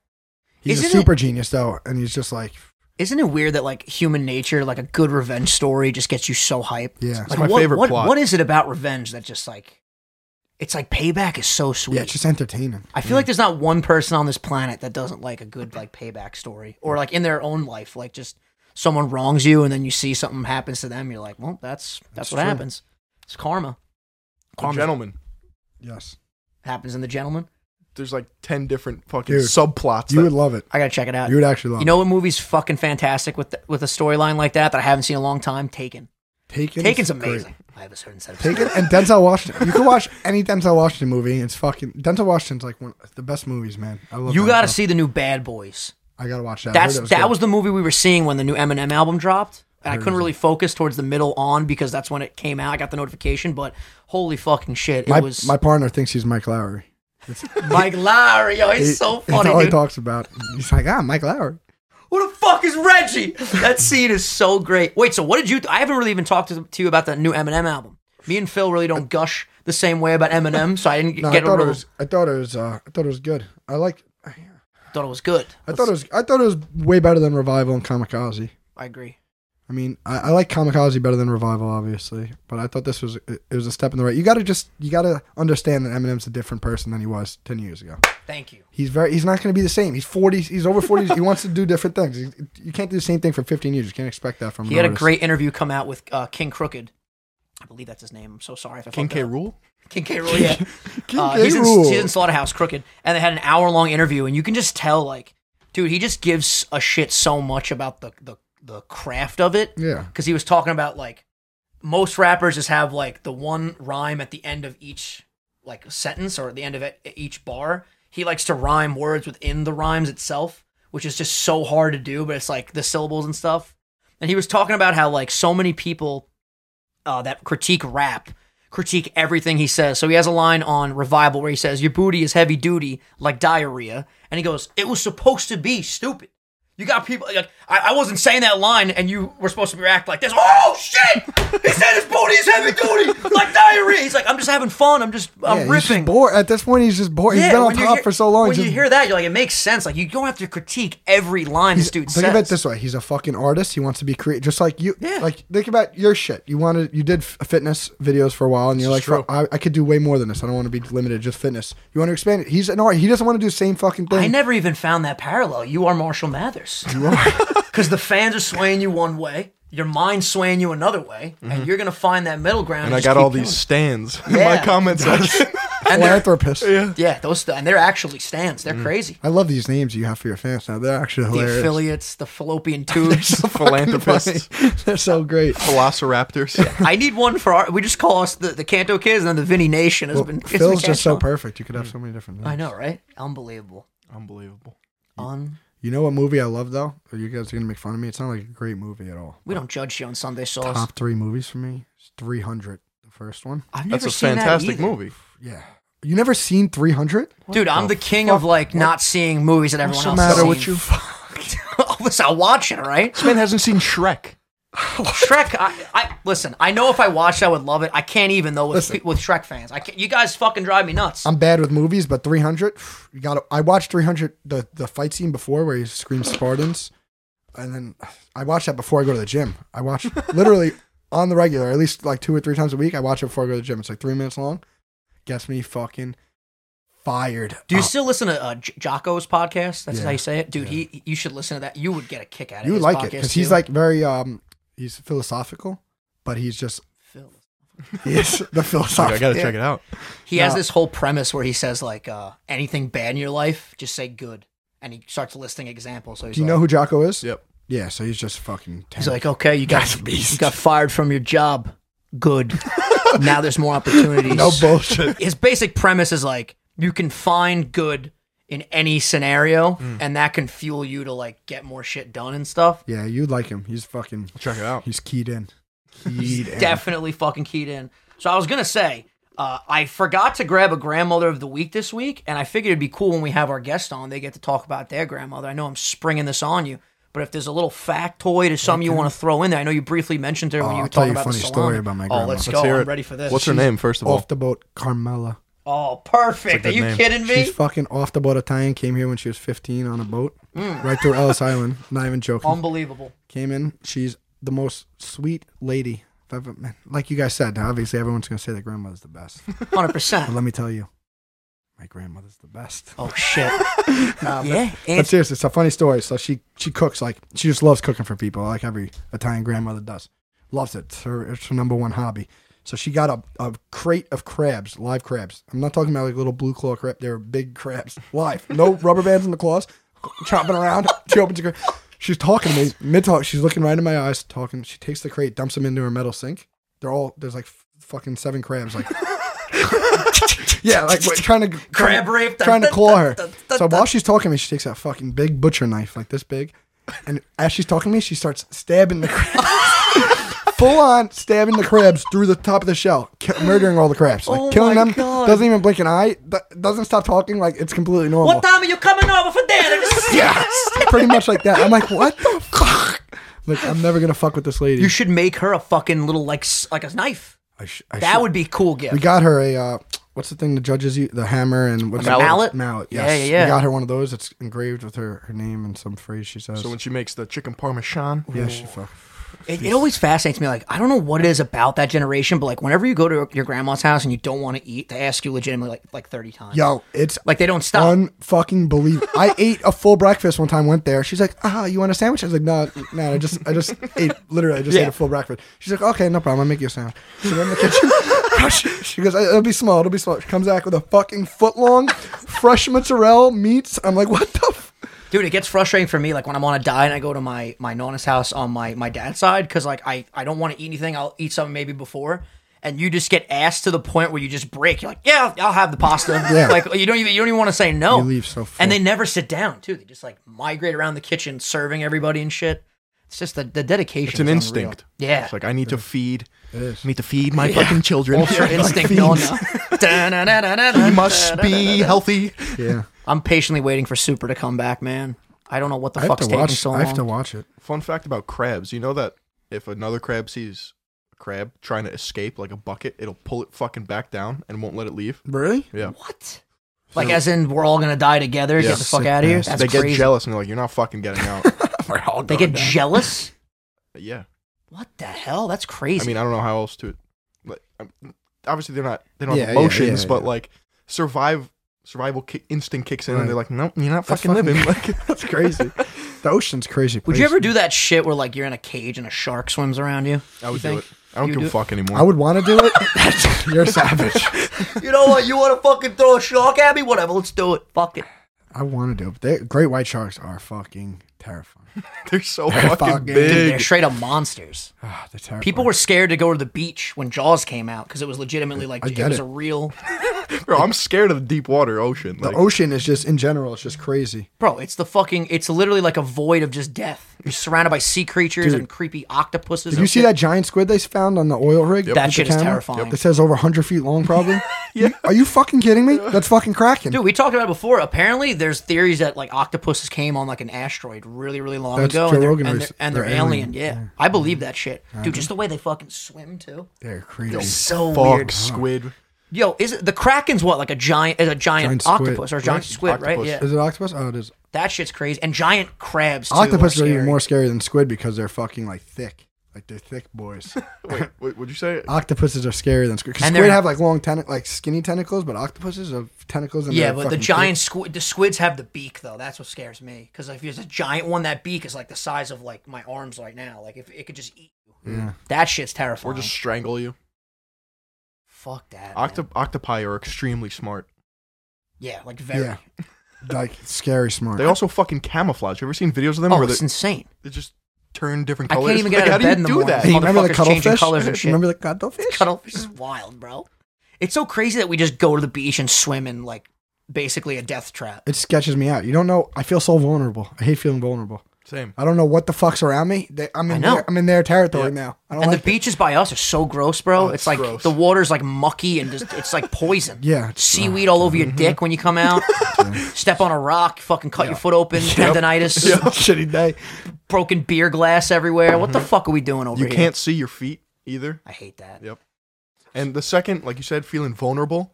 Speaker 2: He's a
Speaker 1: Isn't it-
Speaker 2: super genius though, and he's just like,
Speaker 1: Isn't it weird that like human nature, like a good revenge story, just gets you so hyped?
Speaker 2: yeah,
Speaker 1: Like,
Speaker 3: my
Speaker 1: what,
Speaker 3: favorite
Speaker 1: what,
Speaker 3: plot.
Speaker 1: What is it about revenge that just like, it's like payback is so sweet.
Speaker 2: yeah, it's just mm. entertaining.
Speaker 1: I feel like there's not one person on this planet that doesn't like a good like payback story or like in their own life, like just someone wrongs you and then you see something happens to them, you're like, well, that's that's,
Speaker 2: That's
Speaker 1: what
Speaker 2: true.
Speaker 1: happens. It's karma.
Speaker 3: A
Speaker 1: Karma
Speaker 3: gentleman.
Speaker 2: Yes,
Speaker 1: happens in the gentleman.
Speaker 3: There's like 10 different fucking
Speaker 2: Dude,
Speaker 3: subplots.
Speaker 2: you
Speaker 3: that-
Speaker 2: would love it.
Speaker 1: I gotta check it out.
Speaker 2: You would actually love.
Speaker 1: You know what movie's fucking fantastic with the, with a storyline like that that I haven't seen in a long time? Taken.
Speaker 2: it. Taken.
Speaker 1: Taken's
Speaker 2: is great.
Speaker 1: amazing. I have a certain set of
Speaker 2: Taken and Denzel Washington. You can watch any Denzel Washington movie. It's fucking Denzel Washington's like one of the best movies, man. I love.
Speaker 1: You
Speaker 2: that
Speaker 1: got to
Speaker 2: stuff.
Speaker 1: see the new Bad Boys.
Speaker 2: I gotta watch that. I heard
Speaker 1: That's
Speaker 2: it
Speaker 1: that
Speaker 2: good.
Speaker 1: was the movie we were seeing when the new Eminem album dropped, and I, couldn't really focus towards the middle on because that's when it came out. I got the notification, but holy fucking shit, it
Speaker 2: my
Speaker 1: was
Speaker 2: my partner thinks he's Mike Lowry.
Speaker 1: Mike Lowry. Yo, it's
Speaker 2: He-
Speaker 1: so
Speaker 2: That's all
Speaker 1: funny,
Speaker 2: he
Speaker 1: dude.
Speaker 2: talks about. He's like, ah, Mike Lowry.
Speaker 1: Who the fuck is Reggie? That scene is so great. Wait, so what did you? I haven't really even talked to, to you about that new Eminem album. Me and Phil really don't gush the same way about Eminem, so I didn't
Speaker 2: Uh, No, I
Speaker 1: get a
Speaker 2: thought
Speaker 1: real,
Speaker 2: it was. I thought it was. Uh, I thought it was good. I like. I
Speaker 1: thought it was good.
Speaker 2: thought it was. I thought it was way better than Revival and Kamikaze.
Speaker 1: I agree.
Speaker 2: I mean, I, I like Kamikaze better than Revival, obviously, but I thought this was it was a step in the right. You got to just you got to understand that Eminem's a different person than he was ten years ago.
Speaker 1: Thank you.
Speaker 2: He's very he's not going to be the same. He's forty. He's over forty. he wants to do different things. He- you can't do the same thing for fifteen years. You can't expect that from.
Speaker 1: He
Speaker 2: an
Speaker 1: had a
Speaker 2: artist.
Speaker 1: great interview come out with uh, King Crooked. I believe that's his name. I'm so sorry if I
Speaker 3: King
Speaker 1: fucked that
Speaker 3: K.
Speaker 1: up.
Speaker 3: Rule?
Speaker 1: King K. Rool, yeah.
Speaker 2: King
Speaker 1: Uh,
Speaker 2: K.
Speaker 1: he's, in,
Speaker 2: Rool.
Speaker 1: he's in Slaughterhouse Crooked, and they had an hour long interview, and you can just tell, like, dude, he just gives a shit so much about the the, the craft of it.
Speaker 2: Yeah.
Speaker 1: Because he was talking about like most rappers just have like the one rhyme at the end of each like sentence or at the end of e- each bar. He likes to rhyme words within the rhymes itself, which is just so hard to do, but it's like the syllables and stuff. And he was talking about how like so many people uh, that critique rap, critique everything he says. So he has a line on Revival where he says, Your booty is heavy duty, like diarrhea. And he goes, It was supposed to be stupid. You got people, like, I, I wasn't saying that line and you were supposed to react like this. Oh, shit! He said his booty is heavy duty, like diarrhea. He's like, I'm just having fun. I'm just,
Speaker 2: Yeah,
Speaker 1: I'm
Speaker 2: he's just
Speaker 1: riffing.
Speaker 2: bored. At this point, he's just bored.
Speaker 1: Yeah,
Speaker 2: he's been on
Speaker 1: when you
Speaker 2: top
Speaker 1: hear-
Speaker 2: for so long.
Speaker 1: When
Speaker 2: he's
Speaker 1: you
Speaker 2: just-
Speaker 1: hear that, you're like, it makes sense. Like, you don't have to critique every line this dude says.
Speaker 2: think of it this way: he's a fucking artist. He wants to be creative, just like you.
Speaker 1: Yeah.
Speaker 2: Like think about your shit. You wanted, you did f- fitness videos for a while, and you're like,
Speaker 3: This
Speaker 2: "Fuck,
Speaker 3: is
Speaker 2: I, I could do way more than this. I don't want to be limited to just fitness. You want to expand it. He's an artist. He doesn't want to do the same fucking thing.
Speaker 1: I never even found that parallel. You are Marshall Mathers. Because the fans are swaying you one way, your mind's swaying you another way, and you're going to find that middle ground.
Speaker 3: And I
Speaker 1: just
Speaker 3: got
Speaker 1: keep
Speaker 3: all these stands in
Speaker 1: Yeah.
Speaker 3: my comment section.
Speaker 1: going. And they're,
Speaker 2: Philanthropist.
Speaker 1: yeah, those th- and they're actually stands. They're crazy.
Speaker 2: I love these names you have for your fans now. They're actually
Speaker 1: The
Speaker 2: hilarious.
Speaker 1: affiliates, the fallopian tubes.
Speaker 3: Philanthropists,
Speaker 2: They're so great.
Speaker 3: velociraptors.
Speaker 1: I need one for our. We just call us the, the Canto Kids, and then the Vinny Nation has been. it's been
Speaker 2: Phil's just so
Speaker 1: catching on.
Speaker 2: perfect. You could have so many different. Names.
Speaker 1: I know, right? Unbelievable.
Speaker 3: Unbelievable.
Speaker 1: Un-
Speaker 2: You know what movie I love though? Or you guys are gonna make fun of me. It's not like a great movie at all.
Speaker 1: we don't judge you on Sunday Sauce.
Speaker 2: Top three movies for me: Three Hundred, the first one.
Speaker 1: I've never
Speaker 3: That's a
Speaker 1: seen
Speaker 3: fantastic
Speaker 1: that either.
Speaker 3: movie.
Speaker 2: Yeah. You never seen Three Hundred?
Speaker 1: dude. I'm the king of like not seeing movies that everyone
Speaker 2: the
Speaker 1: else. has
Speaker 2: matter with
Speaker 1: seen.
Speaker 2: you?
Speaker 1: Oh, Elvis, I'll watch it. All right.
Speaker 3: This man hasn't seen Shrek.
Speaker 1: Shrek. I, I listen. I know if I watched, I would love it. I can't even though with pe- with Shrek fans. I can't, you guys fucking drive me nuts.
Speaker 2: I'm bad with movies, but 300, you got. to I watched 300 the the fight scene before where he screams Spartans, and then I watch that before I go to the gym. I watch literally on the regular, at least like two or three times a week. I watch it before I go to the gym. It's like three minutes long. Gets me fucking fired.
Speaker 1: Do you
Speaker 2: up.
Speaker 1: still listen to uh, J- Jocko's podcast? That's
Speaker 2: Yeah.
Speaker 1: how you say it, dude. He, you should listen to that. You would get a kick out of
Speaker 2: you
Speaker 1: his
Speaker 2: would like it
Speaker 1: podcast,
Speaker 2: because he's
Speaker 1: too.
Speaker 2: like very um he's philosophical, but he's just
Speaker 1: Phil.
Speaker 2: he's the philosophical.
Speaker 3: I gotta check it out.
Speaker 1: He has
Speaker 2: No.
Speaker 1: this whole premise where he says like uh, anything bad in your life, just say good, and he starts listing examples. So he's
Speaker 2: Do you
Speaker 1: like,
Speaker 2: know who Jocko is?
Speaker 3: Yep.
Speaker 2: Yeah, so he's just fucking.
Speaker 1: He's
Speaker 2: tank.
Speaker 1: like, okay, you got
Speaker 2: That's a beast.
Speaker 1: you got fired from your job. Good. now there's more opportunities.
Speaker 2: no bullshit.
Speaker 1: His basic premise is like you can find good in any scenario,
Speaker 2: Mm.
Speaker 1: and that can fuel you to like get more shit done and stuff.
Speaker 2: yeah, you'd like him. He's fucking.
Speaker 3: Check it out.
Speaker 2: He's keyed in. Keyed in.
Speaker 1: definitely fucking keyed in. So I was gonna say, uh, I forgot to grab a grandmother of the week this week, and I figured it'd be cool when we have our guest on. They get to talk about their grandmother. I know I'm springing this on you, but if there's a little factoid or something you want to throw in there, I know you briefly mentioned her
Speaker 2: Oh,
Speaker 1: when you were
Speaker 2: I'll tell
Speaker 1: talking
Speaker 2: you a
Speaker 1: about
Speaker 2: funny
Speaker 1: the
Speaker 2: story
Speaker 1: salami.
Speaker 2: about my
Speaker 1: Oh,
Speaker 2: grandma.
Speaker 1: let's,
Speaker 3: Let's
Speaker 1: go.
Speaker 3: hear
Speaker 1: I'm
Speaker 3: it.
Speaker 1: ready for this.
Speaker 3: What's her name, first of all?
Speaker 2: off the boat, Carmela.
Speaker 1: Oh, perfect. Are
Speaker 3: good
Speaker 1: you
Speaker 3: name.
Speaker 1: kidding me?
Speaker 2: She's fucking off the boat Italian. Came here when she was 15 on a boat,
Speaker 3: Mm.
Speaker 2: right through Ellis Island. Not even joking.
Speaker 3: Um,
Speaker 1: Unbelievable.
Speaker 2: Came in. She's the most sweet lady I've ever met. Like you guys said, now obviously everyone's gonna say that grandmother's the best.
Speaker 1: Hundred
Speaker 2: But
Speaker 1: percent.
Speaker 2: let me tell you, my grandmother's the best.
Speaker 1: Oh shit. Um, yeah.
Speaker 2: But
Speaker 1: And
Speaker 2: seriously, it's a funny story. So she she cooks like she just loves cooking for people, like every Italian grandmother does. Loves it. It's her, it's her number one hobby. So she got a, a crate of crabs, live crabs. I'm not talking about like little blue claw crab. They were big crabs, live. No rubber bands in the claws. Chopping around. She opens the crate. She's talking to me mid talk. She's looking right in my eyes, talking. She takes the crate, dumps them into her metal sink. They're all there's like f- fucking seven crabs, like yeah, like wait, trying to
Speaker 1: Crab
Speaker 2: trying-
Speaker 1: rape.
Speaker 2: trying to claw her. So while she's talking to me, she takes that fucking big butcher knife, like this big, and as she's talking to me, she starts stabbing the crabs, full on stabbing the crabs through the top of the shell, ki- murdering all the crabs, like
Speaker 1: Oh
Speaker 2: killing
Speaker 1: my
Speaker 2: them.
Speaker 1: God.
Speaker 2: Doesn't even blink an eye. Th- doesn't stop talking. Like it's completely normal.
Speaker 1: What time are you coming over for dinner?
Speaker 2: Yes, pretty much like that. I'm like, what the fuck? Like I'm never gonna fuck with this lady.
Speaker 1: You should make her a fucking little like s- like a knife.
Speaker 2: I sh- I
Speaker 1: That
Speaker 2: should.
Speaker 1: would be a cool gift.
Speaker 2: We got her a uh, what's the thing the judges use? The hammer and what's
Speaker 1: A mallet?
Speaker 2: It? Mallet.
Speaker 1: Yeah,
Speaker 2: Yes.
Speaker 1: yeah, yeah.
Speaker 2: We got her one of those. It's engraved with her, her name and some phrase she says.
Speaker 3: So when she makes the chicken parmesan,
Speaker 2: yeah, she fuck.
Speaker 1: It, it always fascinates me. Like, I don't know what it is about that generation, but like, whenever you go to your grandma's house and you don't want to eat, they ask you legitimately like like thirty times.
Speaker 2: Yo, it's
Speaker 1: Like they don't stop.
Speaker 2: unfucking believable. I ate a full breakfast one time. Went there. She's like, "Ah, you want a sandwich?" I was like, "No, no, I just, I just ate literally. I just ate a full breakfast." She's like, "Okay, no problem. I'll make you a sandwich." She went in the kitchen. she, she goes, "It'll be small. It'll be small." She comes back with a fucking foot long, fresh mozzarella meats. I'm like, "What the?" F-?
Speaker 1: Dude, it gets frustrating for me. Like when I'm on a diet, and I go to my my nonna's house on my my dad's side because like I I don't want to eat anything. I'll eat something maybe before, and you just get asked to the point where you just break. You're like, yeah, I'll have the pasta.
Speaker 2: Yeah.
Speaker 1: Like you don't even you don't even want to say no.
Speaker 2: You leave so full.
Speaker 1: Oh. and they never sit down too. They just like migrate around the kitchen, serving everybody and shit. It's just the the dedication.
Speaker 3: it's an
Speaker 1: is unreal.
Speaker 3: instinct.
Speaker 1: Yeah.
Speaker 3: It's like I need to feed.
Speaker 2: It is.
Speaker 3: I need to feed my fucking children.
Speaker 1: Ultra instinct
Speaker 3: I
Speaker 1: no
Speaker 3: must be healthy.
Speaker 2: Yeah.
Speaker 1: I'm patiently waiting for Super to come back, man. I don't know what the
Speaker 2: I have
Speaker 1: fuck's
Speaker 2: to
Speaker 1: taking
Speaker 2: watch.
Speaker 1: so long.
Speaker 2: I have to watch it.
Speaker 3: Fun fact about crabs: you know that if another crab sees a crab trying to escape like a bucket, it'll pull it fucking back down and won't let it leave.
Speaker 2: Really?
Speaker 3: Yeah,
Speaker 1: What? Like, as in, we're all gonna die together.
Speaker 3: Yeah.
Speaker 1: Get the fuck out of here.
Speaker 2: Sick
Speaker 1: That's
Speaker 3: they
Speaker 1: crazy.
Speaker 3: get jealous and they're like, "You're not fucking getting out."
Speaker 1: they get jealous.
Speaker 3: yeah,
Speaker 1: What the hell? That's crazy.
Speaker 3: I mean, I don't know how else to. Like, I'm- obviously they're not. They don't
Speaker 2: Yeah,
Speaker 3: have
Speaker 2: yeah,
Speaker 3: emotions,
Speaker 2: yeah,
Speaker 3: but
Speaker 2: yeah.
Speaker 3: like survive survival ki- instinct kicks in,
Speaker 2: Right.
Speaker 3: and they're like, "Nope, you're not
Speaker 2: That's
Speaker 3: fucking,
Speaker 2: fucking-
Speaker 3: living." Like,
Speaker 2: That's crazy. The ocean's crazy.
Speaker 1: would
Speaker 2: place.
Speaker 1: you ever do that shit where like you're in a cage and a shark swims around you?
Speaker 3: I
Speaker 1: You
Speaker 3: would do
Speaker 1: think?
Speaker 3: it. I don't
Speaker 1: You
Speaker 3: give
Speaker 1: do
Speaker 3: a
Speaker 1: it?
Speaker 3: fuck anymore.
Speaker 2: I would want to do it. You're a savage.
Speaker 1: You know what? You want to fucking throw a shark at me? Whatever. Let's do it. Fuck it.
Speaker 2: I want to do it. But they, great white sharks are fucking terrifying.
Speaker 3: They're so
Speaker 2: They're
Speaker 3: fucking,
Speaker 2: fucking-
Speaker 1: Dude,
Speaker 3: big.
Speaker 1: they're straight up monsters.
Speaker 2: Ah, they're terrifying.
Speaker 1: People were scared to go to the beach when Jaws came out because it was legitimately like
Speaker 2: I
Speaker 1: it
Speaker 2: get
Speaker 1: was
Speaker 2: it.
Speaker 1: a real
Speaker 3: Bro, I'm scared of the deep water ocean.
Speaker 2: The
Speaker 3: Like,
Speaker 2: ocean is just in general. It's just crazy.
Speaker 1: bro. It's the fucking. It's literally like a void of just death. You're surrounded by sea creatures
Speaker 2: Dude.
Speaker 1: and creepy octopuses.
Speaker 2: Did
Speaker 1: and
Speaker 2: you see
Speaker 1: shit.
Speaker 2: that giant squid they found on the oil rig? with
Speaker 1: That
Speaker 2: the
Speaker 1: shit is
Speaker 2: camera?
Speaker 1: terrifying.
Speaker 2: It says over 100 feet long, probably. yeah. Are you fucking kidding me? That's fucking cracking.
Speaker 1: Dude, we talked about it before. Apparently, there's theories that like octopuses came on like an asteroid really, really long
Speaker 2: That's
Speaker 1: ago.
Speaker 2: Joe
Speaker 1: and they're,
Speaker 2: Rogan
Speaker 1: and
Speaker 2: res-
Speaker 1: they're, and they're
Speaker 2: they're
Speaker 1: alien.
Speaker 2: alien.
Speaker 1: Yeah. I believe that shit, dude. Just the way they fucking swim too.
Speaker 2: They're crazy.
Speaker 1: They're so
Speaker 3: Fuck
Speaker 1: weird.
Speaker 3: squid.
Speaker 1: Yo, is it the Kraken's what like a giant, is a giant,
Speaker 2: Giant squid,
Speaker 1: octopus or a giant
Speaker 2: right?
Speaker 1: squid, right?
Speaker 3: Octopus.
Speaker 1: Yeah,
Speaker 2: Is it octopus? Oh, it is.
Speaker 1: that shit's crazy. And giant crabs. Too
Speaker 2: Octopuses
Speaker 1: are
Speaker 2: are even
Speaker 1: scary.
Speaker 2: more scary than squid because they're fucking like thick. Like they're thick boys.
Speaker 3: Wait, wait, would you say?
Speaker 2: octopuses are scarier than squid. 'Cause
Speaker 1: And
Speaker 2: squid
Speaker 1: they're-
Speaker 2: have like long tentac like skinny tentacles, but octopuses have tentacles. And
Speaker 1: Yeah,
Speaker 2: they're
Speaker 1: but the
Speaker 2: fucking
Speaker 1: giant squid, the squids have the beak though. That's what scares me. Because if there's a giant one, that beak is like the size of like my arms right now. Like if it could just eat you,
Speaker 2: thick. Yeah.
Speaker 1: that shit's
Speaker 3: Or
Speaker 1: terrifying.
Speaker 3: just strangle you.
Speaker 1: fuck that. man.
Speaker 3: Octo- octopi are extremely smart.
Speaker 1: yeah, like very.
Speaker 2: Yeah. Like scary smart.
Speaker 3: They also fucking camouflage. You ever seen videos of them
Speaker 1: Oh,
Speaker 3: where they,
Speaker 1: it's insane.
Speaker 3: they just turn different
Speaker 1: I can't
Speaker 3: colors?
Speaker 1: even get
Speaker 3: Like,
Speaker 1: out of
Speaker 3: how do you
Speaker 1: bed in the
Speaker 3: do
Speaker 1: morning.
Speaker 3: that?
Speaker 2: Hey, remember the
Speaker 1: motherfuckers changing
Speaker 2: cuttlefish?
Speaker 1: colours and shit.
Speaker 2: Remember the cuttlefish?
Speaker 1: Cuttlefish is wild, bro. It's so crazy that we just go to the beach and swim in like basically a death trap.
Speaker 2: It sketches me out. You don't know. I feel so vulnerable. I hate feeling vulnerable.
Speaker 3: Same.
Speaker 2: I don't know what the fuck's around me. They, I'm
Speaker 1: I
Speaker 2: in.
Speaker 1: know.
Speaker 2: Their, I'm in their territory
Speaker 3: Yeah.
Speaker 2: now. I don't
Speaker 1: And
Speaker 2: like.
Speaker 1: the beaches by us are so gross, bro.
Speaker 3: Oh,
Speaker 1: it's
Speaker 3: it's
Speaker 1: like
Speaker 3: gross.
Speaker 1: the water's like mucky and just it's like poison.
Speaker 2: Yeah.
Speaker 1: Seaweed all over your dick when you come out. Step on a rock, fucking cut your foot open, tendonitis,
Speaker 2: it. shitty day.
Speaker 1: broken beer glass everywhere. What the fuck are we doing over
Speaker 3: You
Speaker 1: here?
Speaker 3: can't see your feet either.
Speaker 1: I hate that.
Speaker 3: Yep. And the second, like you said, feeling vulnerable.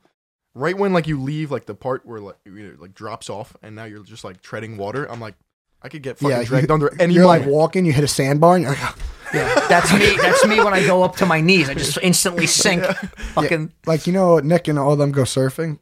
Speaker 3: Right when like you leave like the part where like you know, like drops off and now you're just like treading water. I'm like, I could get fucking
Speaker 2: Yeah,
Speaker 3: dragged
Speaker 2: you-
Speaker 3: under any
Speaker 2: You're like
Speaker 3: moment.
Speaker 2: walking. You hit a sandbar. And you're like,
Speaker 1: Yeah, that's me. That's me when I go up to my knees. I just instantly sink. Fucking
Speaker 2: like you know Nick and all them go surfing,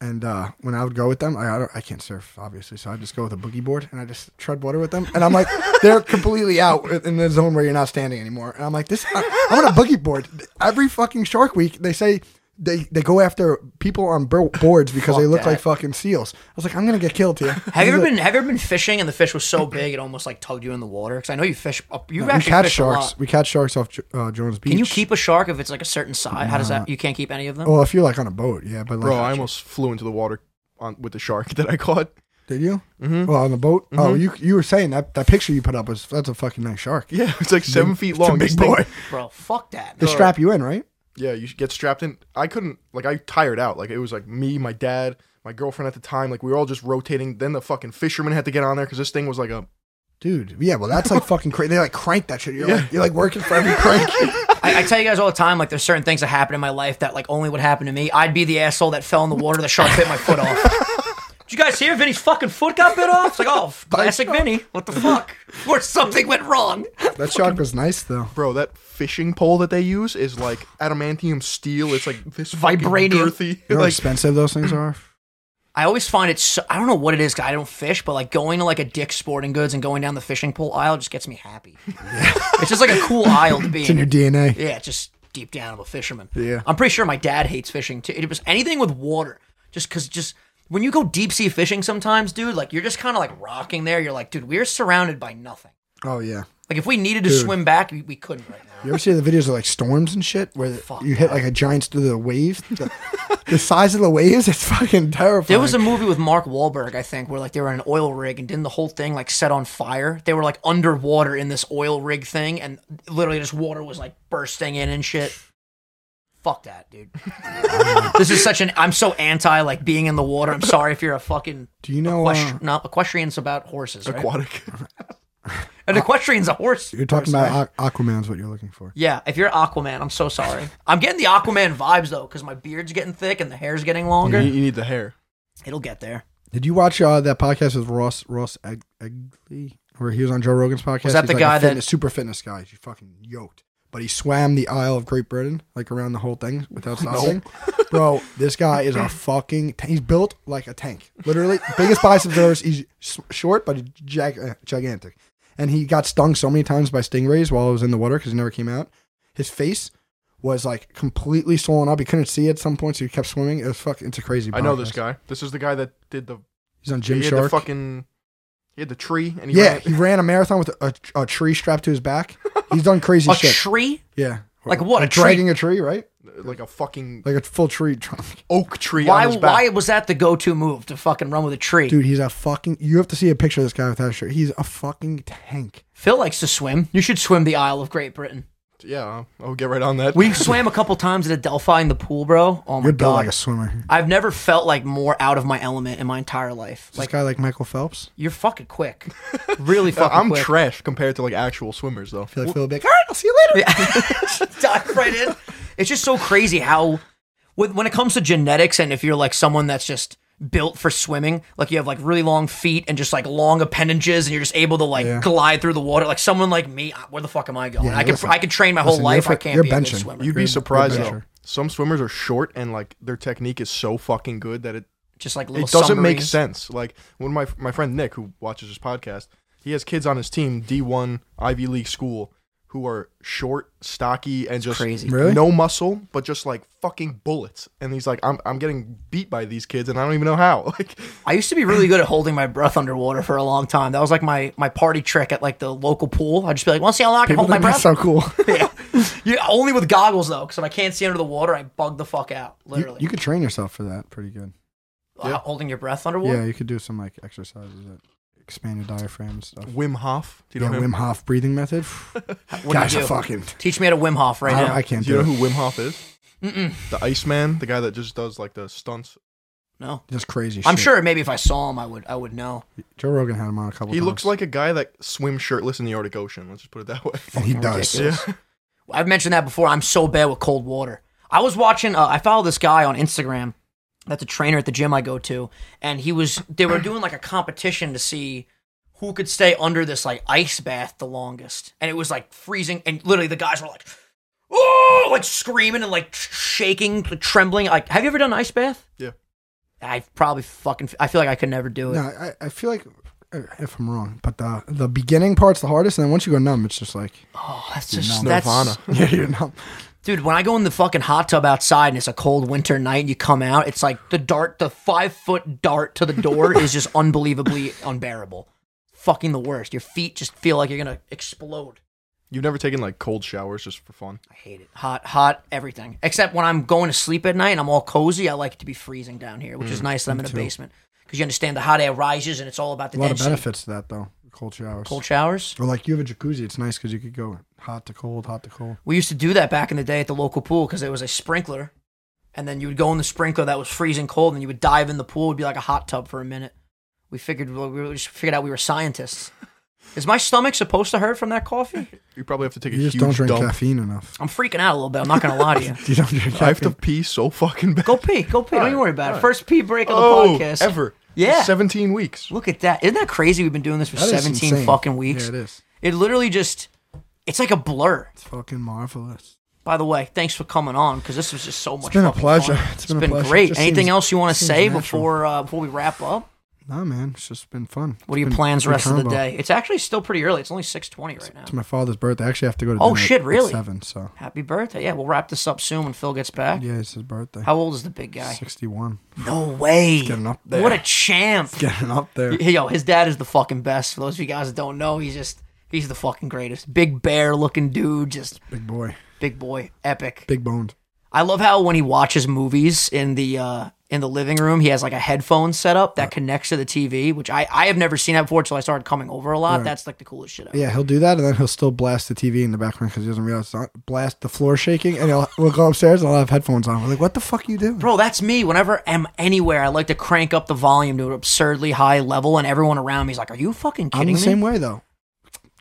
Speaker 2: and uh, when I would go with them, I I, don't, I can't surf obviously, so I just go with a boogie board and I just tread water with them, and I'm like they're completely out in the zone where you're not standing anymore, and I'm like this I, I'm on a boogie board every fucking Shark Week they say. They, they go after people on bo- boards because they
Speaker 1: Fuck
Speaker 2: look
Speaker 1: that.
Speaker 2: like fucking seals. I was like, I'm gonna get killed here.
Speaker 1: Have you ever been Have you ever been fishing and the fish was so big it almost like tugged you in the water? Because I know you fish. Up, you've
Speaker 2: We
Speaker 1: actually
Speaker 2: catch
Speaker 1: fished a
Speaker 2: sharks.
Speaker 1: lot.
Speaker 2: We catch sharks off Jo- uh, Jones Beach. Oh.
Speaker 1: Can you keep a shark if it's like a certain size? How does that? You can't keep any of them.
Speaker 2: Well, if you're like on a boat, yeah. But like,
Speaker 3: Bro, I almost flew into the water on with the shark that I caught.
Speaker 2: Did you? Mm-hmm. Well, on the boat. Oh, you you were saying that that picture you put up was that's a fucking nice shark.
Speaker 3: Yeah, it's like seven feet long.
Speaker 2: big
Speaker 3: This thing-
Speaker 2: boy.
Speaker 1: Bro, fuck that.
Speaker 2: They strap you in, right?
Speaker 3: Yeah, you should get strapped in. I couldn't like I tired out. Like it was like me, my dad, my girlfriend at the time. Like we were all just rotating. Then the fucking fisherman had to get on there because this thing was like a.
Speaker 2: Dude, yeah. Well, that's like fucking crazy. They like crank that shit. You're like you're like working for every crank.
Speaker 1: I, I tell you guys all the time, like there's certain things that happen in my life that like only would happen to me. I'd be the asshole that fell in the water. The shark bit my foot off. Did you guys hear Vinny's fucking foot got bit off? It's like, oh, classic Vinny. What the fuck? Or something went wrong.
Speaker 2: that shark was nice though.
Speaker 3: Bro, that fishing pole that they use is like adamantium steel. It's like this fucking
Speaker 1: Vibranium.
Speaker 3: girthy.
Speaker 2: You know how
Speaker 3: like
Speaker 2: expensive those things are.
Speaker 1: I always find it. So, I don't know what it is. 'cause I don't fish, but like going to like a Dick's Sporting Goods and going down the fishing pool aisle just gets me happy. it's just like a cool aisle to be
Speaker 2: It's in your DNA.
Speaker 1: Yeah, just deep down, I'm a fisherman.
Speaker 2: Yeah.
Speaker 1: I'm pretty sure my dad hates fishing too. It was anything with water, just because just when you go deep sea fishing, sometimes, dude, like you're just kind of like rocking there. You're like, dude, we're surrounded by nothing.
Speaker 2: Oh yeah.
Speaker 1: Like if we needed to swim back, we, we couldn't right now.
Speaker 2: You ever see the videos of like storms and shit where
Speaker 1: Fuck
Speaker 2: you hit
Speaker 1: that.
Speaker 2: like a giant through the waves? The, the size of the waves, it's fucking terrifying.
Speaker 1: There was a movie with Mark Wahlberg, I think, where like they were in an oil rig and didn't the whole thing like set on fire. They were like underwater in this oil rig thing, and literally just water was like bursting in and shit. Fuck that, dude. this is such an. I'm so anti like being in the water. I'm sorry if you're a fucking
Speaker 2: Do you know?
Speaker 1: Equest-
Speaker 2: Uh,
Speaker 1: no, equestrian's about horses, right?
Speaker 3: aquatic.
Speaker 1: An equestrian's a horse.
Speaker 2: you're talking about Aqu- Aquaman's what you're looking for.
Speaker 1: Yeah, if you're Aquaman, I'm so sorry. I'm getting the Aquaman vibes though, because my beard's getting thick and the hair's getting
Speaker 3: you,
Speaker 1: longer.
Speaker 3: you need the hair.
Speaker 1: It'll get there.
Speaker 2: Did you watch uh, that podcast with Ross Ross Eg- Egley, where he was on Joe Rogan's podcast?
Speaker 1: Was that
Speaker 2: He's
Speaker 1: the
Speaker 2: like
Speaker 1: guy
Speaker 2: a
Speaker 1: that-
Speaker 2: fitness, super fitness guy? He's fucking yoked, but he swam the Isle of Great Britain like around the whole thing without stopping. Bro, this guy is a fucking. ta- he's built like a tank, literally biggest biceps there is. He's s- short but he's gig- uh, gigantic, and he got stung so many times by stingrays while he was in the water because he never came out. His face. Was like completely swollen up. He couldn't see at some points. So he kept swimming. It was fucking. It's a crazy.
Speaker 3: I know this
Speaker 2: podcast.
Speaker 3: guy. This is the guy that did the.
Speaker 2: He's on
Speaker 3: He
Speaker 2: Jim
Speaker 3: had
Speaker 2: Shark.
Speaker 3: the fucking. He had the tree and he
Speaker 2: yeah,
Speaker 3: ran-
Speaker 2: he ran a marathon with a, a tree strapped to his back. He's done crazy
Speaker 1: A
Speaker 2: shit.
Speaker 1: tree?
Speaker 2: yeah,
Speaker 1: Like what, a tree?
Speaker 2: dragging a tree, right?
Speaker 3: like a fucking
Speaker 2: Like a full tree trunk.
Speaker 3: oak tree
Speaker 1: Why?
Speaker 3: on his back.
Speaker 1: Why was that the go-to move to fucking run with a tree?
Speaker 2: Dude, he's a fucking. You have to see a picture of this guy without a shirt. He's a fucking tank.
Speaker 1: Phil likes to swim. You should swim the Isle of Great Britain.
Speaker 3: Yeah, I'll- I'll get right on that.
Speaker 1: We swam a couple times at Adelphi in the pool, bro. Oh my
Speaker 2: You're built
Speaker 1: god,
Speaker 2: like a swimmer.
Speaker 1: I've never felt like more out of my element in my entire life.
Speaker 2: This
Speaker 1: Like
Speaker 2: guy like Michael Phelps.
Speaker 1: you're fucking quick, really fucking
Speaker 3: I'm
Speaker 1: quick.
Speaker 3: trash compared to like actual swimmers though.
Speaker 2: I feel like Phil would be like, all right, I'll see you later.
Speaker 1: dive right in. It's just so crazy how, with, when it comes to genetics, and if you're like someone that's just built for swimming, like you have like really long feet and just like long appendages, and you're just able to like
Speaker 2: Yeah.
Speaker 1: glide through the water. Like someone like me, I- where the fuck am I going?
Speaker 2: Yeah,
Speaker 1: I could
Speaker 2: listen.
Speaker 1: I could train my whole
Speaker 2: Listen, you're
Speaker 1: life. I
Speaker 2: fuck-
Speaker 1: can't
Speaker 2: you're
Speaker 1: be a good
Speaker 2: benching.
Speaker 1: swimmer.
Speaker 3: You'd
Speaker 2: Good-
Speaker 3: be surprised
Speaker 2: good
Speaker 3: though.
Speaker 2: measure.
Speaker 3: Some swimmers are short and like their technique is so fucking good that it
Speaker 1: just like little.
Speaker 3: it doesn't make
Speaker 1: submarines.
Speaker 3: sense. Like when my my friend Nick, who watches this podcast, he has kids on his team, D one Ivy League school, who are short, stocky, and just
Speaker 1: Crazy.
Speaker 2: Really?
Speaker 3: no muscle, but just like fucking bullets. And he's like, I'm I'm getting beat by these kids, and I don't even know how. Like
Speaker 1: I used to be really good at holding my breath underwater for a long time. That was like my my party trick at like the local pool. I'd just be like, "Want to see how long I can
Speaker 2: People
Speaker 1: hold my
Speaker 2: think that's
Speaker 1: breath?"
Speaker 2: so cool.
Speaker 1: yeah, only with goggles though, because if I can't see under the water, I bug the fuck out.
Speaker 2: you,
Speaker 1: Literally,
Speaker 2: you could train yourself for that pretty good.
Speaker 1: Uh,
Speaker 3: Yeah.
Speaker 1: holding your breath underwater.
Speaker 2: Yeah, you could do some like exercises that expand your diaphragm and stuff.
Speaker 3: Wim Hof, do you
Speaker 2: yeah,
Speaker 3: know him?
Speaker 2: Wim Hof breathing method.
Speaker 1: What do you
Speaker 2: Guys, I
Speaker 1: do?
Speaker 2: fucking.
Speaker 1: Teach me how to Wim Hof right
Speaker 2: I,
Speaker 1: now.
Speaker 2: I can't
Speaker 3: Do
Speaker 2: do,
Speaker 3: you know
Speaker 2: it.
Speaker 3: who Wim Hof is?
Speaker 1: Mm-mm.
Speaker 3: The Iceman, the guy that just does like the stunts.
Speaker 1: No,
Speaker 2: Just crazy.
Speaker 1: I'm
Speaker 2: shit.
Speaker 1: sure maybe if I saw him, I would I would know.
Speaker 2: Joe Rogan had him on a couple.
Speaker 3: He
Speaker 2: times.
Speaker 3: looks like a guy that swims shirtless in the Arctic Ocean. Let's just put it that way.
Speaker 2: And Oh, he does.
Speaker 1: ridiculous. I've mentioned that before. I'm so bad with cold water. I was watching. Uh, I follow this guy on Instagram. That's a trainer at the gym I go to, and he was. They were doing like a competition to see who could stay under this like ice bath the longest, and it was like freezing, and literally the guys were like, "Oh!" like screaming and like shaking, like, trembling. Like, have you ever done an ice bath?
Speaker 3: Yeah.
Speaker 1: I probably fucking. I feel like I could never do it.
Speaker 2: No, I, I feel like uh, if I'm wrong, but the the beginning part's the hardest, and then once you go numb, it's just like
Speaker 1: Oh, that's just
Speaker 3: numb.
Speaker 1: that's,
Speaker 3: Nirvana.
Speaker 2: yeah, you're numb.
Speaker 1: Dude, when I go in the fucking hot tub outside and it's a cold winter night and you come out, it's like the dart, the five foot dart to the door is just unbelievably unbearable. Fucking the worst. Your feet just feel like you're gonna explode.
Speaker 3: You've never taken like cold showers just for fun.
Speaker 1: I hate it. Hot, hot, everything. Except when I'm going to sleep at night and I'm all cozy, I like it to be freezing down here, which
Speaker 2: Mm,
Speaker 1: is nice that I'm in a basement. Because you understand the hot air rises and it's all about the
Speaker 2: A lot of
Speaker 1: density.
Speaker 2: benefits to that though. Cold showers.
Speaker 1: Cold showers.
Speaker 2: or like you have a jacuzzi, it's nice because you could go hot to cold, hot to cold.
Speaker 1: We used to do that back in the day at the local pool because there was a sprinkler. And then you would go in the sprinkler that was freezing cold and you would dive in the pool. It would be like a hot tub for a minute. We figured well, we just figured out we were scientists. Is my stomach supposed to hurt from that coffee?
Speaker 3: You probably have to take
Speaker 2: You
Speaker 3: a
Speaker 2: just
Speaker 3: huge
Speaker 2: don't drink
Speaker 3: dump.
Speaker 2: caffeine enough.
Speaker 1: I'm freaking out a little bit. I'm not going to lie to you.
Speaker 2: You don't drink
Speaker 3: I have to
Speaker 2: caffeine.
Speaker 3: pee so fucking bad.
Speaker 1: Go pee. Go pee. Don't
Speaker 3: Alright,
Speaker 1: you worry about it.
Speaker 3: alright.
Speaker 1: First pee break on
Speaker 3: oh,
Speaker 1: the podcast.
Speaker 3: ever.
Speaker 1: Yeah.
Speaker 3: 17 weeks.
Speaker 1: Look at that. Isn't that crazy? We've been doing this for
Speaker 2: That is
Speaker 1: 17
Speaker 2: insane.
Speaker 1: fucking weeks.
Speaker 2: Yeah, it
Speaker 1: it,
Speaker 2: is.
Speaker 1: literally just, it's like a blur.
Speaker 2: It's fucking marvelous.
Speaker 1: By the way, thanks for coming on because this was just so much.
Speaker 2: been a
Speaker 1: fucking
Speaker 2: pleasure.
Speaker 1: fun.
Speaker 2: It's been a pleasure. It
Speaker 1: great.
Speaker 2: just
Speaker 1: Anything
Speaker 2: seems-
Speaker 1: else you want to
Speaker 2: seems
Speaker 1: say
Speaker 2: natural.
Speaker 1: before uh, before we wrap up?
Speaker 2: Nah, man, it's just been fun.
Speaker 1: What are
Speaker 2: It's
Speaker 1: your
Speaker 2: been-
Speaker 1: plans the
Speaker 2: good
Speaker 1: rest of the
Speaker 2: combo.
Speaker 1: day? It's actually still pretty early. It's only six twenty right now.
Speaker 2: It's my father's birthday. I actually have to go to.
Speaker 1: Oh,
Speaker 2: dinner
Speaker 1: shit,
Speaker 2: at
Speaker 1: really?
Speaker 2: Seven. So
Speaker 1: Happy birthday! Yeah, we'll wrap this up soon when Phil gets back.
Speaker 2: yeah, it's his birthday.
Speaker 1: How old is the big guy?
Speaker 2: Sixty-one.
Speaker 1: No way!
Speaker 2: Getting up there.
Speaker 1: What a champ!
Speaker 2: Getting up there.
Speaker 1: Yo, his dad is the fucking best. For those of you guys that don't know, he's just he's the fucking greatest. Big bear looking dude, just
Speaker 2: Big boy.
Speaker 1: big boy, epic.
Speaker 2: Big boned.
Speaker 1: I love how when he watches movies in the uh, in the living room, he has like a headphone set up that connects to the TV, which I, I have never seen that before until I started coming over a lot. That's like the coolest shit ever.
Speaker 2: Yeah, he'll do that, and then he'll still blast the TV in the background because he doesn't realize it's on. Blast the floor shaking, and he'll, we'll go upstairs and I'll have headphones on. We're like, "What the fuck you doing?"
Speaker 1: Bro, that's me. Whenever I'm anywhere, I like to crank up the volume to an absurdly high level, and everyone around me's like, "Are you fucking
Speaker 2: I'm
Speaker 1: kidding
Speaker 2: the
Speaker 1: me?"
Speaker 2: same way though.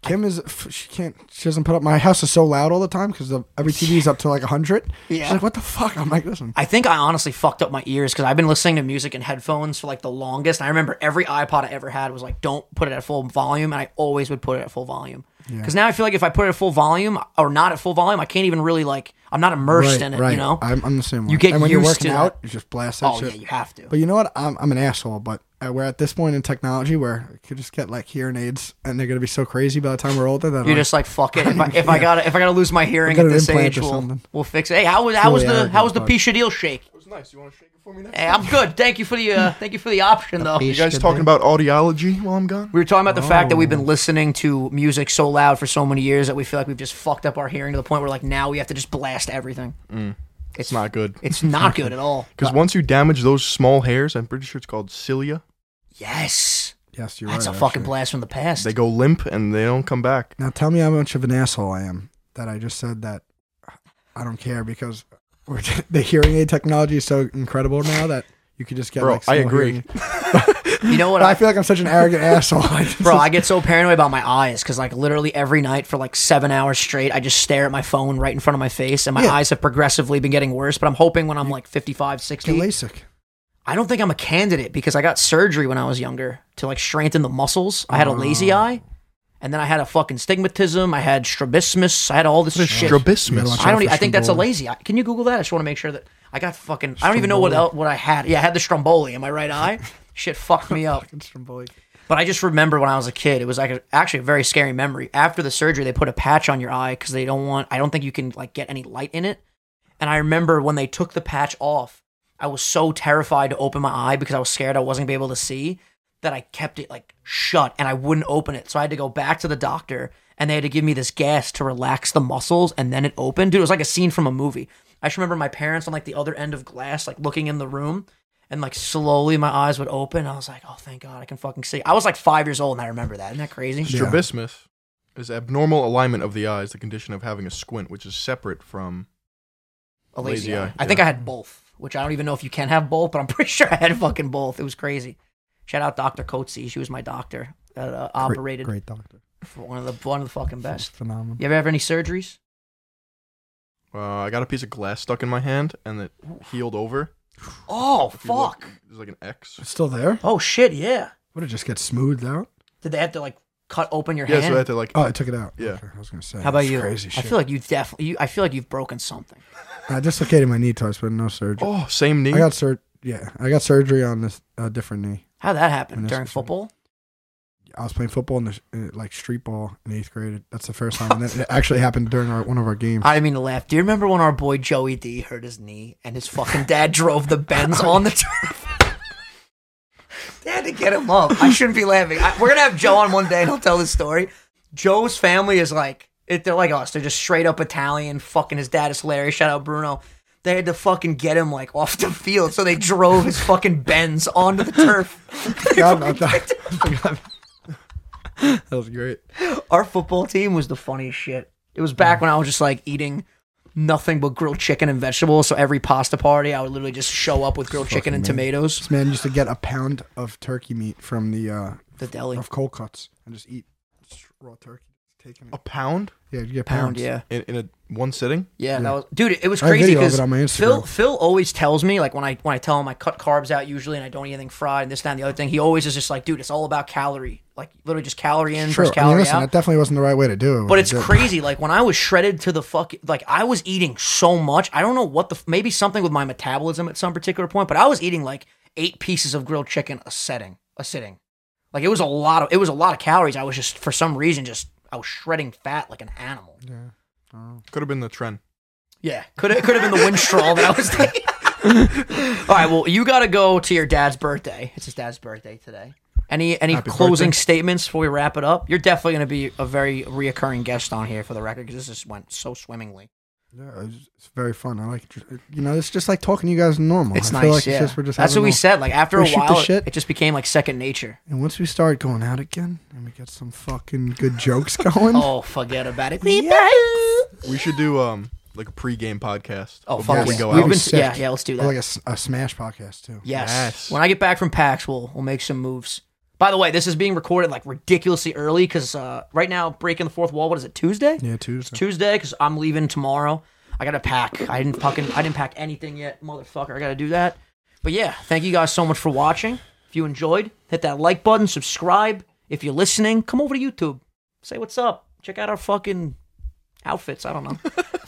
Speaker 2: Kim is f- she can't she doesn't put up. My house is so loud all the time because every TV is up to like hundred.
Speaker 1: Yeah.
Speaker 2: She's like, "What the fuck?" I'm like, "Listen,
Speaker 1: I think I honestly fucked up my ears because I've been listening to music in headphones for like the longest. And I remember every iPod I ever had was like, "Don't put it at full volume," and I always would put it at full volume. Because now I feel like if I put it at full volume or not at full volume, I can't even really like I'm not immersed in it. You know,
Speaker 2: I'm, I'm the same way.
Speaker 1: You get
Speaker 2: and when you're
Speaker 1: used
Speaker 2: working
Speaker 1: to
Speaker 2: out,
Speaker 1: that.
Speaker 2: you just blast that
Speaker 1: Oh
Speaker 2: shit.
Speaker 1: yeah, you have to.
Speaker 2: But you know what? I'm, I'm an asshole, but uh, we're at this point in technology where I could just get like hearing aids and they're going to be so crazy by the time we're older that
Speaker 1: You're
Speaker 2: I'm-
Speaker 1: just like fuck it. If I, if I gotta if I gotta lose my hearing
Speaker 2: I'll
Speaker 1: at
Speaker 2: get an
Speaker 1: this
Speaker 2: implant
Speaker 1: age,
Speaker 2: or
Speaker 1: we'll,
Speaker 2: something.
Speaker 1: we'll fix it. Hey, how was how was
Speaker 2: Really
Speaker 1: the
Speaker 2: arrogant,
Speaker 1: how was the
Speaker 2: but-
Speaker 1: Pisha deal shake?
Speaker 3: It was nice. You want to shake it for me next
Speaker 1: Hey, I'm good. Thank you for the uh, thank you for the option though.
Speaker 3: You guys talking about audiology while I'm gone?
Speaker 1: We were talking about the fact that we've been listening to music so loud for so many years that we feel like we've just fucked up our hearing to the point where like now we have to just blast everything.
Speaker 3: It's not good.
Speaker 1: It's not good at all.
Speaker 3: Because once you damage those small hairs, I'm pretty sure it's called cilia,
Speaker 1: Yes,
Speaker 2: yes, you're
Speaker 1: that's
Speaker 2: right.
Speaker 1: a fucking
Speaker 2: actually.
Speaker 1: blast from the past.
Speaker 3: they go limp and they don't come back.
Speaker 2: Now tell me how much of an asshole I am. that I just said that I don't care because we're the hearing aid technology is so incredible now that you could just get.
Speaker 3: Bro,
Speaker 2: like,
Speaker 3: I
Speaker 2: small
Speaker 3: agree.
Speaker 2: hearing-
Speaker 1: You know what?
Speaker 2: But
Speaker 1: I,
Speaker 2: I feel like I'm such an arrogant asshole. I just-
Speaker 1: bro, I get so paranoid about my eyes because like literally every night for like seven hours straight, I just stare at my phone right in front of my face, and my
Speaker 2: Yeah.
Speaker 1: eyes have progressively been getting worse. But I'm hoping when I'm like 55,
Speaker 2: Get
Speaker 1: 60,
Speaker 2: LASIK.
Speaker 1: I don't think I'm a candidate because I got surgery when I was younger to like strengthen the muscles. I had
Speaker 3: Oh.
Speaker 1: a lazy eye, and then I had a fucking stigmatism. I had strabismus. I had all this shit.
Speaker 3: Strabismus.
Speaker 2: Watch
Speaker 1: I
Speaker 2: out
Speaker 1: don't. e-
Speaker 2: for
Speaker 1: I think that's a
Speaker 2: Stromboli.
Speaker 1: lazy. eye. Can you Google that? I just want to make sure that I got fucking. I don't even know what el- what I had. Yeah, I had the Stromboli in my right eye. Shit fucked me up. But I just remember when I was a kid, it was like a, actually a very scary memory. After the surgery, they put a patch on your eye because they don't want. I don't think you can like get any light in it. And I remember when they took the patch off, I was so terrified to open my eye because I was scared I wasn't gonna be able to see that I kept it like shut and I wouldn't open it. So I had to go back to the doctor and they had to give me this gas to relax the muscles and then it opened. Dude, it was like a scene from a movie. I just remember my parents on like the other end of glass, like looking in the room and like slowly my eyes would open. I was like, oh, thank God I can fucking see. I was like five years old and I remember that. Isn't that crazy?
Speaker 3: Strabismus is abnormal alignment of the eyes, the condition of having a squint, which is separate from.
Speaker 1: a lazy,
Speaker 3: Lazy
Speaker 1: eye.
Speaker 3: eye,
Speaker 1: I think
Speaker 3: yeah.
Speaker 1: I had both, which I don't even know if you can have both, but I'm pretty sure I had fucking both. It was crazy. Shout out Dr. Coetzee. She was my doctor that uh, operated
Speaker 2: Great doctor.
Speaker 1: for one of the one of the fucking best.
Speaker 2: Phenomenal.
Speaker 1: You ever have any surgeries?
Speaker 3: Uh, I got a piece of glass stuck in my hand and it healed over.
Speaker 1: Oh
Speaker 3: If you look,
Speaker 1: fuck.
Speaker 3: There's like an X.
Speaker 2: It's still there?
Speaker 1: Oh shit, yeah.
Speaker 2: Would it just get smoothed out?
Speaker 1: Did they have to like cut open your
Speaker 3: Yeah,
Speaker 1: hand?
Speaker 3: so I had to like.
Speaker 2: Oh, I took it out.
Speaker 3: Yeah.
Speaker 2: Okay, I was gonna say.
Speaker 1: How about
Speaker 2: that's
Speaker 1: you?
Speaker 2: Crazy
Speaker 1: I
Speaker 2: shit.
Speaker 1: feel like you've definitely. You, I feel like you've broken something.
Speaker 2: I dislocated my knee twice, but no surgery.
Speaker 3: Oh, same knee.
Speaker 2: I got sur- Yeah, I got surgery on this uh, different knee.
Speaker 1: How that happened
Speaker 2: Meniscus
Speaker 1: during
Speaker 2: injury.
Speaker 1: football?
Speaker 2: I was playing football in the in, like street ball in eighth grade. That's the first time, and then it actually happened during our, one of our games.
Speaker 1: I didn't mean to laugh. Do you remember when our boy Joey D hurt his knee and his fucking dad drove the Benz on the turf? they had to get him up. I shouldn't be laughing. I, we're gonna have Joe on one day and he'll tell this story. Joe's family is like, it, they're like us. They're just straight up Italian. Fucking his dad is hilarious. Shout out Bruno. They had to fucking get him like off the field, so they drove his fucking Benz onto the turf.
Speaker 2: God, I thought- I forgot. that was great.
Speaker 1: our football team was the funniest shit. It was
Speaker 2: Mm.
Speaker 1: back when I was just like eating nothing but grilled chicken and vegetables. So every pasta party, I would literally just show up with grilled chicken and tomatoes.
Speaker 2: This man used to get a pound of turkey meat from the uh,
Speaker 1: The deli
Speaker 2: of cold cuts and just eat just raw turkey, taking
Speaker 3: a
Speaker 2: it.
Speaker 3: pound
Speaker 2: Yeah, you get
Speaker 1: pound,
Speaker 2: pounds.
Speaker 1: yeah.
Speaker 3: in, in a one sitting.
Speaker 1: Yeah, that was dude. It was
Speaker 2: I have
Speaker 1: crazy
Speaker 2: video of
Speaker 1: because
Speaker 2: it on my
Speaker 1: Phil
Speaker 2: Instagram.
Speaker 1: Phil always tells me like when I when I tell him I cut carbs out usually and I don't eat anything fried and this that and the other thing. He always is just like, dude, it's all about calorie, like literally just calorie in
Speaker 2: Sure.
Speaker 1: versus
Speaker 2: I
Speaker 1: calorie
Speaker 2: mean, listen,
Speaker 1: out.
Speaker 2: that definitely wasn't the right way to do it.
Speaker 1: But it's
Speaker 2: It did-
Speaker 1: crazy. Like when I was shredded to the fuck, like I was eating so much. I don't know what the f- maybe something with my metabolism at some particular point, but I was eating like eight pieces of grilled chicken a setting, a sitting. Like it was a lot of it was a lot of calories. I was just for some reason just I was shredding fat like an animal.
Speaker 2: Yeah. Oh.
Speaker 3: Could have been the trend.
Speaker 1: Yeah, could it could have been the wind straw that I was taking. All right, well you got to go to your dad's birthday. It's his dad's birthday today. Any any
Speaker 3: Happy
Speaker 1: closing
Speaker 3: birthday.
Speaker 1: statements before we wrap it up? You're definitely going to be a very reoccurring guest on here for the record because this just went so swimmingly.
Speaker 2: Yeah, it was- it's very fun. I like, it. you know, it's just like talking to you guys normal.
Speaker 1: It's
Speaker 2: I
Speaker 1: nice.
Speaker 2: like
Speaker 1: yeah.
Speaker 2: It's just, we're just
Speaker 1: That's what
Speaker 2: having
Speaker 1: we
Speaker 2: a-
Speaker 1: said. Like after
Speaker 2: we
Speaker 1: a
Speaker 2: shoot the
Speaker 1: while, it-
Speaker 2: shit.
Speaker 1: it just became like second nature.
Speaker 2: And once we start going out again, and we get some fucking good jokes going.
Speaker 1: Oh, forget about it.
Speaker 3: We should do um like a pre-game podcast.
Speaker 1: Oh,
Speaker 3: before
Speaker 1: fuck
Speaker 3: we
Speaker 1: yeah.
Speaker 3: go
Speaker 1: We've
Speaker 3: out.
Speaker 1: been-
Speaker 2: Sick.
Speaker 1: yeah, yeah, let's do
Speaker 2: Or
Speaker 1: that.
Speaker 2: Like a, s- a smash podcast too.
Speaker 1: Yes.
Speaker 3: Yes.
Speaker 1: When I get back from PAX, we'll we'll make some moves. By the way, this is being recorded like ridiculously early because uh, right now breaking the fourth wall. What is it? Tuesday.
Speaker 2: Yeah, Tuesday.
Speaker 1: Tuesday because I'm leaving tomorrow. I gotta pack. I didn't fucking I didn't pack anything yet, motherfucker. I gotta do that. But yeah, thank you guys so much for watching. If you enjoyed, hit that like button, subscribe. If you're listening, come over to YouTube. Say what's up. Check out our fucking outfits. I don't know.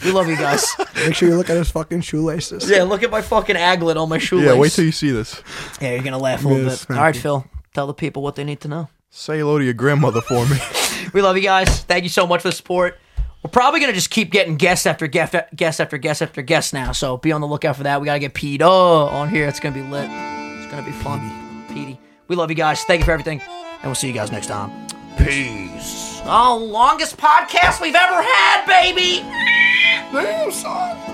Speaker 1: we love you guys.
Speaker 2: Make sure you look at his fucking shoelaces.
Speaker 1: Yeah, look at my fucking aglet on my shoelace.
Speaker 3: Yeah, wait till you see this.
Speaker 1: Yeah, you're gonna laugh a little
Speaker 2: Yeah,
Speaker 1: bit. All
Speaker 2: spanky.
Speaker 1: right, Phil. Tell the people what they need to know.
Speaker 3: Say hello to your grandmother for me.
Speaker 1: We love you guys. Thank you so much for the support. We're probably gonna just keep getting guest after guest, guest after guest after guest now. So be on the lookout for that. We gotta get Pete oh, on here. It's gonna be lit. It's gonna be fun. Petey, we love you guys. Thank you for everything, and we'll see you guys next time. Peace. Oh, longest podcast we've ever had, baby.
Speaker 2: Damn, son.